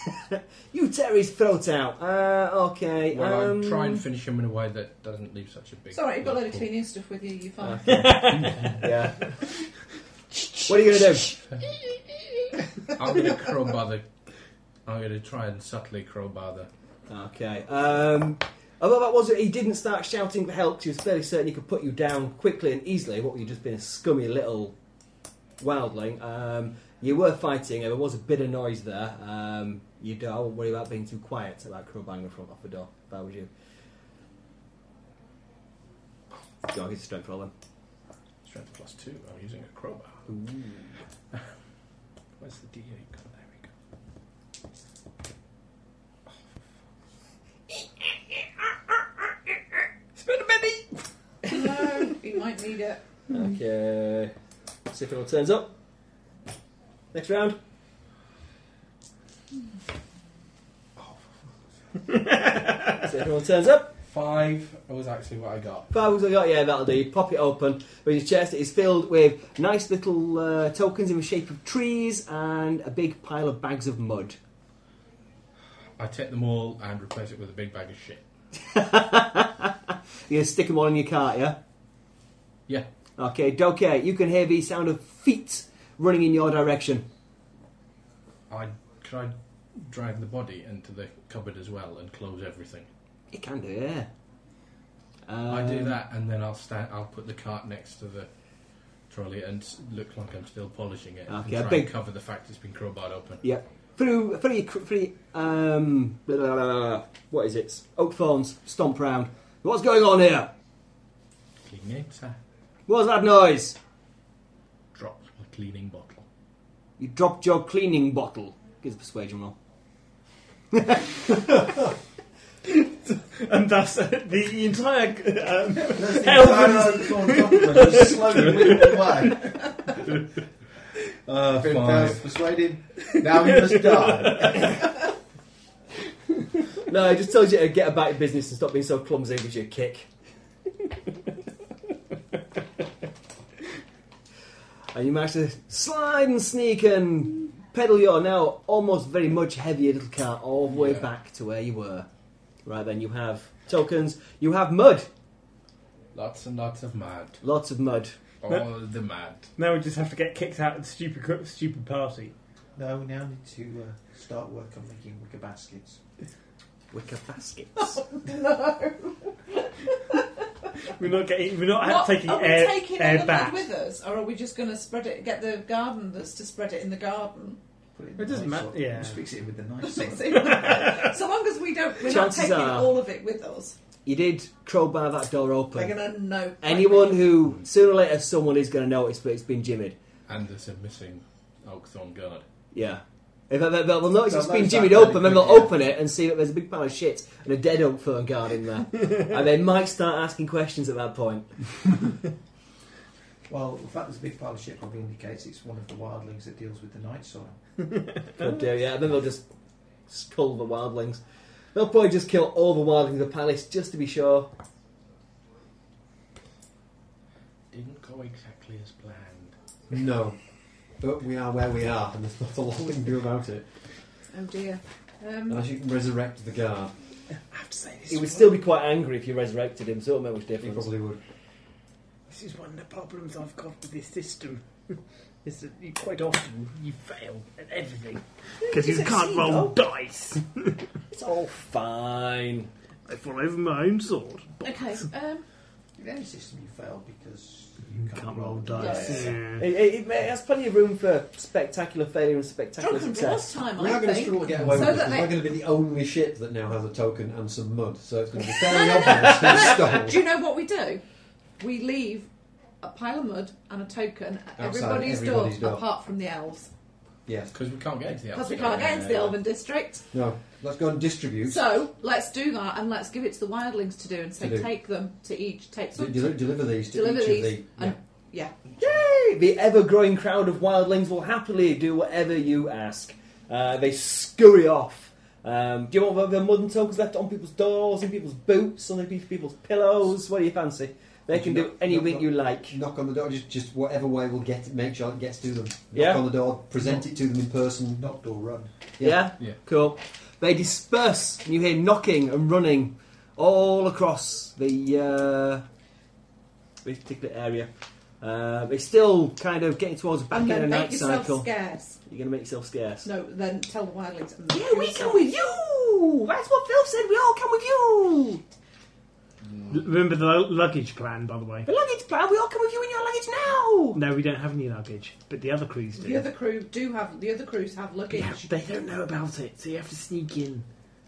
Speaker 6: [LAUGHS] you tear his throat out. Uh, okay.
Speaker 5: Well,
Speaker 6: um,
Speaker 5: I try
Speaker 6: [LAUGHS]
Speaker 5: and finish him in a way that doesn't leave such a big.
Speaker 8: It's alright, you've got a load of
Speaker 5: cleaning.
Speaker 8: cleaning stuff with you, you're fine.
Speaker 5: [LAUGHS]
Speaker 6: yeah. what are you gonna do?
Speaker 5: I'm going to crowbar the. I'm going to try and subtly crowbar the.
Speaker 6: Okay. Um, although that was it, he didn't start shouting for help. 'cause He was fairly certain he could put you down quickly and easily. What were you just being a scummy little wildling? Um, you were fighting, and there was a bit of noise there. Um, you do, I wouldn't worry about being too quiet about crowbarring the front off the door. If I was you. Go on, get a strength roll then.
Speaker 5: Strength plus two. I'm using a crowbar. Where's the D8? God, there we go.
Speaker 8: no, you might need it.
Speaker 6: Okay. See if anyone turns up. Next round. [LAUGHS] See if anyone turns up.
Speaker 5: Five was actually what I got.
Speaker 6: Five was I got, yeah, that'll do. You pop it open with your chest. It is filled with nice little uh, tokens in the shape of trees and a big pile of bags of mud.
Speaker 5: I take them all and replace it with a big bag of shit.
Speaker 6: You stick them all in your cart, yeah?
Speaker 5: Yeah.
Speaker 6: Okay, Doke, you can hear the sound of feet running in your direction.
Speaker 5: I could I drag the body into the cupboard as well and close everything.
Speaker 6: It can do, yeah.
Speaker 5: I do
Speaker 6: Um,
Speaker 5: that and then I'll stand. I'll put the cart next to the trolley and s- look like I'm still polishing it.
Speaker 6: Okay, a
Speaker 5: and try
Speaker 6: big-
Speaker 5: and cover the fact it's been crowbarred open.
Speaker 6: Yep. Through three, three, um, blah, blah, blah, blah, blah. what is it? Oak thorns stomp round. What's going on here?
Speaker 5: Cleaning. So
Speaker 6: What's that noise?
Speaker 5: dropped my cleaning bottle.
Speaker 6: You dropped your cleaning bottle. Give us a persuasion roll.
Speaker 4: And thus, uh, the entire um,
Speaker 2: Just slowly whip
Speaker 6: [LAUGHS]
Speaker 2: it away.
Speaker 5: Uh,
Speaker 3: Ah,
Speaker 2: Finn fails to persuade him. Now he must die.
Speaker 6: No, I just told you to get about your business and stop being so clumsy with your kick. [LAUGHS] and you managed to slide and sneak and pedal your now almost very much heavier little cart all the way
Speaker 5: Yeah.
Speaker 6: back to where you were. Right then, you have tokens, you have mud,
Speaker 5: Lots and lots of mad.
Speaker 6: lots of mud.
Speaker 5: All the mad.
Speaker 4: now we just have to get kicked out of the stupid, co- stupid party.
Speaker 3: No, we now need to uh, start work on making wicker baskets.
Speaker 6: Wicker baskets.
Speaker 4: We're not getting, we're not
Speaker 8: What-
Speaker 4: taking
Speaker 8: are we
Speaker 4: air,
Speaker 8: taking all
Speaker 4: air
Speaker 8: the
Speaker 4: back.
Speaker 8: mud with us, or are we just going to spread it? Get the gardeners to spread it in the garden. [LAUGHS]
Speaker 3: Put in
Speaker 4: It doesn't
Speaker 3: nice
Speaker 4: matter,
Speaker 3: sort-
Speaker 4: yeah.
Speaker 3: Just fix it with the knife.
Speaker 6: [LAUGHS]
Speaker 8: so long as we don't, we're not
Speaker 6: Chances
Speaker 8: taking
Speaker 6: are-
Speaker 8: all of it with us.
Speaker 6: [LAUGHS] you did crowbar that door
Speaker 8: We're
Speaker 6: open.
Speaker 8: going to know
Speaker 6: Anyone who, sooner or later, someone is going to notice that it's been jimmied.
Speaker 5: And there's a missing Oakthorn guard.
Speaker 6: Yeah. If they, they'll they'll notice
Speaker 2: They'll
Speaker 6: it's been
Speaker 2: notice
Speaker 6: jimmied
Speaker 2: that
Speaker 6: open, then
Speaker 2: really
Speaker 6: they'll
Speaker 2: quick, yeah.
Speaker 6: open it and see that there's a big pile of shit and a dead oak fern guard in [LAUGHS] there. and they might start asking questions at that point.
Speaker 3: Well, the fact there's a big pile of shit probably indicates it's one of the wildlings that deals with the night soil.
Speaker 6: Could do, yeah. And then they'll just skull the wildlings. They'll probably just kill all the wildlings in the palace just to be sure.
Speaker 5: Didn't go exactly as planned.
Speaker 2: No. But we are where we are, and there's not a lot we can do about it.
Speaker 8: Oh dear. Um,
Speaker 2: Unless you can resurrect the guard.
Speaker 8: I have to say this.
Speaker 6: He would still be quite angry if you resurrected him, so it won't make much
Speaker 2: He
Speaker 6: difference.
Speaker 2: probably would.
Speaker 4: This is one of the problems I've got with this system. [LAUGHS] Is that you, quite often you fail at everything because you can't roll dice.
Speaker 6: It's all fine.
Speaker 4: I fall over my own sword.
Speaker 8: Okay. Um,
Speaker 3: In any system you fail because you can't,
Speaker 4: Can't
Speaker 3: roll
Speaker 4: roll
Speaker 3: dice.
Speaker 4: dice. Yeah.
Speaker 6: It, it, it may- has plenty of room for spectacular failure and spectacular
Speaker 8: drunken
Speaker 6: success.
Speaker 8: was time,
Speaker 2: We
Speaker 8: I
Speaker 2: are going to
Speaker 8: [LAUGHS] think.
Speaker 2: struggle to get away
Speaker 8: So
Speaker 2: with
Speaker 8: that
Speaker 2: this.
Speaker 8: they-
Speaker 2: We're going to be the only ship that now has a token and some mud, so it's going to be
Speaker 8: [LAUGHS]
Speaker 2: fairly obvious who's stolen.
Speaker 8: Do you know what we do? We leave a pile of mud and a token at
Speaker 2: Outside
Speaker 8: everybody's,
Speaker 2: everybody's
Speaker 8: door,
Speaker 2: door.
Speaker 8: apart from the elves,
Speaker 2: Yes.
Speaker 5: Because we can't get into the
Speaker 8: because we
Speaker 5: Elven Guard.
Speaker 8: can't get into the Elven district.
Speaker 2: No. Let's go and distribute.
Speaker 8: So let's do that, and let's give it to the wildlings to do, and say,
Speaker 2: To do.
Speaker 8: take them to each, take
Speaker 2: Del-
Speaker 8: some,
Speaker 2: del- deliver these to
Speaker 8: deliver
Speaker 2: each
Speaker 8: these,
Speaker 2: of the.
Speaker 8: and yeah.
Speaker 6: Hey, The ever growing crowd of wildlings will happily do whatever you ask. Uh, they scurry off. Um, do you want the- the modern tokens left on people's doors, in people's boots, on the pe- people's pillows? What do you fancy? They
Speaker 2: Did
Speaker 6: can
Speaker 2: you
Speaker 6: do
Speaker 2: knock-
Speaker 6: any
Speaker 2: knock-
Speaker 6: wink
Speaker 2: knock-
Speaker 6: you like.
Speaker 2: Knock on the door, just, just whatever way will get make sure it gets to them. Knock
Speaker 6: Yeah.
Speaker 2: on the door, present it to them in person. Knock door, run.
Speaker 6: Yeah?
Speaker 5: Yeah.
Speaker 6: Cool. They disperse, and you hear knocking and running all across the uh, this particular area. Um, it's still kind of getting towards the back
Speaker 8: And
Speaker 6: end
Speaker 8: then
Speaker 6: of
Speaker 8: make
Speaker 6: night
Speaker 8: yourself
Speaker 6: cycle.
Speaker 8: scarce.
Speaker 6: You're going to make yourself scarce.
Speaker 8: No, then tell the wildlings. and
Speaker 6: Yeah,
Speaker 8: make
Speaker 6: we
Speaker 8: yourself-
Speaker 6: come with you! That's what Phil said, we all come with you!
Speaker 4: L- Remember the lu- luggage plan, by the way.
Speaker 6: The luggage plan, we all come with you in your luggage now!
Speaker 4: No, we don't have any luggage, but the other crews do.
Speaker 8: The other crew do have the other crews have luggage.
Speaker 4: Yeah, they don't know about it, so you have to sneak in.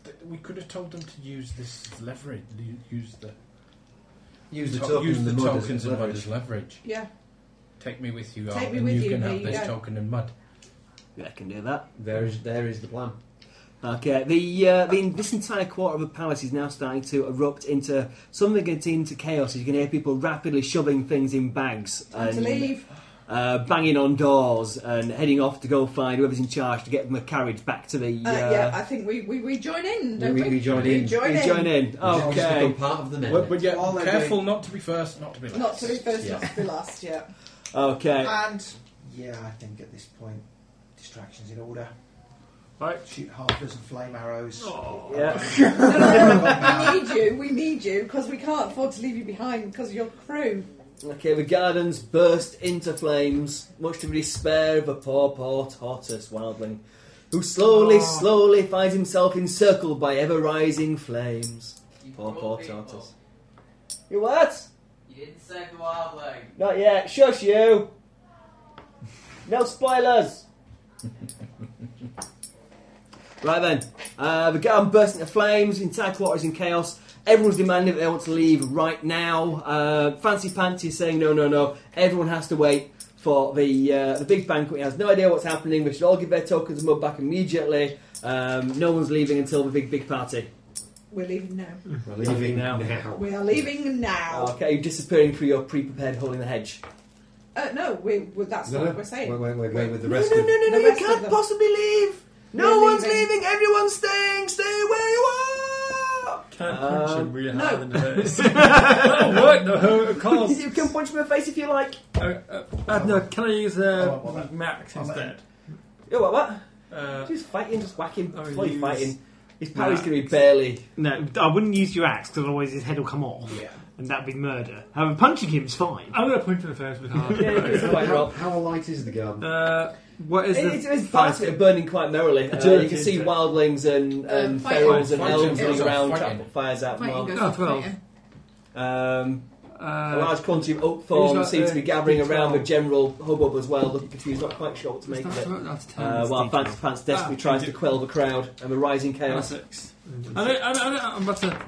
Speaker 5: Th- We could have told them to use this as leverage. u- Use the
Speaker 2: Use the,
Speaker 5: to-
Speaker 2: token
Speaker 5: use
Speaker 2: and
Speaker 5: the,
Speaker 2: the mud as
Speaker 5: tokens and mud
Speaker 2: leverage.
Speaker 5: as leverage.
Speaker 8: Yeah,
Speaker 5: Take me with you,
Speaker 8: Take
Speaker 5: Arnold,
Speaker 8: me
Speaker 5: and
Speaker 8: with
Speaker 5: you
Speaker 8: you,
Speaker 5: can
Speaker 8: there
Speaker 5: have
Speaker 8: you
Speaker 5: this
Speaker 8: go.
Speaker 5: token and mud.
Speaker 6: Yeah, I can do that.
Speaker 2: There is there is the plan.
Speaker 6: Okay, the, uh, the this entire quarter of the palace is now starting to erupt into something gets into chaos. You can hear people rapidly shoving things in bags
Speaker 8: time to leave.
Speaker 6: uh, banging on doors and heading off to go find whoever's in charge to get them a carriage back to the.
Speaker 8: Uh, yeah, I think we, we, we join in. Don't
Speaker 2: We-
Speaker 8: we,
Speaker 2: we join
Speaker 8: We
Speaker 2: in.
Speaker 8: join
Speaker 6: you
Speaker 8: in.
Speaker 6: uh, join
Speaker 2: [LAUGHS]
Speaker 6: in.
Speaker 2: Just become
Speaker 6: Okay.
Speaker 2: part of the men.
Speaker 5: But, but yeah,
Speaker 3: All they're
Speaker 5: careful not to be first, not to be last.
Speaker 8: Not to be first, not to be last. Yeah.
Speaker 6: [LAUGHS]
Speaker 8: Uh,
Speaker 6: Okay.
Speaker 3: And yeah, I think at this point, distractions in order.
Speaker 7: Right.
Speaker 3: Shoot half dozen flame arrows.
Speaker 7: Oh.
Speaker 6: Yeah.
Speaker 8: No, no, no, we need you. We need you because we can't afford to leave you behind because your crew.
Speaker 6: Okay. The gardens burst into flames, much to the despair of a poor, poor tortoise wildling, who slowly,
Speaker 7: Aw.
Speaker 6: slowly finds himself encircled by ever-rising flames. Poor, poor tortoise. You what?
Speaker 14: You didn't save the wildling.
Speaker 6: Not yet. Shush you. No spoilers. right then, uh, the garden bursts into flames. The entire quarter is in chaos. Everyone's demanding that they want to leave right now. Uh, Fancy Pantsy is saying no, no, no. Everyone has to wait for the uh, the big banquet. He has no idea what's happening. We should all give their tokens and mud back immediately. Um, no one's leaving until the big big party.
Speaker 8: We're leaving now.
Speaker 2: We're leaving
Speaker 6: now.
Speaker 2: now.
Speaker 8: We are leaving now.
Speaker 6: Oh, Okay, you're disappearing through your pre-prepared hole in the hedge.
Speaker 8: Uh, no, we, we, that's
Speaker 2: No,
Speaker 8: not
Speaker 2: no.
Speaker 8: what we're saying.
Speaker 2: We're, we're, we're going with the rest
Speaker 6: no,
Speaker 2: of
Speaker 6: no, no, no,
Speaker 8: The
Speaker 6: you
Speaker 8: rest of
Speaker 6: can't
Speaker 8: them.
Speaker 6: possibly leave. No
Speaker 8: We're
Speaker 6: one's
Speaker 8: leaving.
Speaker 6: leaving. Everyone's staying. Stay where you
Speaker 2: [LAUGHS]
Speaker 6: are.
Speaker 7: Can't punch him really
Speaker 8: Um, no.
Speaker 7: hard in the
Speaker 8: [LAUGHS]
Speaker 7: face. That'll work, no, of course.
Speaker 6: you can punch me in the face if you like.
Speaker 7: Uh, uh, uh, no, can I use uh,
Speaker 3: Oh, well,
Speaker 7: Max
Speaker 3: I'm
Speaker 7: instead?
Speaker 6: Yo, what? What?
Speaker 7: Uh,
Speaker 6: Just fighting. Just whacking.
Speaker 7: Oh,
Speaker 6: Bloody
Speaker 7: use-
Speaker 6: fighting. His parry's
Speaker 4: Nah.
Speaker 6: gonna be barely.
Speaker 4: No, I wouldn't use your axe because otherwise his head will come off,
Speaker 3: Yeah.
Speaker 4: and that'd be murder. However, punching him's fine.
Speaker 7: I'm going to punch him in the face with hard.
Speaker 6: [LAUGHS] Yeah, it's quite
Speaker 2: how, [LAUGHS]
Speaker 6: rough.
Speaker 2: how light is the garden?
Speaker 7: Uh, what is
Speaker 6: It,
Speaker 7: the
Speaker 6: it, it's parts of it are burning quite merrily. Uh, you
Speaker 7: Agility,
Speaker 6: can see
Speaker 7: isn't it?
Speaker 6: wildlings and, and
Speaker 8: Um, fighting.
Speaker 6: ferals and
Speaker 5: Fighting.
Speaker 6: elves running
Speaker 5: Fighting.
Speaker 6: around,
Speaker 5: Fighting.
Speaker 6: trap fires out
Speaker 8: Fighting
Speaker 6: more.
Speaker 8: goes
Speaker 7: Oh,
Speaker 8: to
Speaker 7: twelve.
Speaker 8: fire.
Speaker 6: Um, a
Speaker 7: uh,
Speaker 6: large quantity of oak
Speaker 7: who's
Speaker 6: thorn
Speaker 7: got
Speaker 6: seems
Speaker 7: the
Speaker 6: to be gathering
Speaker 7: D12?
Speaker 6: around the general hubbub as well, looking confused, not quite sure what to make of
Speaker 7: that's,
Speaker 6: it.
Speaker 7: that's ten.
Speaker 6: Uh, while
Speaker 4: detail.
Speaker 6: Fancy Pants desperately
Speaker 7: Ah,
Speaker 6: tries
Speaker 7: I
Speaker 6: to
Speaker 7: do.
Speaker 6: quell the crowd and the rising
Speaker 7: And a
Speaker 6: chaos.
Speaker 7: six. I don't, I don't, I don't, I'm about to.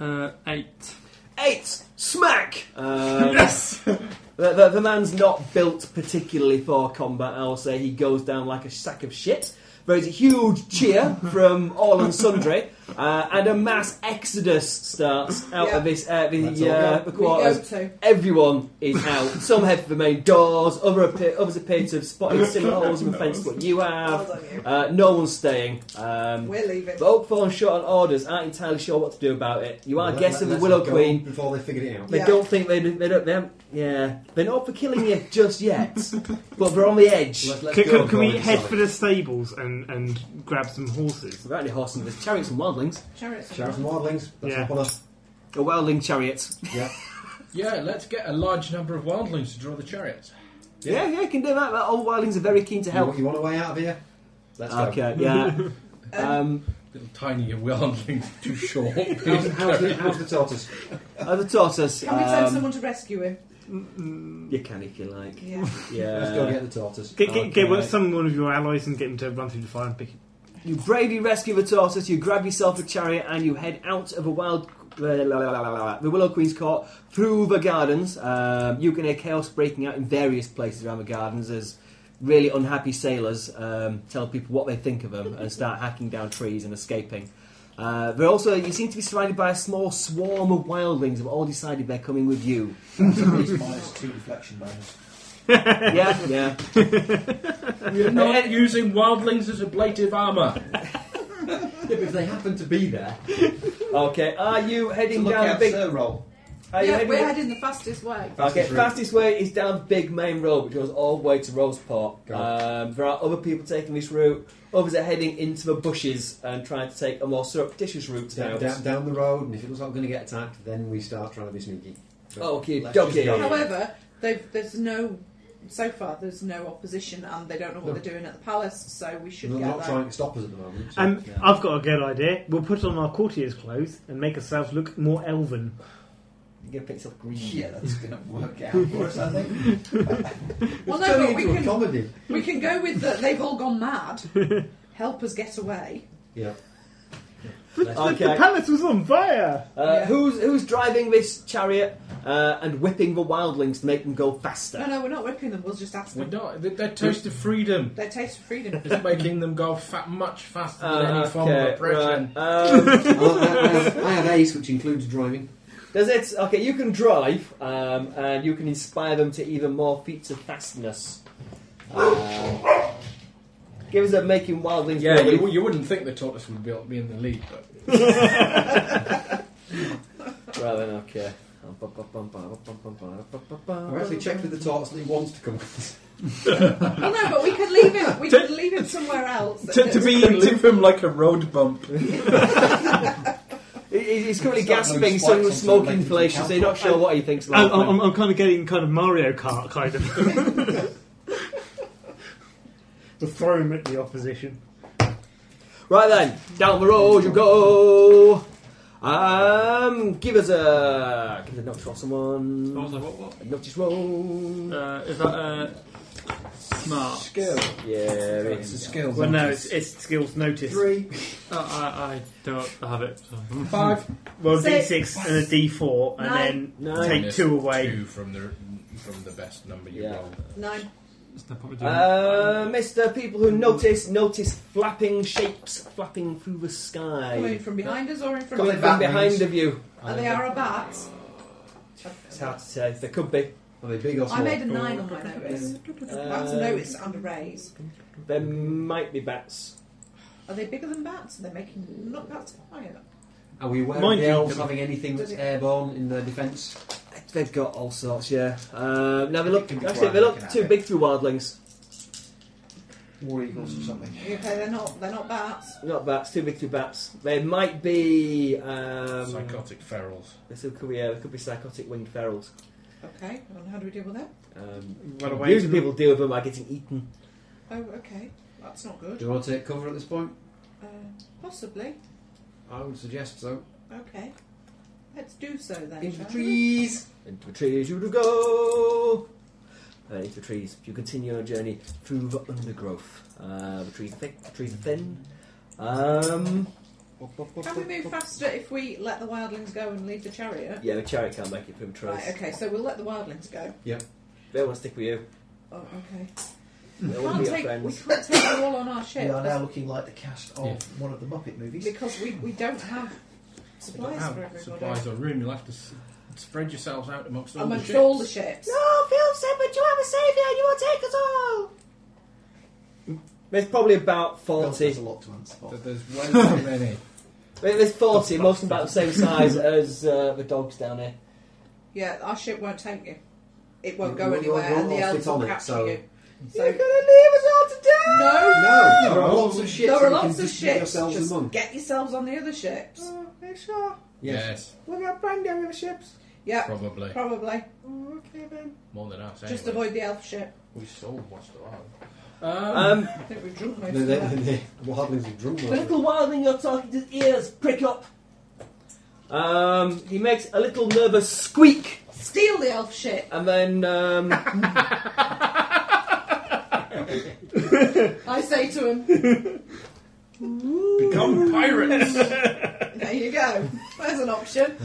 Speaker 7: Uh, eight.
Speaker 6: Eight! Smack! Um,
Speaker 7: yes!
Speaker 6: the, the, the man's not built particularly for combat, I'll say. He goes down like a sack of shit. There's a huge
Speaker 8: [LAUGHS]
Speaker 6: cheer from all and sundry, uh, and a mass exodus starts out
Speaker 8: Yeah.
Speaker 6: of this uh,
Speaker 2: Let's
Speaker 6: the,
Speaker 2: all
Speaker 6: uh,
Speaker 2: go.
Speaker 6: the
Speaker 8: We go
Speaker 6: quarters.
Speaker 8: to.
Speaker 6: Everyone is out. Some head for the main doors, other appear, others appear to have spotted
Speaker 8: [LAUGHS]
Speaker 6: similar holes in the fence to what you
Speaker 8: Hold
Speaker 6: have.
Speaker 8: on, you.
Speaker 6: Uh, no one's staying. Um,
Speaker 8: We're leaving.
Speaker 6: The Oakthorn short on orders aren't entirely sure what to do about it. You are
Speaker 2: Let-
Speaker 6: guessing
Speaker 2: let-
Speaker 6: the
Speaker 2: let's
Speaker 6: Willow
Speaker 2: go
Speaker 6: Queen.
Speaker 2: Before they figured it out.
Speaker 6: They
Speaker 8: Yeah.
Speaker 6: don't think they, they don't. They haven't- yeah, they're not for killing you just
Speaker 8: [LAUGHS]
Speaker 6: yet, but they're on the edge.
Speaker 2: Let's- let's
Speaker 4: Can,
Speaker 2: go
Speaker 4: can, can we
Speaker 2: inside.
Speaker 4: head for the stables and, and grab some horses?
Speaker 6: Without any horses, there's chariots and wildlings.
Speaker 8: Chariots.
Speaker 2: Sheriff and Wildlings. Let's
Speaker 4: Yeah.
Speaker 2: hop on us.
Speaker 6: A wildling chariot.
Speaker 5: Yeah, let's get a large number of wildlings to draw the chariots.
Speaker 6: Yeah, yeah, you can do that. But all wildlings are very keen to
Speaker 2: You,
Speaker 6: help.
Speaker 2: you want a way out of here? Let's go.
Speaker 6: Okay, yeah.
Speaker 8: [LAUGHS]
Speaker 6: Um,
Speaker 5: Little tiny wildlings, [LAUGHS] too short.
Speaker 2: How's,
Speaker 5: [LAUGHS]
Speaker 2: how's, the, how's the tortoise?
Speaker 6: uh, the tortoise.
Speaker 8: Can we send
Speaker 6: um,
Speaker 8: someone to rescue him?
Speaker 6: You can if you like.
Speaker 8: Yeah.
Speaker 6: Yeah.
Speaker 2: Let's go get the tortoise.
Speaker 4: Get, get, get
Speaker 6: Okay.
Speaker 4: some one of your allies and get him to run through the fire and pick him.
Speaker 6: You bravely rescue the tortoise, you grab yourself a chariot, and you head out of the wild. The Willow Queen's Court through the gardens. Um, you can hear chaos breaking out in various places around the gardens as really unhappy sailors um, tell people what they think of them and start hacking down trees and escaping. Uh, but also, you seem to be surrounded by a small swarm of wildlings who've all decided they're coming with you.
Speaker 3: Somebody's minus two reflection bonus.
Speaker 6: Yeah, yeah.
Speaker 5: We're not using wildlings as ablative armour.
Speaker 2: if they happen to be there,
Speaker 6: Okay, are you heading
Speaker 2: look
Speaker 6: down the
Speaker 2: out
Speaker 6: big
Speaker 2: their roll.
Speaker 6: Are you
Speaker 8: yeah,
Speaker 6: heading
Speaker 8: we're
Speaker 6: the-
Speaker 8: heading the fastest way.
Speaker 6: okay, fastest way is down big main road, which goes all the way to Roseport. Um, there are other people taking this route. Others are heading into the bushes and trying to take a more surreptitious route
Speaker 2: Down,
Speaker 6: out.
Speaker 2: down, down the road, and if it looks like we're going to get attacked, then we start trying to be sneaky.
Speaker 6: Okay,
Speaker 2: let's just
Speaker 6: doggy.
Speaker 2: go.
Speaker 8: However, they've, there's no, so far, there's no opposition and they don't know what
Speaker 2: No.
Speaker 8: they're doing at the palace, so we should
Speaker 2: They're
Speaker 8: get
Speaker 2: not
Speaker 8: there.
Speaker 2: trying to stop us at the moment. so-
Speaker 4: Um, I've got a good idea. We'll put on our courtiers' clothes and make ourselves look more elven.
Speaker 6: You're going to pick yourself green.
Speaker 3: Yeah, that's going to work out for us, I think.
Speaker 8: Well,
Speaker 2: It's turning
Speaker 8: no, but we
Speaker 2: into a
Speaker 8: can,
Speaker 2: comedy.
Speaker 8: we can go with the, they've all gone mad. Help us get away.
Speaker 2: Yeah.
Speaker 4: The
Speaker 6: Okay.
Speaker 4: palace was on fire!
Speaker 6: Uh, who's who's driving this chariot uh, and whipping the wildlings to make them go faster?
Speaker 8: No, no, we're not whipping them. We'll just ask
Speaker 5: We're
Speaker 8: them.
Speaker 5: not. Their- Their taste of freedom
Speaker 8: Their taste of
Speaker 5: [LAUGHS]
Speaker 8: freedom.
Speaker 5: is making them go fa- much faster than
Speaker 6: Uh,
Speaker 5: any form
Speaker 6: okay,
Speaker 5: of oppression.
Speaker 6: right, um,
Speaker 5: [LAUGHS]
Speaker 2: [LAUGHS] I, I- I have, I have ace, which includes driving.
Speaker 6: does it? Okay, you can drive, um, and you can inspire them to even more feats of fastness. Uh, give us a making wildlings.
Speaker 5: Yeah,
Speaker 6: roll.
Speaker 5: you, you wouldn't think the tortoise would be, be in the lead, but
Speaker 6: Right then, okay. Oh,
Speaker 2: I've actually checked with the tortoise that he wants to come [LAUGHS] with us.
Speaker 8: Well, no, but we could leave him. We
Speaker 7: To-
Speaker 8: could leave him somewhere else.
Speaker 7: To, to be to him like a road bump.
Speaker 6: He- He's currently
Speaker 2: It's not
Speaker 6: gasping,
Speaker 2: those
Speaker 6: so
Speaker 2: spikes
Speaker 6: with
Speaker 2: on
Speaker 6: smoke
Speaker 2: something
Speaker 6: inflation,
Speaker 2: like
Speaker 6: so you're not sure what he thinks
Speaker 4: I,
Speaker 6: about
Speaker 2: Oh,
Speaker 6: it.
Speaker 4: I'm, I'm kind of getting kind of Mario Kart kind of. We'll throw him at [LAUGHS] the opposition.
Speaker 2: oh.
Speaker 6: Right then, down the road you go. Um, give us a give us a notice roll, someone.
Speaker 7: What was I- what- what?
Speaker 6: A notice roll.
Speaker 7: Uh, is that uh, smart?
Speaker 2: Skill.
Speaker 6: Yeah, we-
Speaker 2: It's a skill.
Speaker 4: Well, no, it's, it's skills notice.
Speaker 2: Three,
Speaker 7: Uh, I, I don't have it. So.
Speaker 2: five.
Speaker 4: Well,
Speaker 8: Six.
Speaker 4: d6 and a d4, and then
Speaker 6: Nine.
Speaker 4: take
Speaker 5: Minus
Speaker 4: two away.
Speaker 5: Two from the from the best number you
Speaker 6: Yeah.
Speaker 5: roll.
Speaker 8: Nine.
Speaker 7: It's no point doing
Speaker 4: Um,
Speaker 6: Uh, Mister, people who notice notice flapping shapes flapping through the
Speaker 8: Coming
Speaker 6: sky,
Speaker 8: from behind us or in front
Speaker 6: coming
Speaker 8: of
Speaker 6: from
Speaker 8: us?
Speaker 6: behind of you.
Speaker 8: And they are a bat.
Speaker 6: It's hard to say. There could be.
Speaker 2: Are they big or small?
Speaker 8: I made a nine on my notice. That's a notice and a raise.
Speaker 6: Um, There might be bats.
Speaker 8: Are they bigger than bats? They're making not bats higher.
Speaker 2: Are we aware
Speaker 4: Mind
Speaker 2: of the
Speaker 4: you,
Speaker 2: elves
Speaker 4: the-
Speaker 2: having anything that's
Speaker 8: Does it-
Speaker 2: airborne in their defence?
Speaker 6: They've got all sorts, yeah. Um, now they
Speaker 3: It
Speaker 6: look
Speaker 3: can be
Speaker 6: actually
Speaker 3: quite
Speaker 6: they
Speaker 3: big,
Speaker 6: look
Speaker 3: can
Speaker 6: too
Speaker 3: it?
Speaker 6: big for wildlings.
Speaker 3: War eagles or something.
Speaker 8: Okay, they're not. They're not bats.
Speaker 6: Not bats, too big for bats. They might be um,
Speaker 5: Psychotic ferals.
Speaker 6: This could be, uh, there could be psychotic winged ferals.
Speaker 8: Okay, and how do we deal with that?
Speaker 6: Um,
Speaker 4: Run away
Speaker 6: usually
Speaker 4: from
Speaker 6: people deal with them by getting eaten.
Speaker 8: Oh, okay. That's not
Speaker 2: Do
Speaker 8: good.
Speaker 2: you want to take cover at this point?
Speaker 8: Uh, possibly.
Speaker 2: I would suggest so.
Speaker 8: Okay. Let's do so then.
Speaker 2: Into the
Speaker 8: shall we?
Speaker 2: trees!
Speaker 6: Into the trees you do go! Uh, into the trees. You continue your journey through the undergrowth. Uh, the trees are thick, the trees are thin. Um,
Speaker 8: Can we move faster if we let the wildlings go and leave the chariot?
Speaker 6: yeah, the chariot can't make it through the trees.
Speaker 8: Right. Okay. So we'll let the wildlings go.
Speaker 6: They want to stick with you.
Speaker 8: Oh, okay.
Speaker 6: They
Speaker 8: We
Speaker 6: want to
Speaker 8: can't
Speaker 6: be your
Speaker 8: take, we
Speaker 6: friends.
Speaker 8: can't take them all on our ship
Speaker 3: We are now
Speaker 8: that's
Speaker 3: looking like the cast of one of the Muppet movies.
Speaker 8: because we, we don't have supplies for everybody.
Speaker 5: supplies or room. You'll have to s- spread yourselves out amongst all
Speaker 8: Amongst
Speaker 5: the ships.
Speaker 8: all the ships.
Speaker 6: No, Oh, Phil said, but you have a saviour, you will take us all! There's probably about
Speaker 3: God, there's
Speaker 6: 40
Speaker 3: a lot to answer
Speaker 2: [LAUGHS]
Speaker 3: for.
Speaker 5: But there's way too many.
Speaker 6: There- There's 40, most of them about the same size [LAUGHS] as uh, the dogs down here.
Speaker 8: Yeah, our ship won't take you. It won't
Speaker 2: You-
Speaker 8: go
Speaker 2: you-
Speaker 8: anywhere,
Speaker 2: you're
Speaker 8: and the
Speaker 2: all
Speaker 8: elves
Speaker 2: fit on
Speaker 8: will
Speaker 2: it,
Speaker 8: capture
Speaker 2: so-
Speaker 8: you.
Speaker 6: You're
Speaker 8: So
Speaker 6: gonna leave us all to die!
Speaker 8: no,
Speaker 2: No! There are lots of ships.
Speaker 8: there
Speaker 2: you
Speaker 8: are
Speaker 2: can
Speaker 8: lots of
Speaker 2: just put
Speaker 8: ships.
Speaker 2: Yourselves
Speaker 8: Just
Speaker 2: among.
Speaker 8: get yourselves on the other ships.
Speaker 6: Mm,
Speaker 11: Oh, are you sure?
Speaker 5: Yes,
Speaker 11: We're not brand new with ships.
Speaker 8: Yeah,
Speaker 5: probably
Speaker 8: probably.
Speaker 11: Oh, okay then.
Speaker 5: more than us.
Speaker 8: Just
Speaker 5: anyway.
Speaker 8: avoid the elf ship.
Speaker 5: We sold what's the wrong.
Speaker 6: [LAUGHS] Um,
Speaker 8: I think we've drunk most
Speaker 2: The,
Speaker 8: of
Speaker 2: the,
Speaker 8: that.
Speaker 2: the, the wildlings are drunk.
Speaker 6: the
Speaker 2: aren't they?
Speaker 6: little wildling you're talking to's ears prick up. Um, he makes a little nervous squeak
Speaker 8: Steal the elf ship.
Speaker 6: and then um,
Speaker 8: I say to him,
Speaker 2: [LAUGHS]
Speaker 5: Become pirates.
Speaker 8: there you go. There's an option.
Speaker 6: [LAUGHS]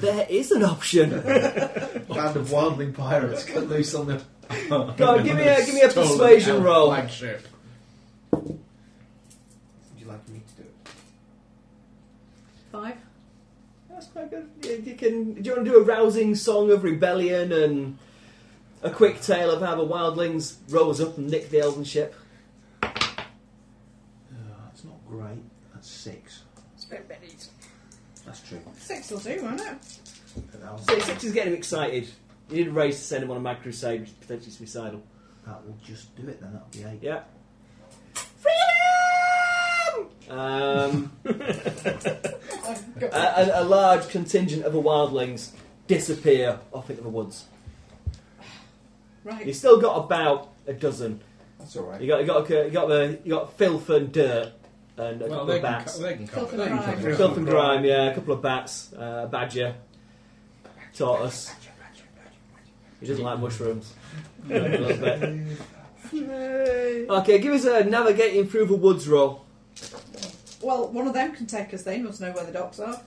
Speaker 6: there is an option.
Speaker 3: Band of wildling pirates cut loose on the.
Speaker 6: Go on, Oh, give me a give me a
Speaker 5: Stolen
Speaker 6: persuasion
Speaker 5: elf
Speaker 6: roll.
Speaker 5: Flagship.
Speaker 3: Would you like me to do it?
Speaker 8: Five.
Speaker 6: That's quite good. You, you can. Do you want to do a rousing song of rebellion and a quick tale of how the wildlings rose up and nicked the elven ship?
Speaker 3: Uh, it's not great. That's six.
Speaker 8: It's a bit beneath.
Speaker 3: That's true.
Speaker 8: Six will do, won't it?
Speaker 6: So six is getting him excited. He did raise to send him on a mad crusade, which is potentially suicidal.
Speaker 2: That will just do it then, that'll be eight.
Speaker 6: Yeah. Um, a,
Speaker 8: Uh,
Speaker 6: a, a large contingent of the wildlings disappear off into the woods.
Speaker 8: Right.
Speaker 6: You've still got about a dozen.
Speaker 2: That's alright.
Speaker 6: You got you got you got the you got filth and dirt and a
Speaker 5: Well,
Speaker 6: couple
Speaker 5: they
Speaker 6: of
Speaker 5: can
Speaker 6: bats.
Speaker 5: co- they can
Speaker 8: cover- Filth and
Speaker 5: they can
Speaker 8: grime.
Speaker 5: cover it.
Speaker 6: filth and grime, yeah, a couple of bats, uh, a badger, tortoise. He doesn't like mushrooms. a little bit. Okay, give us a navigating through the woods roll.
Speaker 8: Well, one of them can take us. They must know where the docks are.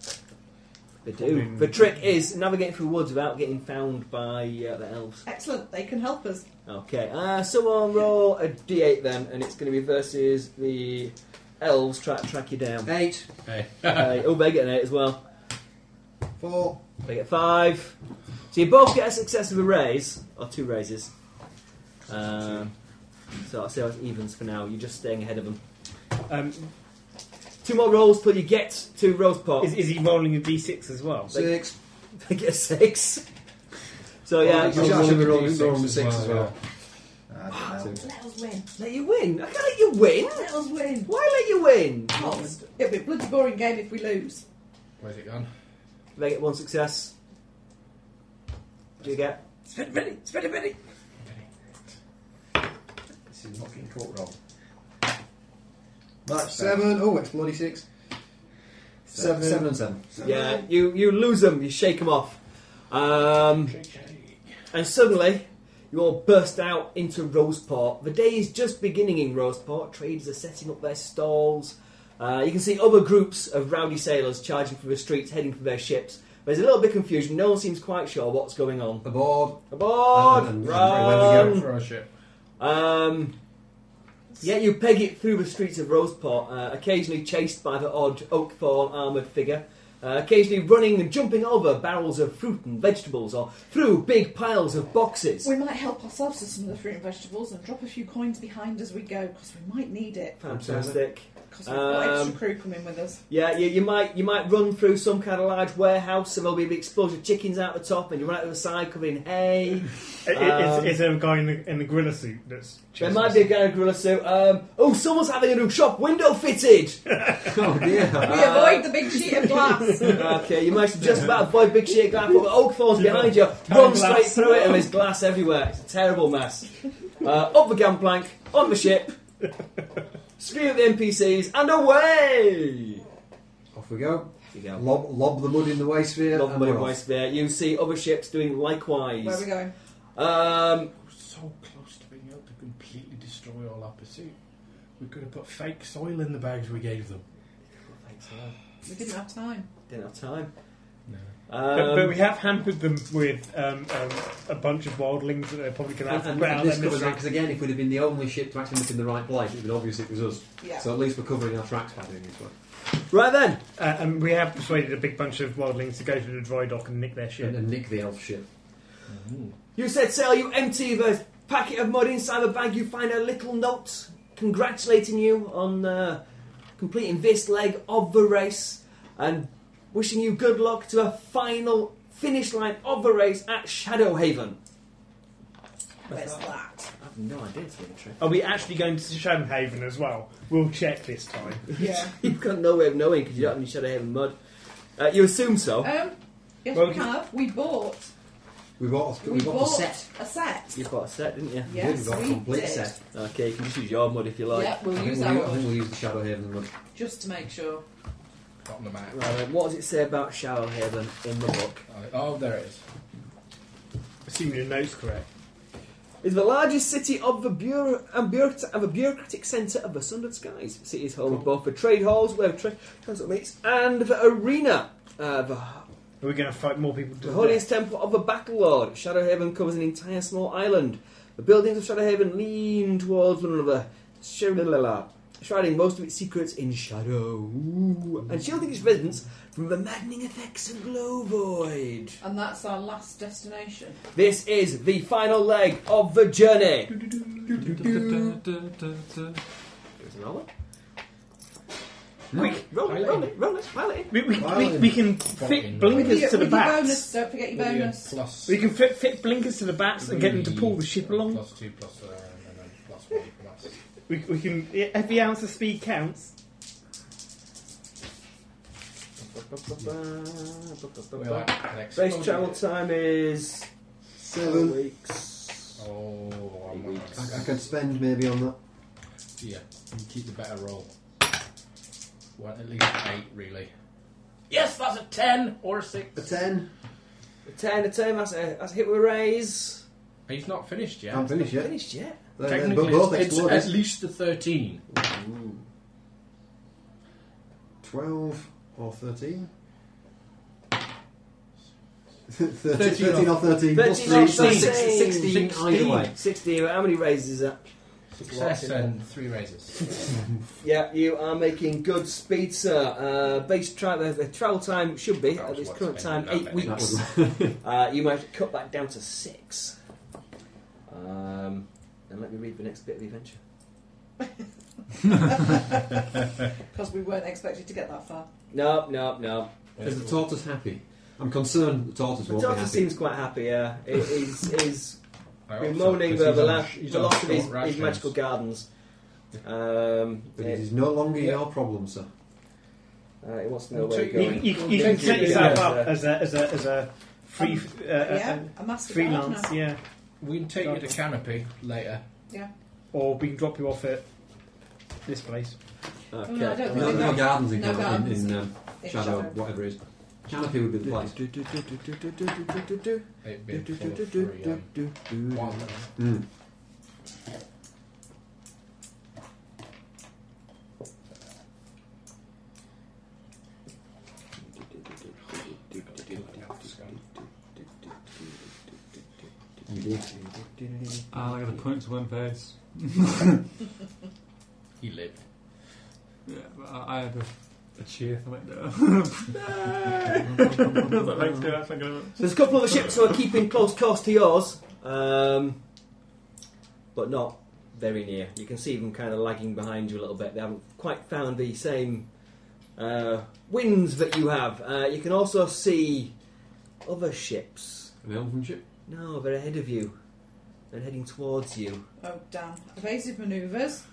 Speaker 6: They do. The trick is navigating through woods without getting found by uh, the elves.
Speaker 8: Excellent. They can help us.
Speaker 6: Okay, uh, someone roll a d8 then, and it's going to be versus the elves try to track you down.
Speaker 3: [LAUGHS]
Speaker 2: Eight,
Speaker 5: Hey. [LAUGHS]
Speaker 6: uh, oh, they get an 8 as well.
Speaker 2: four,
Speaker 6: They get 5. So you both get a success with a raise, or two raises. Um, so I'll say that's evens for now. You're just staying ahead of them.
Speaker 4: Um,
Speaker 6: Two more rolls till you get to Rose Pot. [LAUGHS]
Speaker 4: is, is he rolling a d6 as well?
Speaker 2: six.
Speaker 6: They get a 6. So yeah,
Speaker 2: Oh,
Speaker 6: you
Speaker 2: you
Speaker 6: roll-
Speaker 2: should
Speaker 5: You're
Speaker 2: roll
Speaker 5: rolling
Speaker 2: six
Speaker 5: six
Speaker 2: as well,
Speaker 5: as well.
Speaker 2: Ah, I don't know.
Speaker 8: Let us win.
Speaker 6: let you win. I can't let you win.
Speaker 8: Let us win.
Speaker 6: Why let you win?
Speaker 8: Lost. It'll be a bloody boring game if we lose.
Speaker 5: Where's it gone?
Speaker 6: They get one success. Do you get?
Speaker 1: Spend money, spend money.
Speaker 2: This is not getting caught wrong. That's seven. Oh, it's bloody six. Seven. Seven and seven.
Speaker 6: Yeah, you, you lose them, you shake them off. Um, and suddenly, you all burst out into Roseport. The day is just beginning in Roseport. Traders are setting up their stalls. Uh, you can see other groups of rowdy sailors charging through the streets, heading for their ships. There's a little bit of confusion. No one seems quite sure what's going on.
Speaker 2: Aboard.
Speaker 6: Aboard!
Speaker 2: And- and- and
Speaker 5: Where's it going
Speaker 6: Run!
Speaker 5: for our ship?
Speaker 6: Um, yeah, you peg it through the streets of Roseport, uh, occasionally chased by the odd oakthorn armoured figure, uh, occasionally running and jumping over barrels of fruit and vegetables or through big piles of boxes.
Speaker 8: We might help ourselves to some of the fruit and vegetables and drop a few coins behind as we go because we might need it
Speaker 6: Fantastic.
Speaker 8: because we've got
Speaker 6: Um,
Speaker 8: extra crew coming with us.
Speaker 6: Yeah, you, you might you might run through some kind of large warehouse and there'll be a big explosion of chickens out the top and you run out the side covering hay.
Speaker 4: I- I-
Speaker 6: Um,
Speaker 4: is, is there a guy in the, in the gorilla suit that's.
Speaker 6: There might be a guy in a gorilla suit. Um, oh, someone's having a new shop window fitted!
Speaker 2: [LAUGHS] Oh
Speaker 6: [LAUGHS]
Speaker 2: dear.
Speaker 8: we avoid the big sheet
Speaker 2: [LAUGHS]
Speaker 8: of glass.
Speaker 6: Okay, you managed to just about avoid big shit glass, but the oak thorns behind you. Run
Speaker 4: glass.
Speaker 6: straight through it, and there's glass everywhere. It's a terrible mess. Uh, up the gangplank, on the ship, scream at the NPCs, and away!
Speaker 2: Off we go.
Speaker 6: You go.
Speaker 2: Lob, lob the mud in the way sphere.
Speaker 6: Love
Speaker 2: and
Speaker 6: money
Speaker 2: we're off.
Speaker 6: voice there. You see other ships doing
Speaker 8: Where are we
Speaker 6: likewise.
Speaker 8: going?
Speaker 6: Um,
Speaker 5: We were so close to being able to completely destroy all our pursuit. We could have put fake soil in the bags we gave them.
Speaker 8: We didn't have time.
Speaker 6: didn't have time.
Speaker 5: No.
Speaker 6: Um,
Speaker 4: But, but we have hampered them with um, um, a bunch of wildlings that they're probably going to have
Speaker 2: And,
Speaker 4: to
Speaker 2: and,
Speaker 4: put out
Speaker 2: and this
Speaker 4: their
Speaker 2: covers that
Speaker 4: misery.
Speaker 2: because again, if we'd have been the only ship to actually look in the right place, it'd been obvious it was us.
Speaker 8: Yeah.
Speaker 2: So at least we're covering our tracks by doing this one.
Speaker 6: right then.
Speaker 4: Uh, and we have persuaded a big bunch of wildlings to go to the dry dock and nick their ship.
Speaker 2: And, and nick the elf ship.
Speaker 6: You said sail, you empty the packet of mud inside the bag, you find a little note congratulating you on uh, completing this leg of the race and wishing you good luck to a final finish line of the race at Shadowhaven.
Speaker 8: Where's that?
Speaker 6: I have no idea it's been a trick.
Speaker 4: Are we actually going to Shanhaven as well? We'll check this time.
Speaker 8: Yeah.
Speaker 6: [LAUGHS]
Speaker 2: [LAUGHS]
Speaker 6: You've got no way of knowing because you don't have any Shadowhaven mud. Uh, you assume so.
Speaker 8: Um, yes,
Speaker 4: Well,
Speaker 8: we
Speaker 4: we-
Speaker 8: have. We bought.
Speaker 2: We bought, we
Speaker 8: We
Speaker 2: bought,
Speaker 8: bought
Speaker 2: the set.
Speaker 8: a set.
Speaker 6: You bought a set, didn't you?
Speaker 2: We did,
Speaker 8: Yes,
Speaker 2: we got a
Speaker 8: we
Speaker 2: complete
Speaker 8: did.
Speaker 2: set.
Speaker 6: Okay, you can just use your mud if you like.
Speaker 8: Yeah, we'll
Speaker 2: I think
Speaker 8: use
Speaker 2: we'll
Speaker 8: that
Speaker 2: u- I think
Speaker 8: one
Speaker 2: we'll use the shadow haven mud.
Speaker 8: just to make sure.
Speaker 5: Got on the map.
Speaker 6: Right, what does it say about Shadowhaven in the book?
Speaker 5: Oh, there it is.
Speaker 4: Assuming your note's correct.
Speaker 6: is the largest city of the, bureau, and bureaucrat, and the bureaucratic centre of the Sundered Skies. The city is home of both the trade halls where tra- council meets and the arena. Uh, the,
Speaker 4: Are we going to fight more people? to
Speaker 6: the
Speaker 4: death?
Speaker 6: holiest temple of the Battle Lord. Shadowhaven covers an entire small island. The buildings of Shadowhaven lean towards one another, shadowlala, shrouding most of its secrets in shadow. Ooh. And shielding its residents from the maddening effects of glow void.
Speaker 8: And that's our last destination.
Speaker 6: This is the final leg of the journey.
Speaker 7: Du-du-du-du-du-du-du-du.
Speaker 6: Here's another one.
Speaker 4: Quick,
Speaker 6: roll it, roll it, roll it, roll it.
Speaker 4: We, we, we,
Speaker 6: Violin.
Speaker 4: we can fit
Speaker 6: Fucking
Speaker 4: blinkers
Speaker 6: With your-
Speaker 4: to the
Speaker 6: with your
Speaker 4: bats.
Speaker 8: bonus, don't forget your With your bonus.
Speaker 5: plus-
Speaker 4: We can fit, fit blinkers to the bats and get them to pull the ship along.
Speaker 5: Plus two, plus uh, and then plus one, plus.
Speaker 4: We, we can. Every ounce of speed counts.
Speaker 6: Base travel time is
Speaker 2: Seven.
Speaker 6: weeks.
Speaker 5: Oh, I'm
Speaker 2: I, I could spend maybe on that.
Speaker 5: Yeah, you keep the better roll. Well, at least eight, really. Yes, that's a ten or a six.
Speaker 2: A ten.
Speaker 6: A ten, a ten. That's a that's a uh, hit with a raise.
Speaker 5: He's not finished yet.
Speaker 2: I'm finished yet.
Speaker 6: Finished yet?
Speaker 2: They're- they're
Speaker 5: Technically,
Speaker 2: both
Speaker 5: it's, it's
Speaker 2: exploders.
Speaker 5: at least a thirteen.
Speaker 2: Ooh. Twelve or thirteen. [LAUGHS] 13, 13 or 13. plus three,
Speaker 6: or
Speaker 2: so
Speaker 6: 16.
Speaker 2: six- 16, either way.
Speaker 6: 16. How many raises is that?
Speaker 5: Success and three
Speaker 2: [LAUGHS]
Speaker 5: raises.
Speaker 6: Yeah, you are making good speed, sir. Uh, base travel, the, the travel time should be at this current time eight weeks.
Speaker 5: [LAUGHS]
Speaker 6: uh, you might cut that down to six. Um, and let me read the next bit of the adventure.
Speaker 8: Because we weren't expected to get that far.
Speaker 6: No, no, no.
Speaker 2: Is the tortoise happy? I'm concerned the tortoise
Speaker 6: The
Speaker 2: won't be
Speaker 6: doctor
Speaker 2: happy.
Speaker 6: seems quite happy. Yeah, He- he's
Speaker 5: [LAUGHS]
Speaker 6: he's
Speaker 5: I hope so,
Speaker 6: bemoaning
Speaker 5: 'cause
Speaker 6: the
Speaker 5: he's on-
Speaker 6: vela-
Speaker 5: he's on
Speaker 6: velocity of
Speaker 5: short
Speaker 6: his- his
Speaker 5: rations.
Speaker 6: magical gardens. Um,
Speaker 2: but
Speaker 6: it-
Speaker 2: it is no longer your problem, sir.
Speaker 6: Uh, he wants to know
Speaker 4: You,
Speaker 6: where you're
Speaker 4: you,
Speaker 6: going.
Speaker 4: you- you can set yourself up as a as a as a free uh,
Speaker 8: yeah,
Speaker 4: uh,
Speaker 8: a master
Speaker 4: freelance.
Speaker 8: gardener.
Speaker 4: Yeah,
Speaker 5: we can take you to canopy later.
Speaker 8: Yeah.
Speaker 4: or we can drop you off at this place.
Speaker 8: Okay. No, I don't think
Speaker 2: No,
Speaker 8: they've
Speaker 2: no
Speaker 8: got-
Speaker 2: gardens in,
Speaker 8: no
Speaker 2: Canopy-
Speaker 8: gardens.
Speaker 2: in, um,
Speaker 8: In
Speaker 2: Shadow,
Speaker 8: Shadow.
Speaker 2: whatever it is. Canopy would be the place.
Speaker 5: It'd be full of three, um, one.
Speaker 2: Mm. You did.
Speaker 7: Ah, I got a point to one face.
Speaker 5: He lived.
Speaker 7: Yeah, but I, I had a, a cheer for like, no. I was like, thanks, dude, that's not gonna work.
Speaker 6: So there's a couple of ships who are keeping close course to yours, um, but not very near. You can see them kind of lagging behind you a little bit. They haven't quite found the same uh, winds that you have. Uh, you can also see other ships.
Speaker 2: An elephant ship?
Speaker 6: No, they're ahead of you and heading towards you.
Speaker 8: Oh, damn. Evasive manoeuvres.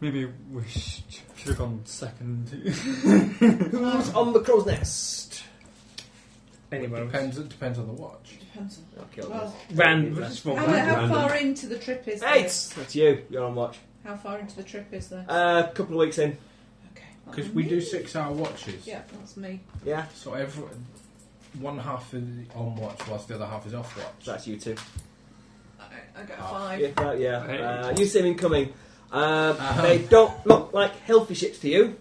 Speaker 7: Maybe we sh- should have gone second.
Speaker 6: Who's on the crow's nest?
Speaker 4: [LAUGHS] Anyway,
Speaker 5: Depends. It depends on the watch.
Speaker 8: Depends on.
Speaker 6: Okay, I'll
Speaker 8: Well,
Speaker 4: Ran, just
Speaker 8: how,
Speaker 4: roll
Speaker 8: how
Speaker 4: Oh, random.
Speaker 8: far into the trip
Speaker 6: just-
Speaker 8: is there?
Speaker 6: Eight! That's you. You're on watch.
Speaker 8: How far into the trip is there?
Speaker 6: A couple of weeks in.
Speaker 8: okay.
Speaker 5: Because we do six-hour watches.
Speaker 8: Yeah, that's me.
Speaker 6: Yeah,
Speaker 5: So every one half is on watch, whilst the other half is off watch.
Speaker 6: that's you two.
Speaker 8: I, I got a
Speaker 5: Oh,
Speaker 8: five.
Speaker 6: Yeah, that- yeah.
Speaker 7: Hey.
Speaker 6: Uh, you see them coming. Uh,
Speaker 5: Uh-huh.
Speaker 6: They don't look like healthy ships to you.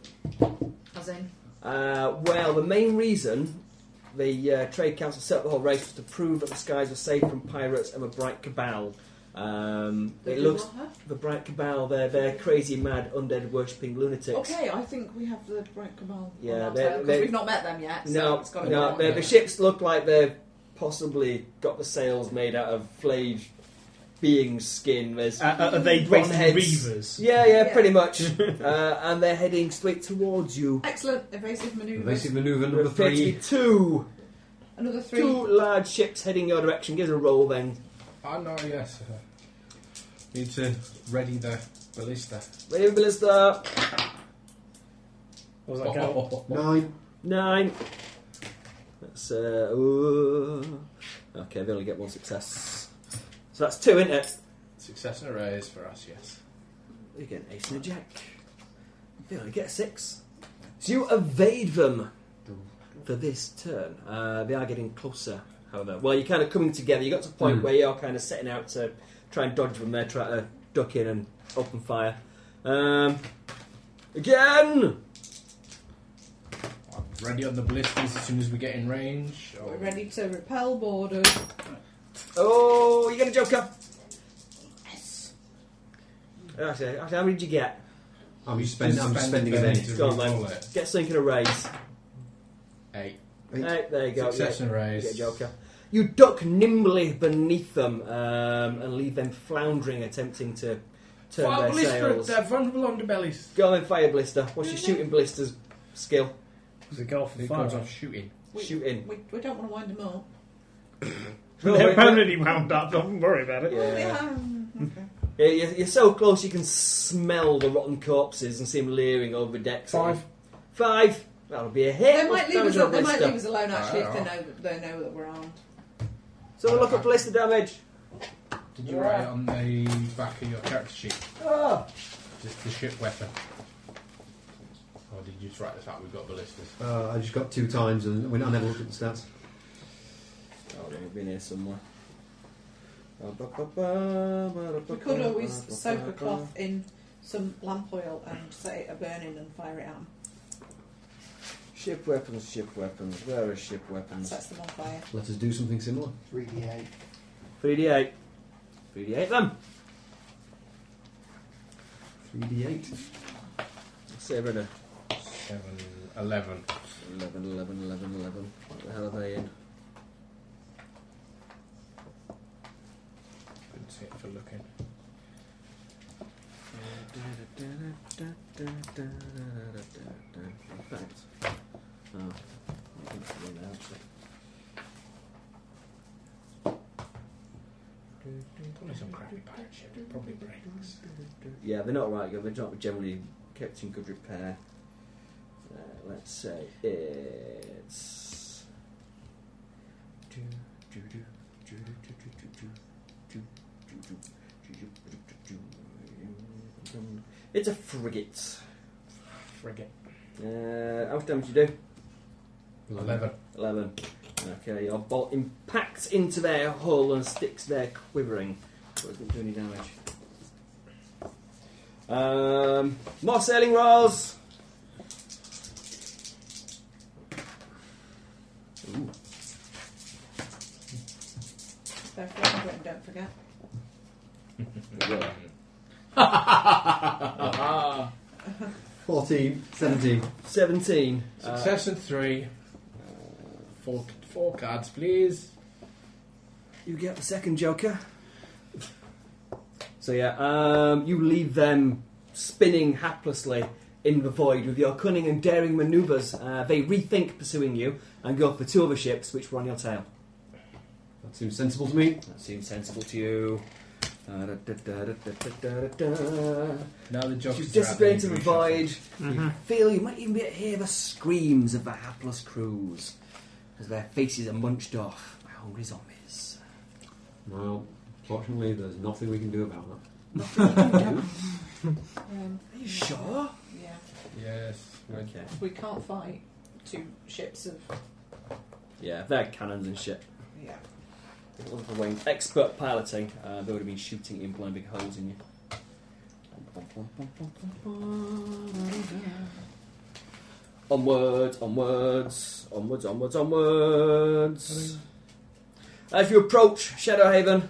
Speaker 8: As in.
Speaker 6: Uh, well, the main reason the uh, Trade Council set up the whole race was to prove that the skies were safe from pirates and the Bright Cabal. Um, it looks the Bright Cabal. They're they're crazy, mad, undead, worshipping lunatics.
Speaker 8: Okay, I think we have the Bright Cabal.
Speaker 6: Yeah,
Speaker 8: on our
Speaker 6: they're-
Speaker 8: tail, 'cause
Speaker 6: they're-
Speaker 8: we've not met them yet. So
Speaker 6: No,
Speaker 8: it's got to
Speaker 6: no,
Speaker 8: be.
Speaker 6: the, the ships look like they've possibly got the sails made out of flayed being skin. There's
Speaker 4: Uh, uh, are they
Speaker 6: rotten
Speaker 4: basically
Speaker 6: heads.
Speaker 4: reavers?
Speaker 6: Yeah, yeah,
Speaker 8: Yeah.
Speaker 6: pretty much. uh, and they're heading straight towards you.
Speaker 8: Excellent evasive manoeuvres.
Speaker 2: Evasive manoeuvre
Speaker 6: There
Speaker 2: number
Speaker 6: are
Speaker 2: three.
Speaker 6: 52.
Speaker 8: Another three.
Speaker 6: Two large ships heading your direction. Give us a roll then.
Speaker 5: I know. Yes. Uh, need to ready the ballista.
Speaker 6: Ready, Ballista?
Speaker 4: What was that count?
Speaker 2: Nine.
Speaker 6: Nine. That's, uh, ooh. Okay, they only get one success. So that's two, isn't it?
Speaker 5: [LAUGHS] Success and a raise for us. Yes.
Speaker 6: You get an ace and a jack. They only get a six. So you evade them for this turn. Uh, they are getting closer, however. Well, you're kind of coming together. You got to a point
Speaker 2: Hmm.
Speaker 6: where you're kind of setting out to try and dodge them. They're trying to duck in and open fire. Um, again!
Speaker 5: I'm ready on the ballistas as soon as we get in range. or-
Speaker 8: We're ready to repel borders.
Speaker 6: Oh, you get a joker. Yes. Actually, actually, how many did you get?
Speaker 2: I'm just spending, I'm just oh, spending a
Speaker 5: penny
Speaker 2: minute.
Speaker 5: to
Speaker 6: Go on, then.
Speaker 5: re-roll it.
Speaker 6: Get something in a raise.
Speaker 5: Eight.
Speaker 2: Eight.
Speaker 6: Eight, there you go.
Speaker 5: Success
Speaker 6: yeah.
Speaker 5: and a
Speaker 6: You
Speaker 5: raise.
Speaker 6: get a joker. You duck nimbly beneath them um, and leave them floundering, attempting to turn
Speaker 5: Fire
Speaker 6: their
Speaker 5: blister at
Speaker 6: sails.
Speaker 5: their vulnerable underbellies.
Speaker 8: Mm-hmm.
Speaker 6: Go on, then, fire blister. What's your shooting blisters skill.
Speaker 4: Because the golf
Speaker 5: It goes off shooting. [LAUGHS]
Speaker 8: We,
Speaker 6: Shooting.
Speaker 8: We, we don't want to wind them up.
Speaker 4: oh, They're permanently wound up. Don't worry about it.
Speaker 8: Well, they
Speaker 6: Yeah.
Speaker 8: are, mm, okay.
Speaker 6: Yeah, You're, you're so close you can smell the rotten corpses and see them leering over the decks.
Speaker 5: Five.
Speaker 6: Five. That'll be a hit.
Speaker 8: They might
Speaker 6: What's
Speaker 8: leave us.
Speaker 6: damage on
Speaker 8: They might
Speaker 6: Blister?
Speaker 8: leave us alone actually if they
Speaker 5: Alright,
Speaker 8: know they know that we're armed.
Speaker 6: So we'll look at blister damage.
Speaker 5: Did you write it on the back of your character sheet?
Speaker 6: Ah.
Speaker 5: Just the ship weapon. Or did you just write the fact we've got ballistas?
Speaker 2: Uh, I just got two times and when I never looked at the stats.
Speaker 6: Oh, they've been here somewhere.
Speaker 8: We could always soak a cloth in some lamp oil and set it a burning and fire it on.
Speaker 6: Ship weapons, ship weapons. Where are ship weapons?
Speaker 8: Sets them on fire.
Speaker 2: Let us do something similar.
Speaker 3: 3d8.
Speaker 6: 3d8. 3d8 then.
Speaker 2: 3d8.
Speaker 6: Save her a
Speaker 5: Seven, eleven.
Speaker 6: 11, 11, 11, 11. What the hell are they in?
Speaker 5: Couldn't see it for looking.
Speaker 6: In fact, oh, I think it's one out.
Speaker 5: Probably some crappy pirate ship. It probably breaks.
Speaker 6: Yeah, they're not right good. They're not generally kept in good repair. Uh, let's say it's. It's a frigate.
Speaker 5: Frigate.
Speaker 6: Uh, how much damage you do?
Speaker 5: [LAUGHS] Eleven.
Speaker 6: 11. Okay, your bolt impacts into their hull and sticks there quivering. But it doesn't do any damage. Um, more sailing rolls! Ooh,
Speaker 8: Therefore, remember it and don't forget.
Speaker 6: good roll.
Speaker 2: 14, 17.
Speaker 6: 17. Uh,
Speaker 5: Success and three. Four, four cards, please.
Speaker 6: You get the second Joker. So yeah, um, you leave them spinning haplessly in the void with your cunning and daring manoeuvres. Uh, they rethink pursuing you and go for two other ships which were on your tail.
Speaker 2: That seems sensible to me.
Speaker 6: That seems sensible to you. Da-da-da-da-da-da-da-da.
Speaker 5: Now the job's
Speaker 6: You disappear into the void.
Speaker 4: Mm-hmm.
Speaker 6: You feel you might even be able to hear the screams of the hapless crews as their faces are munched off by hungry zombies.
Speaker 2: Well, fortunately, there's nothing we can do about that.
Speaker 8: Um,
Speaker 6: Are you sure?
Speaker 8: yeah,
Speaker 5: Yes. we're-
Speaker 6: Okay.
Speaker 8: we can't fight two ships of
Speaker 6: Yeah, they're cannons and shit.
Speaker 8: yeah.
Speaker 6: If it wasn't for Wayne's expert piloting, uh, they would have been shooting in blind big holes in you. Onwards, onwards, onwards, onwards, onwards. As you approach Shadowhaven, you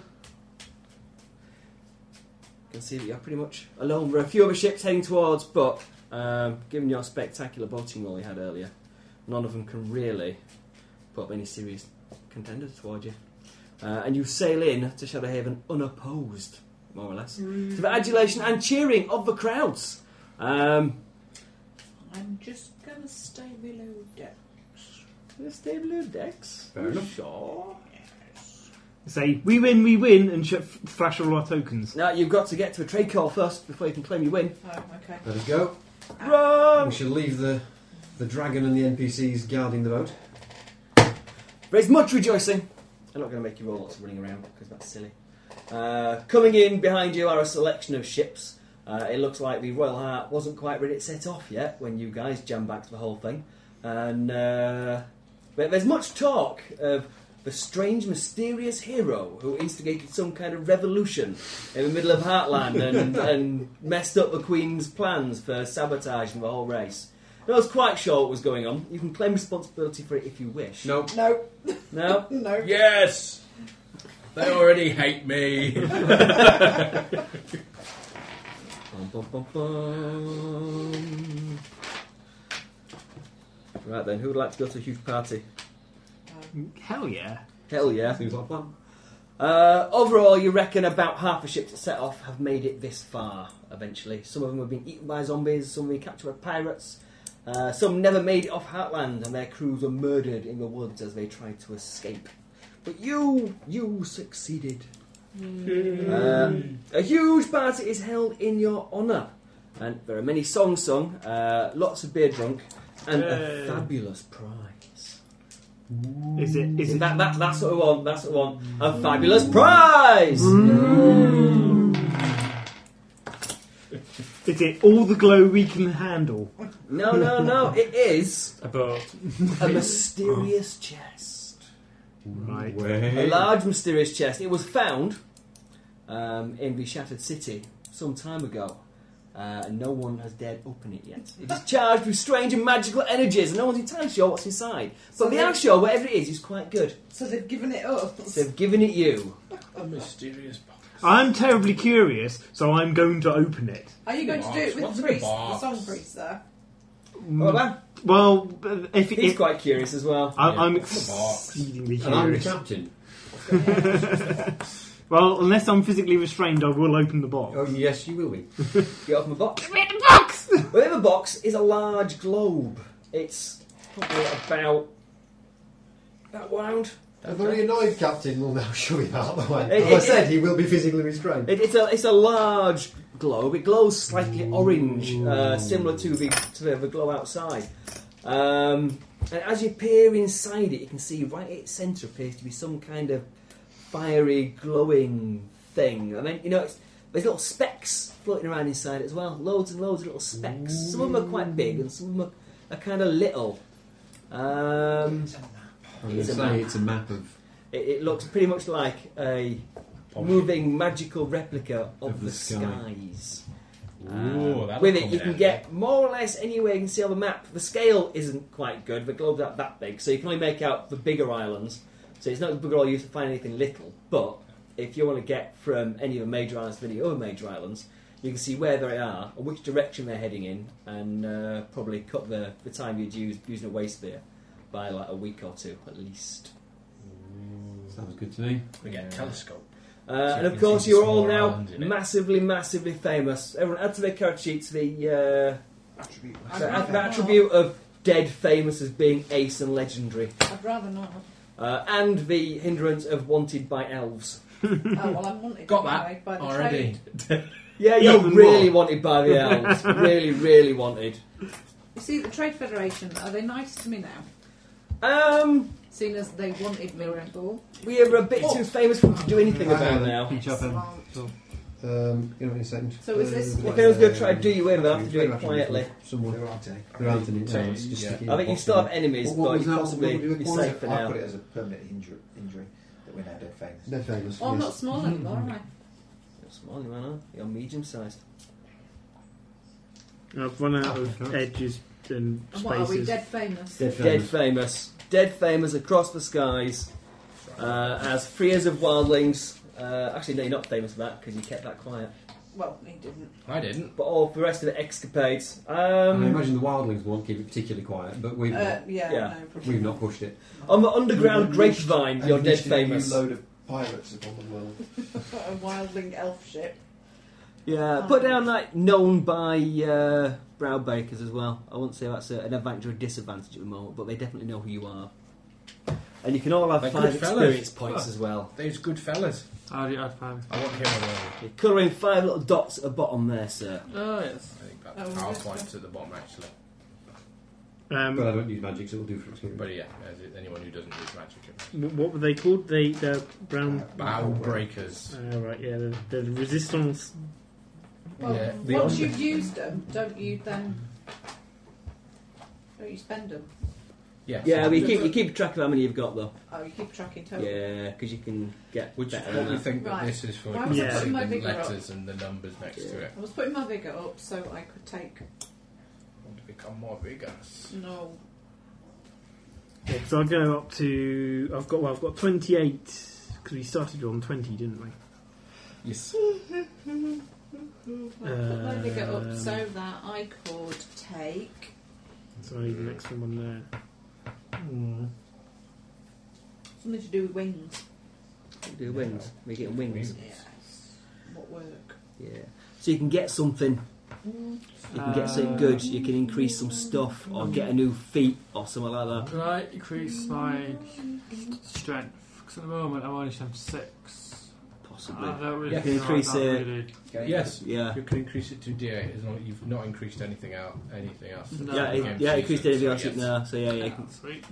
Speaker 6: can see that you're pretty much alone. There are a few other ships heading towards, but um, given your spectacular boating roll you had earlier, none of them can really put up any serious contenders towards you. Uh, and you sail in to Shadowhaven unopposed, more or
Speaker 8: Mm.
Speaker 6: less, to the adulation and cheering of the crowds. Um,
Speaker 8: I'm just gonna stay below deck.
Speaker 6: stay below decks.
Speaker 2: Fair enough.
Speaker 6: Sure.
Speaker 4: Say, we win, we win, and sh- flash all our tokens.
Speaker 6: Now you've got to get to a trade call first before you can claim you win.
Speaker 8: Oh, okay.
Speaker 2: Let us go.
Speaker 6: Run!
Speaker 2: We shall leave the the dragon and the NPCs guarding the boat.
Speaker 6: There's much rejoicing. I'm not going to make you roll lots of running around because that's silly. Uh, coming in behind you are a selection of ships. Uh, it looks like the Royal Heart wasn't quite ready to set off yet when you guys jam back to the whole thing. And uh, but there's much talk of the strange, mysterious hero who instigated some kind of revolution in the middle of Heartland [LAUGHS] and, and messed up the Queen's plans for sabotaging the whole race. No one's quite sure what was going on. You can claim responsibility for it if you wish.
Speaker 2: No.
Speaker 8: No,
Speaker 6: No?
Speaker 8: no.
Speaker 5: Yes! They already hate me. [LAUGHS]
Speaker 6: Bum, bum, bum, bum. Right then, who would like to go to a huge party?
Speaker 4: Hell yeah.
Speaker 6: Hell yeah.
Speaker 2: Seems like a plan.
Speaker 6: Uh, overall, you reckon about half the ships that set off have made it this far eventually. Some of them have been eaten by zombies, some have been captured by pirates. Uh, some never made it off Heartland, and their crews were murdered in the woods as they tried to escape. But you, you succeeded.
Speaker 5: Hmm.
Speaker 6: Um, a huge party is held in your honour, and there are many songs sung, uh, lots of beer drunk, and
Speaker 4: Yay.
Speaker 6: a fabulous prize.
Speaker 4: Is it? Is it
Speaker 6: that? that that's what I want. That's what I want. A fabulous prize. Mm.
Speaker 4: Is it all the glow we can handle?
Speaker 6: No, no, no. It is
Speaker 7: a boat.
Speaker 6: A mysterious chest.
Speaker 4: Right.
Speaker 6: A large mysterious chest. It was found um, in the Shattered City some time ago. Uh, and no one has dared open it yet. It is charged with strange and magical energies, and no one's entirely sure what's inside. But
Speaker 2: So
Speaker 6: the
Speaker 2: they-
Speaker 6: actual, whatever it is, is quite good.
Speaker 2: So they've given it up.
Speaker 6: They've given it you.
Speaker 5: A mysterious box.
Speaker 4: I'm terribly curious, so I'm going to open it.
Speaker 10: Are you going to do it with
Speaker 5: What's
Speaker 10: the
Speaker 5: in the
Speaker 10: priest, the
Speaker 5: box?
Speaker 10: song priest, though?
Speaker 6: Well, then.
Speaker 4: Well, if
Speaker 6: He's
Speaker 4: if-
Speaker 6: quite curious as well.
Speaker 4: I'm, I'm
Speaker 6: Yeah.
Speaker 4: exceedingly
Speaker 6: And I'm the
Speaker 4: curious.
Speaker 6: captain.
Speaker 4: [LAUGHS] well, unless I'm physically restrained, I will open the box.
Speaker 6: Oh yes, you will be. Get off my box. Give me the [LAUGHS] box. Within the box is a large globe. It's probably about that round.
Speaker 2: A very annoyed captain will now [LAUGHS] show you out the way.
Speaker 6: It-
Speaker 2: As I
Speaker 6: it-
Speaker 2: said, he will be physically restrained.
Speaker 6: It, it's a it's a large globe. It glows slightly orange, uh, similar to the to the, the glow outside. Um, and as you peer inside it, you can see right at its centre appears to be some kind of fiery, glowing thing. I mean, you know, it's, there's little specks floating around inside as well. Loads and loads of little specks. Some of them are quite big, and some of them are, are kind of little. Um,
Speaker 15: I'm
Speaker 6: it
Speaker 15: going
Speaker 6: is
Speaker 15: to
Speaker 6: a
Speaker 15: say
Speaker 6: map.
Speaker 15: it's a map of
Speaker 6: It, it looks pretty much like a moving magical replica of,
Speaker 15: Of
Speaker 6: the,
Speaker 15: the sky.
Speaker 6: skies.
Speaker 15: Ooh,
Speaker 6: Um,
Speaker 15: that'll
Speaker 6: with it,
Speaker 15: come
Speaker 6: you
Speaker 15: in
Speaker 6: can
Speaker 15: handy.
Speaker 6: get more or less anywhere you can see on the map. The scale isn't quite good. The globe's not that big, so you can only make out the bigger islands. So it's not a big all you to find anything little. But if you want to get from any of the major islands to any other major islands, you can see where they are and which direction they're heading in, and uh, probably cut the, the time you'd use using a waste sphere by like a week or two at least.
Speaker 15: Sounds good to me.
Speaker 5: We get a telescope.
Speaker 6: Uh,
Speaker 5: So
Speaker 6: and
Speaker 5: you
Speaker 6: of
Speaker 5: can
Speaker 6: course,
Speaker 5: see
Speaker 6: you're
Speaker 5: some
Speaker 6: all
Speaker 5: more
Speaker 6: now
Speaker 5: islands in it.
Speaker 6: massively, massively famous. Everyone add to their character sheets the,
Speaker 3: Attribute.
Speaker 6: uh, the, the attribute of dead famous as being ace and legendary,
Speaker 8: I'd rather not.
Speaker 6: uh, and the hindrance of wanted by elves.
Speaker 8: Oh, well, I'm wanted
Speaker 5: Got
Speaker 8: anyway
Speaker 5: that
Speaker 8: by the
Speaker 5: already.
Speaker 8: trade.
Speaker 6: Yeah, you're
Speaker 8: Even
Speaker 6: really
Speaker 8: more.
Speaker 6: wanted by the elves. really, really wanted.
Speaker 8: You see, the Trade Federation, are they nice to me now?
Speaker 6: Um.
Speaker 8: Seeing as they wanted me before.
Speaker 6: We are a bit too famous for them to do anything
Speaker 2: Hang
Speaker 6: about
Speaker 2: on,
Speaker 6: now.
Speaker 2: pinch up him. Um, you know, in a second.
Speaker 6: So is this-
Speaker 2: Uh,
Speaker 6: If anyone's gonna try to do you in, they'll have to do it
Speaker 2: Better
Speaker 6: quietly.
Speaker 2: Someone. They're Anthony. They're Anthony.
Speaker 6: So,
Speaker 2: No, it's just
Speaker 6: yeah.
Speaker 2: sticking
Speaker 6: I think you
Speaker 2: box
Speaker 6: still have
Speaker 2: in.
Speaker 6: enemies,
Speaker 2: What- what
Speaker 6: but
Speaker 2: was
Speaker 6: you
Speaker 2: that? What
Speaker 6: possibly-
Speaker 2: were we doing?
Speaker 6: you're
Speaker 2: What was
Speaker 6: safe for
Speaker 2: it?
Speaker 6: now.
Speaker 2: I put it as a permanent injury, injury that we're now dead famous. Dead famous.
Speaker 8: Well, I'm not small anymore, am I?
Speaker 6: You're small, you are. You're medium sized.
Speaker 4: I've run out of edges and spaces.
Speaker 8: And what are we, dead famous?
Speaker 6: Dead famous. Dead famous. across the skies. Uh, as freers of wildlings. Uh, actually, no, you're not famous for that because you kept that quiet.
Speaker 8: Well, he didn't.
Speaker 5: I didn't.
Speaker 6: But all the rest of the escapades.
Speaker 15: I
Speaker 6: Um,
Speaker 15: imagine the wildlings won't keep it particularly quiet, but we've
Speaker 8: Uh,
Speaker 15: not,
Speaker 8: yeah, no, probably
Speaker 15: we've not pushed it.
Speaker 6: On the underground
Speaker 15: We've
Speaker 6: grapevine,
Speaker 15: unleashed-
Speaker 6: you're dead
Speaker 15: unleashed a new
Speaker 6: famous.
Speaker 15: load
Speaker 2: of pirates upon the world.
Speaker 8: [LAUGHS] a wildling elf ship.
Speaker 6: Yeah, put down like known by uh, brow bakers as well. I wouldn't say that's a, an advantage or a disadvantage at the moment, but they definitely know who you are. And you can all have
Speaker 5: They're
Speaker 6: five
Speaker 5: good fellas.
Speaker 6: experience points
Speaker 5: Huh.
Speaker 6: as well.
Speaker 5: Those good fellas.
Speaker 7: How do you add five?
Speaker 5: I want him alone.
Speaker 6: You're colouring five little dots at the bottom there, sir.
Speaker 7: Oh, yes.
Speaker 5: I think
Speaker 7: Oh,
Speaker 5: that's power
Speaker 7: yes.
Speaker 5: points at the bottom, actually.
Speaker 4: Um,
Speaker 15: but I don't use magic, so it'll do for experience.
Speaker 5: But yeah, as it- anyone who doesn't use magic. it-
Speaker 4: Wh- What were they called? They the brown
Speaker 5: Uh, Bow breakers.
Speaker 4: Oh, right, yeah, the, the resistance.
Speaker 8: Well,
Speaker 5: Yeah, the
Speaker 8: once
Speaker 5: on-
Speaker 8: you've used them, don't you then. Don't you spend them?
Speaker 5: Yeah.
Speaker 6: Yeah, but you keep, you keep track of how many you've got though.
Speaker 8: Oh, you keep track in total.
Speaker 6: Yeah, because you can get
Speaker 5: Which is
Speaker 6: better
Speaker 5: what
Speaker 6: than
Speaker 5: we
Speaker 6: that.
Speaker 5: think
Speaker 8: Right.
Speaker 5: that this is for.
Speaker 8: Why
Speaker 5: Yeah.
Speaker 8: was I putting my
Speaker 5: the
Speaker 8: finger up?
Speaker 5: letters and the numbers next to it.
Speaker 8: I was putting my vigour up so I could take.
Speaker 5: Want to become more vigorous.
Speaker 8: No.
Speaker 4: Yeah, so I go up to I've got well I've got twenty eight because we started on twenty, didn't we?
Speaker 5: Yes.
Speaker 8: I put my vigour up
Speaker 6: Uh,
Speaker 4: Um,
Speaker 8: so that I could take.
Speaker 4: So I need the next one on there.
Speaker 8: Something to do with wings.
Speaker 6: Do wings. We're getting wings.
Speaker 8: Yes. What work?
Speaker 6: Yeah. So you can get something. You can get certain
Speaker 7: Uh,
Speaker 6: goods, you can increase some stuff, or get a new feat, or something like that.
Speaker 7: Can I increase my strength? Because at the moment I'm only have six.
Speaker 6: Possibly.
Speaker 7: I don't really
Speaker 6: You can
Speaker 7: feel like
Speaker 6: increase
Speaker 7: that,
Speaker 6: it.
Speaker 7: really.
Speaker 5: Yes.
Speaker 6: Yeah.
Speaker 5: You can increase it to D8 as long as you've not increased anything out, anything else.
Speaker 7: No.
Speaker 6: Yeah, it, yeah, it increased anything else now, so yeah, yeah.
Speaker 7: Sweet.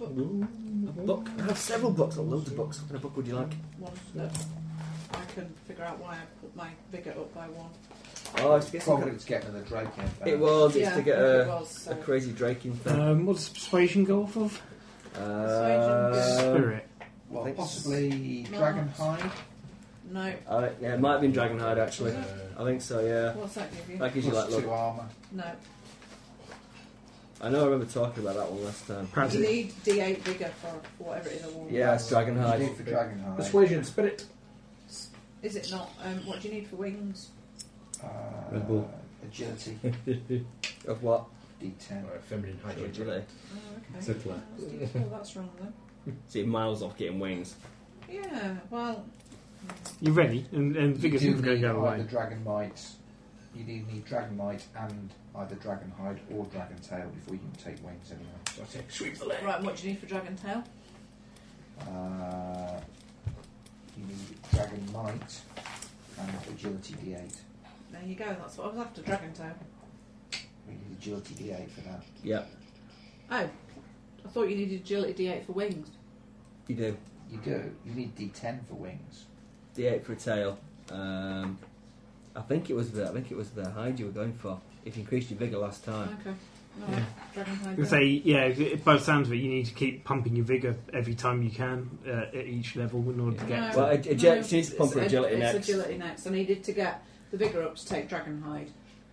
Speaker 6: A book? I have several books, I've loads of books. What kind of book would you like?
Speaker 8: One that I can figure out why I put my vigour up by one.
Speaker 6: Oh, it's to get some
Speaker 3: Probably
Speaker 6: kind
Speaker 3: it's getting another drake out.
Speaker 6: of... It was, it's
Speaker 8: Yeah,
Speaker 6: to get
Speaker 8: I think it
Speaker 6: a,
Speaker 8: was, so-
Speaker 6: a crazy drake in there.
Speaker 4: Um, what's persuasion go off of?
Speaker 6: Uh,
Speaker 4: Spirit.
Speaker 3: Well,
Speaker 6: Thanks.
Speaker 3: possibly
Speaker 8: No.
Speaker 3: dragon hide.
Speaker 8: No.
Speaker 6: I, yeah, it might have been Dragonhide actually.
Speaker 5: Uh,
Speaker 6: I think so, yeah.
Speaker 8: What's that give you?
Speaker 6: That gives you
Speaker 3: Plus
Speaker 6: like
Speaker 3: two
Speaker 6: look.
Speaker 3: armour.
Speaker 8: No.
Speaker 6: I know I remember talking about that one last time.
Speaker 4: Perhaps
Speaker 8: You
Speaker 4: it-
Speaker 8: need D8 vigour for whatever it is I want.
Speaker 6: Yeah, it's
Speaker 3: You
Speaker 6: Dragonhide.
Speaker 3: need for dragon hide.
Speaker 5: Persuasion, spirit.
Speaker 8: Is it not? Um, what do you need for wings?
Speaker 3: Uh,
Speaker 15: Red Bull.
Speaker 6: [LAUGHS]
Speaker 3: Agility.
Speaker 6: Of what?
Speaker 3: D10.
Speaker 5: Or feminine hydrogen.
Speaker 6: Really?
Speaker 8: Oh, okay.
Speaker 15: It's a plan.
Speaker 8: Oh, that's wrong then.
Speaker 6: See, miles off getting wings.
Speaker 8: Yeah, well,
Speaker 4: You ready? And, and
Speaker 3: You
Speaker 4: Vigor's
Speaker 3: do
Speaker 4: never going to
Speaker 3: need
Speaker 4: go
Speaker 3: either
Speaker 4: away.
Speaker 3: dragon might. You do need dragon might and either dragon hide or dragon tail before you can take wings anyway.
Speaker 5: So I take sweep the leg.
Speaker 8: right, what do you need for dragon tail?
Speaker 3: Uh, you need dragon might and agility D8.
Speaker 8: There you go, that's what I was after, dragon tail.
Speaker 3: We need agility D8 for that.
Speaker 6: Yeah,
Speaker 8: Oh, I thought you needed agility D8 for wings.
Speaker 6: you do.
Speaker 3: You do. You need D10 for wings.
Speaker 6: D8 for a tail. Um, I think it was the I think it was the hide you were going for. If you increased your vigor last time.
Speaker 8: Okay. All right. Dragon hide.
Speaker 4: You say, yeah, it- by the sounds of it, you need to keep pumping your vigour every time you can uh, at each level in order to
Speaker 8: No,
Speaker 4: get.
Speaker 6: Well, ag- agi- she needs to pump
Speaker 8: it's
Speaker 6: her
Speaker 8: ag-
Speaker 6: agility
Speaker 8: it's
Speaker 6: next.
Speaker 8: agility next. I needed to get the vigour up to take dragon hide.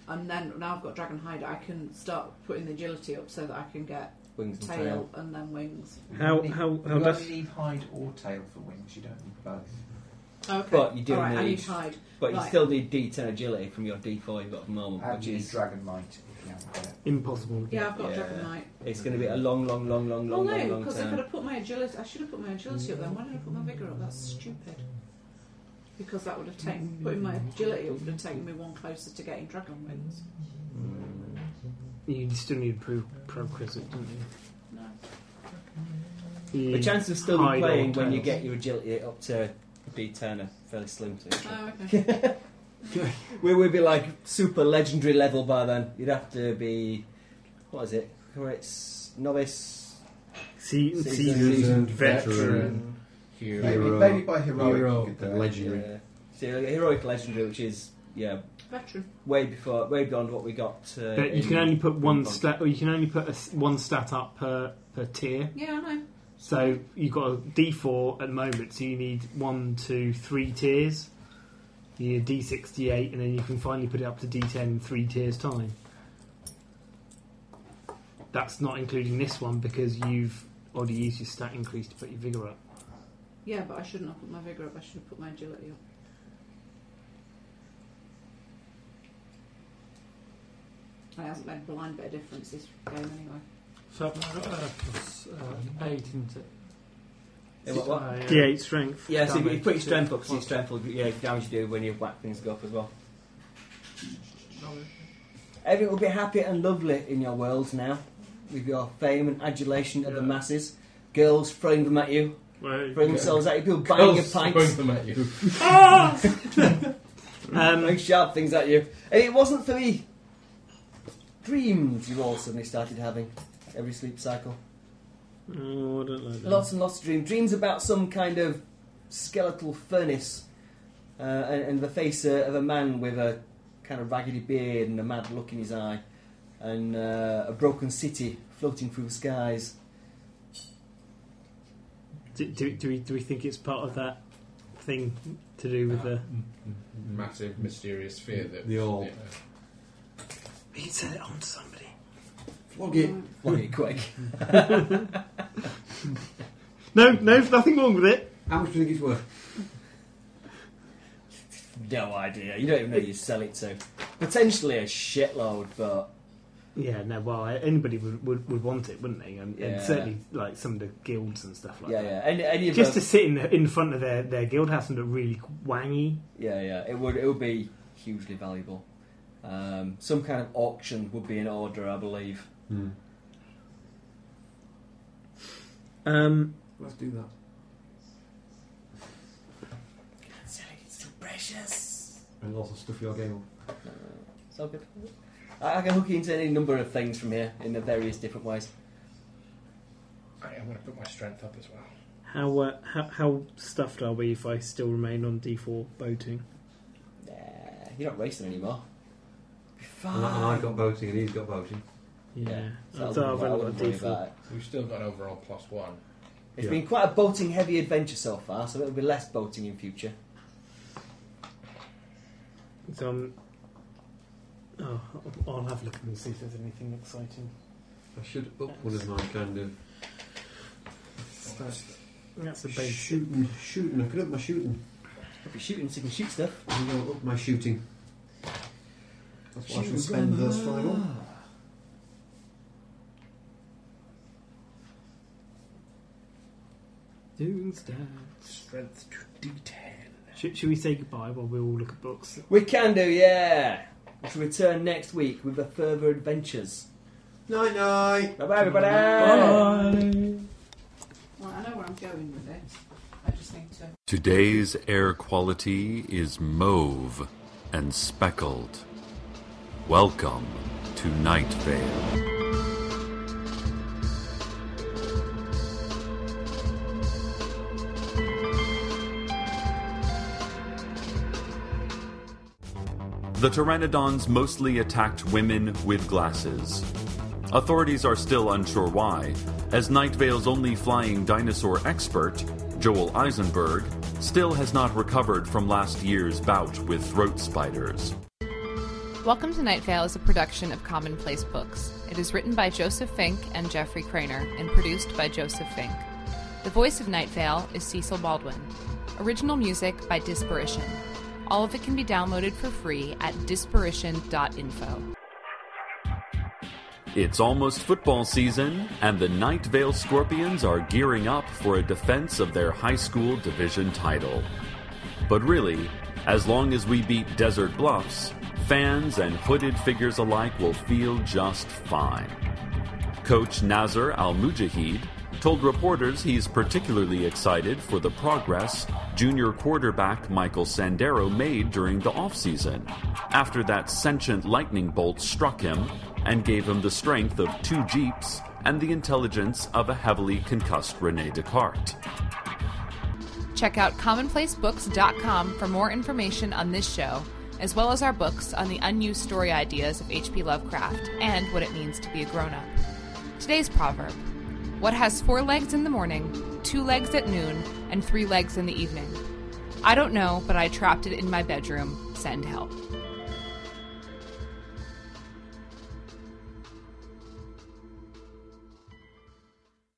Speaker 8: And then now I've got dragon hide, I can start putting the agility up so that I can get
Speaker 6: Wings and tail.
Speaker 8: tail and then wings.
Speaker 4: How-
Speaker 3: You need-
Speaker 4: how- how
Speaker 3: you
Speaker 4: does-
Speaker 3: only need hide or tail for wings. You don't need both.
Speaker 8: Okay.
Speaker 6: But you do
Speaker 8: All right, I
Speaker 6: need-
Speaker 8: need hide.
Speaker 6: But you
Speaker 8: Right.
Speaker 6: still need D10 agility from your D4 you've got at the moment,
Speaker 3: And
Speaker 6: which
Speaker 3: you need
Speaker 6: is
Speaker 3: dragon might if you haven't got it.
Speaker 4: Impossible.
Speaker 8: Yeah, I've got
Speaker 6: Yeah.
Speaker 8: dragon hide.
Speaker 6: it's going to be a long, long, long, long, long,
Speaker 8: well,
Speaker 6: long,
Speaker 8: no,
Speaker 6: long
Speaker 8: because I
Speaker 6: time.
Speaker 8: could have put my agility. I should have put my agility up then. Why did I put my vigor up? That's stupid. Because that would have taken putting my agility up would have taken me one closer to getting dragon wings.
Speaker 4: You still need to prove prerequisite, don't you?
Speaker 8: No.
Speaker 4: you
Speaker 6: The chance of still
Speaker 4: hide
Speaker 6: be playing
Speaker 4: or
Speaker 6: when you
Speaker 4: tails.
Speaker 6: get your agility up to D10 are fairly slim to it.
Speaker 8: Oh,
Speaker 6: [LAUGHS]
Speaker 8: okay.
Speaker 6: We would be like super legendary level by then. You'd have to be what is it? Where it's novice.
Speaker 4: Se-
Speaker 6: Seasoned,
Speaker 4: seasoned,
Speaker 15: seasoned
Speaker 4: veteran.
Speaker 15: veteran.
Speaker 5: Hero.
Speaker 3: Maybe,
Speaker 15: Hero.
Speaker 3: maybe by heroic.
Speaker 15: Hero
Speaker 3: you could do
Speaker 15: and
Speaker 3: it.
Speaker 15: legendary.
Speaker 6: Yeah. So you're like a heroic legendary, which is yeah,
Speaker 8: Veteran.
Speaker 6: way before, way beyond what we got. Uh,
Speaker 4: But you
Speaker 6: in-
Speaker 4: can only put one
Speaker 6: in-
Speaker 4: stat, or you can only put a s one stat up per per tier.
Speaker 8: Yeah, I know.
Speaker 4: So you've got a D4 at the moment, so you need one, two, three tiers. You need a D6, D8, and then you can finally put it up to D10 in three tiers time. That's not including this one because you've already used your stat increase to put your vigor up.
Speaker 8: Yeah, but I shouldn't have put my vigor up. I should have put my agility up. And It hasn't made a blind bit of difference this game anyway.
Speaker 7: So I've got uh, plus uh, eight, isn't it?
Speaker 6: Yeah, what- what?
Speaker 7: Uh,
Speaker 4: D8 strength.
Speaker 6: Yeah, so you
Speaker 4: damage.
Speaker 6: put your strength up, so your strength will yeah damage you do when you whack things up as well. Everything will be happy and lovely in your world now, with your fame and adulation of the
Speaker 7: Yeah.
Speaker 6: masses. Girls throwing them at you,
Speaker 7: Wait.
Speaker 6: throwing themselves at you, people buying your
Speaker 5: Girls throwing
Speaker 6: pints,
Speaker 5: them at you.
Speaker 6: throwing
Speaker 4: Um,
Speaker 6: sharp things at you. And it wasn't for me. Dreams you all suddenly started having every sleep cycle.
Speaker 4: oh, I don't like that.
Speaker 6: Lots and lots of dreams. Dreams about some kind of skeletal furnace uh, and, and the face uh, of a man with a kind of raggedy beard and a mad look in his eye and uh, a broken city floating through the skies.
Speaker 4: Do, do, do, we, do we think it's part of that thing to do with the.
Speaker 5: Massive, mysterious fear that
Speaker 15: The old-
Speaker 5: you know,
Speaker 4: We can send it on to somebody.
Speaker 6: Flog it. Flog it quick. [LAUGHS]
Speaker 4: No, no, nothing wrong with it.
Speaker 15: How much do you think it's worth?
Speaker 6: No idea. You don't even know who you sell it to. Potentially a shitload, but
Speaker 4: Yeah, no, well, anybody would, would, would want it, wouldn't they? And,
Speaker 6: Yeah.
Speaker 4: and certainly, like, some of the guilds and stuff like
Speaker 6: yeah,
Speaker 4: that.
Speaker 6: yeah. Any, any of
Speaker 4: Just
Speaker 6: the-
Speaker 4: to sit in the, in front of their, their guild house and look really wangy.
Speaker 6: yeah, yeah. It would it would be hugely valuable. Um, some kind of auction would be in order, I believe.
Speaker 2: Hmm.
Speaker 4: Um,
Speaker 2: Let's do that.
Speaker 6: It's too precious.
Speaker 2: And also stuff your game up.
Speaker 6: Uh, So good. I, I can hook you into any number of things from here in the various different ways.
Speaker 5: I am going to put my strength up as well.
Speaker 4: How, uh, how how stuffed are we if I still remain on D4 boating?
Speaker 6: Nah, you're not racing anymore.
Speaker 2: Ah, I've got boating and he's got boating.
Speaker 4: Yeah,
Speaker 6: So
Speaker 4: so I've had a
Speaker 6: I
Speaker 4: lot of
Speaker 6: wouldn't worry
Speaker 4: D4.
Speaker 6: about it.
Speaker 5: We've still got overall plus one.
Speaker 6: It's
Speaker 2: Yeah.
Speaker 6: been quite a boating heavy adventure so far, so it'll be less boating in future.
Speaker 4: So I'm. Oh, I'll have a look and see if there's anything exciting.
Speaker 2: I should up one of my kind of
Speaker 4: That's, that's the basic.
Speaker 2: shooting. Shooting. I could up my shooting.
Speaker 6: If you're shooting, so you can shoot stuff.
Speaker 2: I'm going to up my shooting. That's what I shall
Speaker 6: Shooting.
Speaker 2: spend those five on.
Speaker 4: Doing stuff.
Speaker 5: Strength to D10.
Speaker 4: Should, should we say goodbye while we all look at books?
Speaker 6: We can do, yeah. We shall return next week with the further adventures.
Speaker 2: Night night.
Speaker 6: Bye bye, everybody.
Speaker 8: Well, I know where I'm going with it. I just need to.
Speaker 3: Today's air quality is mauve and speckled. Welcome to Night Vale. The pteranodons mostly attacked women with glasses. Authorities are still unsure why, as Night Vale's only flying dinosaur expert, Joel Eisenberg, still has not recovered from last year's bout with throat spiders.
Speaker 16: Welcome to Night Vale is a production of Commonplace Books. It is written by Joseph Fink and Jeffrey Craner and produced by Joseph Fink. The voice of Night Vale is Cecil Baldwin. Original music by Disparition. All of it can be downloaded for free at disparition.info.
Speaker 3: It's almost football season, and the Night Vale Scorpions are gearing up for a defense of their high school division title. But really, as long as we beat Desert Bluffs, fans and hooded figures alike will feel just fine. Coach Nazar Al Mujahid told reporters he's particularly excited for the progress junior quarterback Michael Sandero made during the offseason after that sentient lightning bolt struck him and gave him the strength of two Jeeps and the intelligence of a heavily concussed Rene Descartes.
Speaker 16: Check out commonplacebooks.com for more information on this show, as well as our books on the unused story ideas of H.P. Lovecraft and what it means to be a grown up. Today's proverb What has four legs in the morning, two legs at noon, and three legs in the evening? I don't know, but I trapped it in my bedroom. Send help.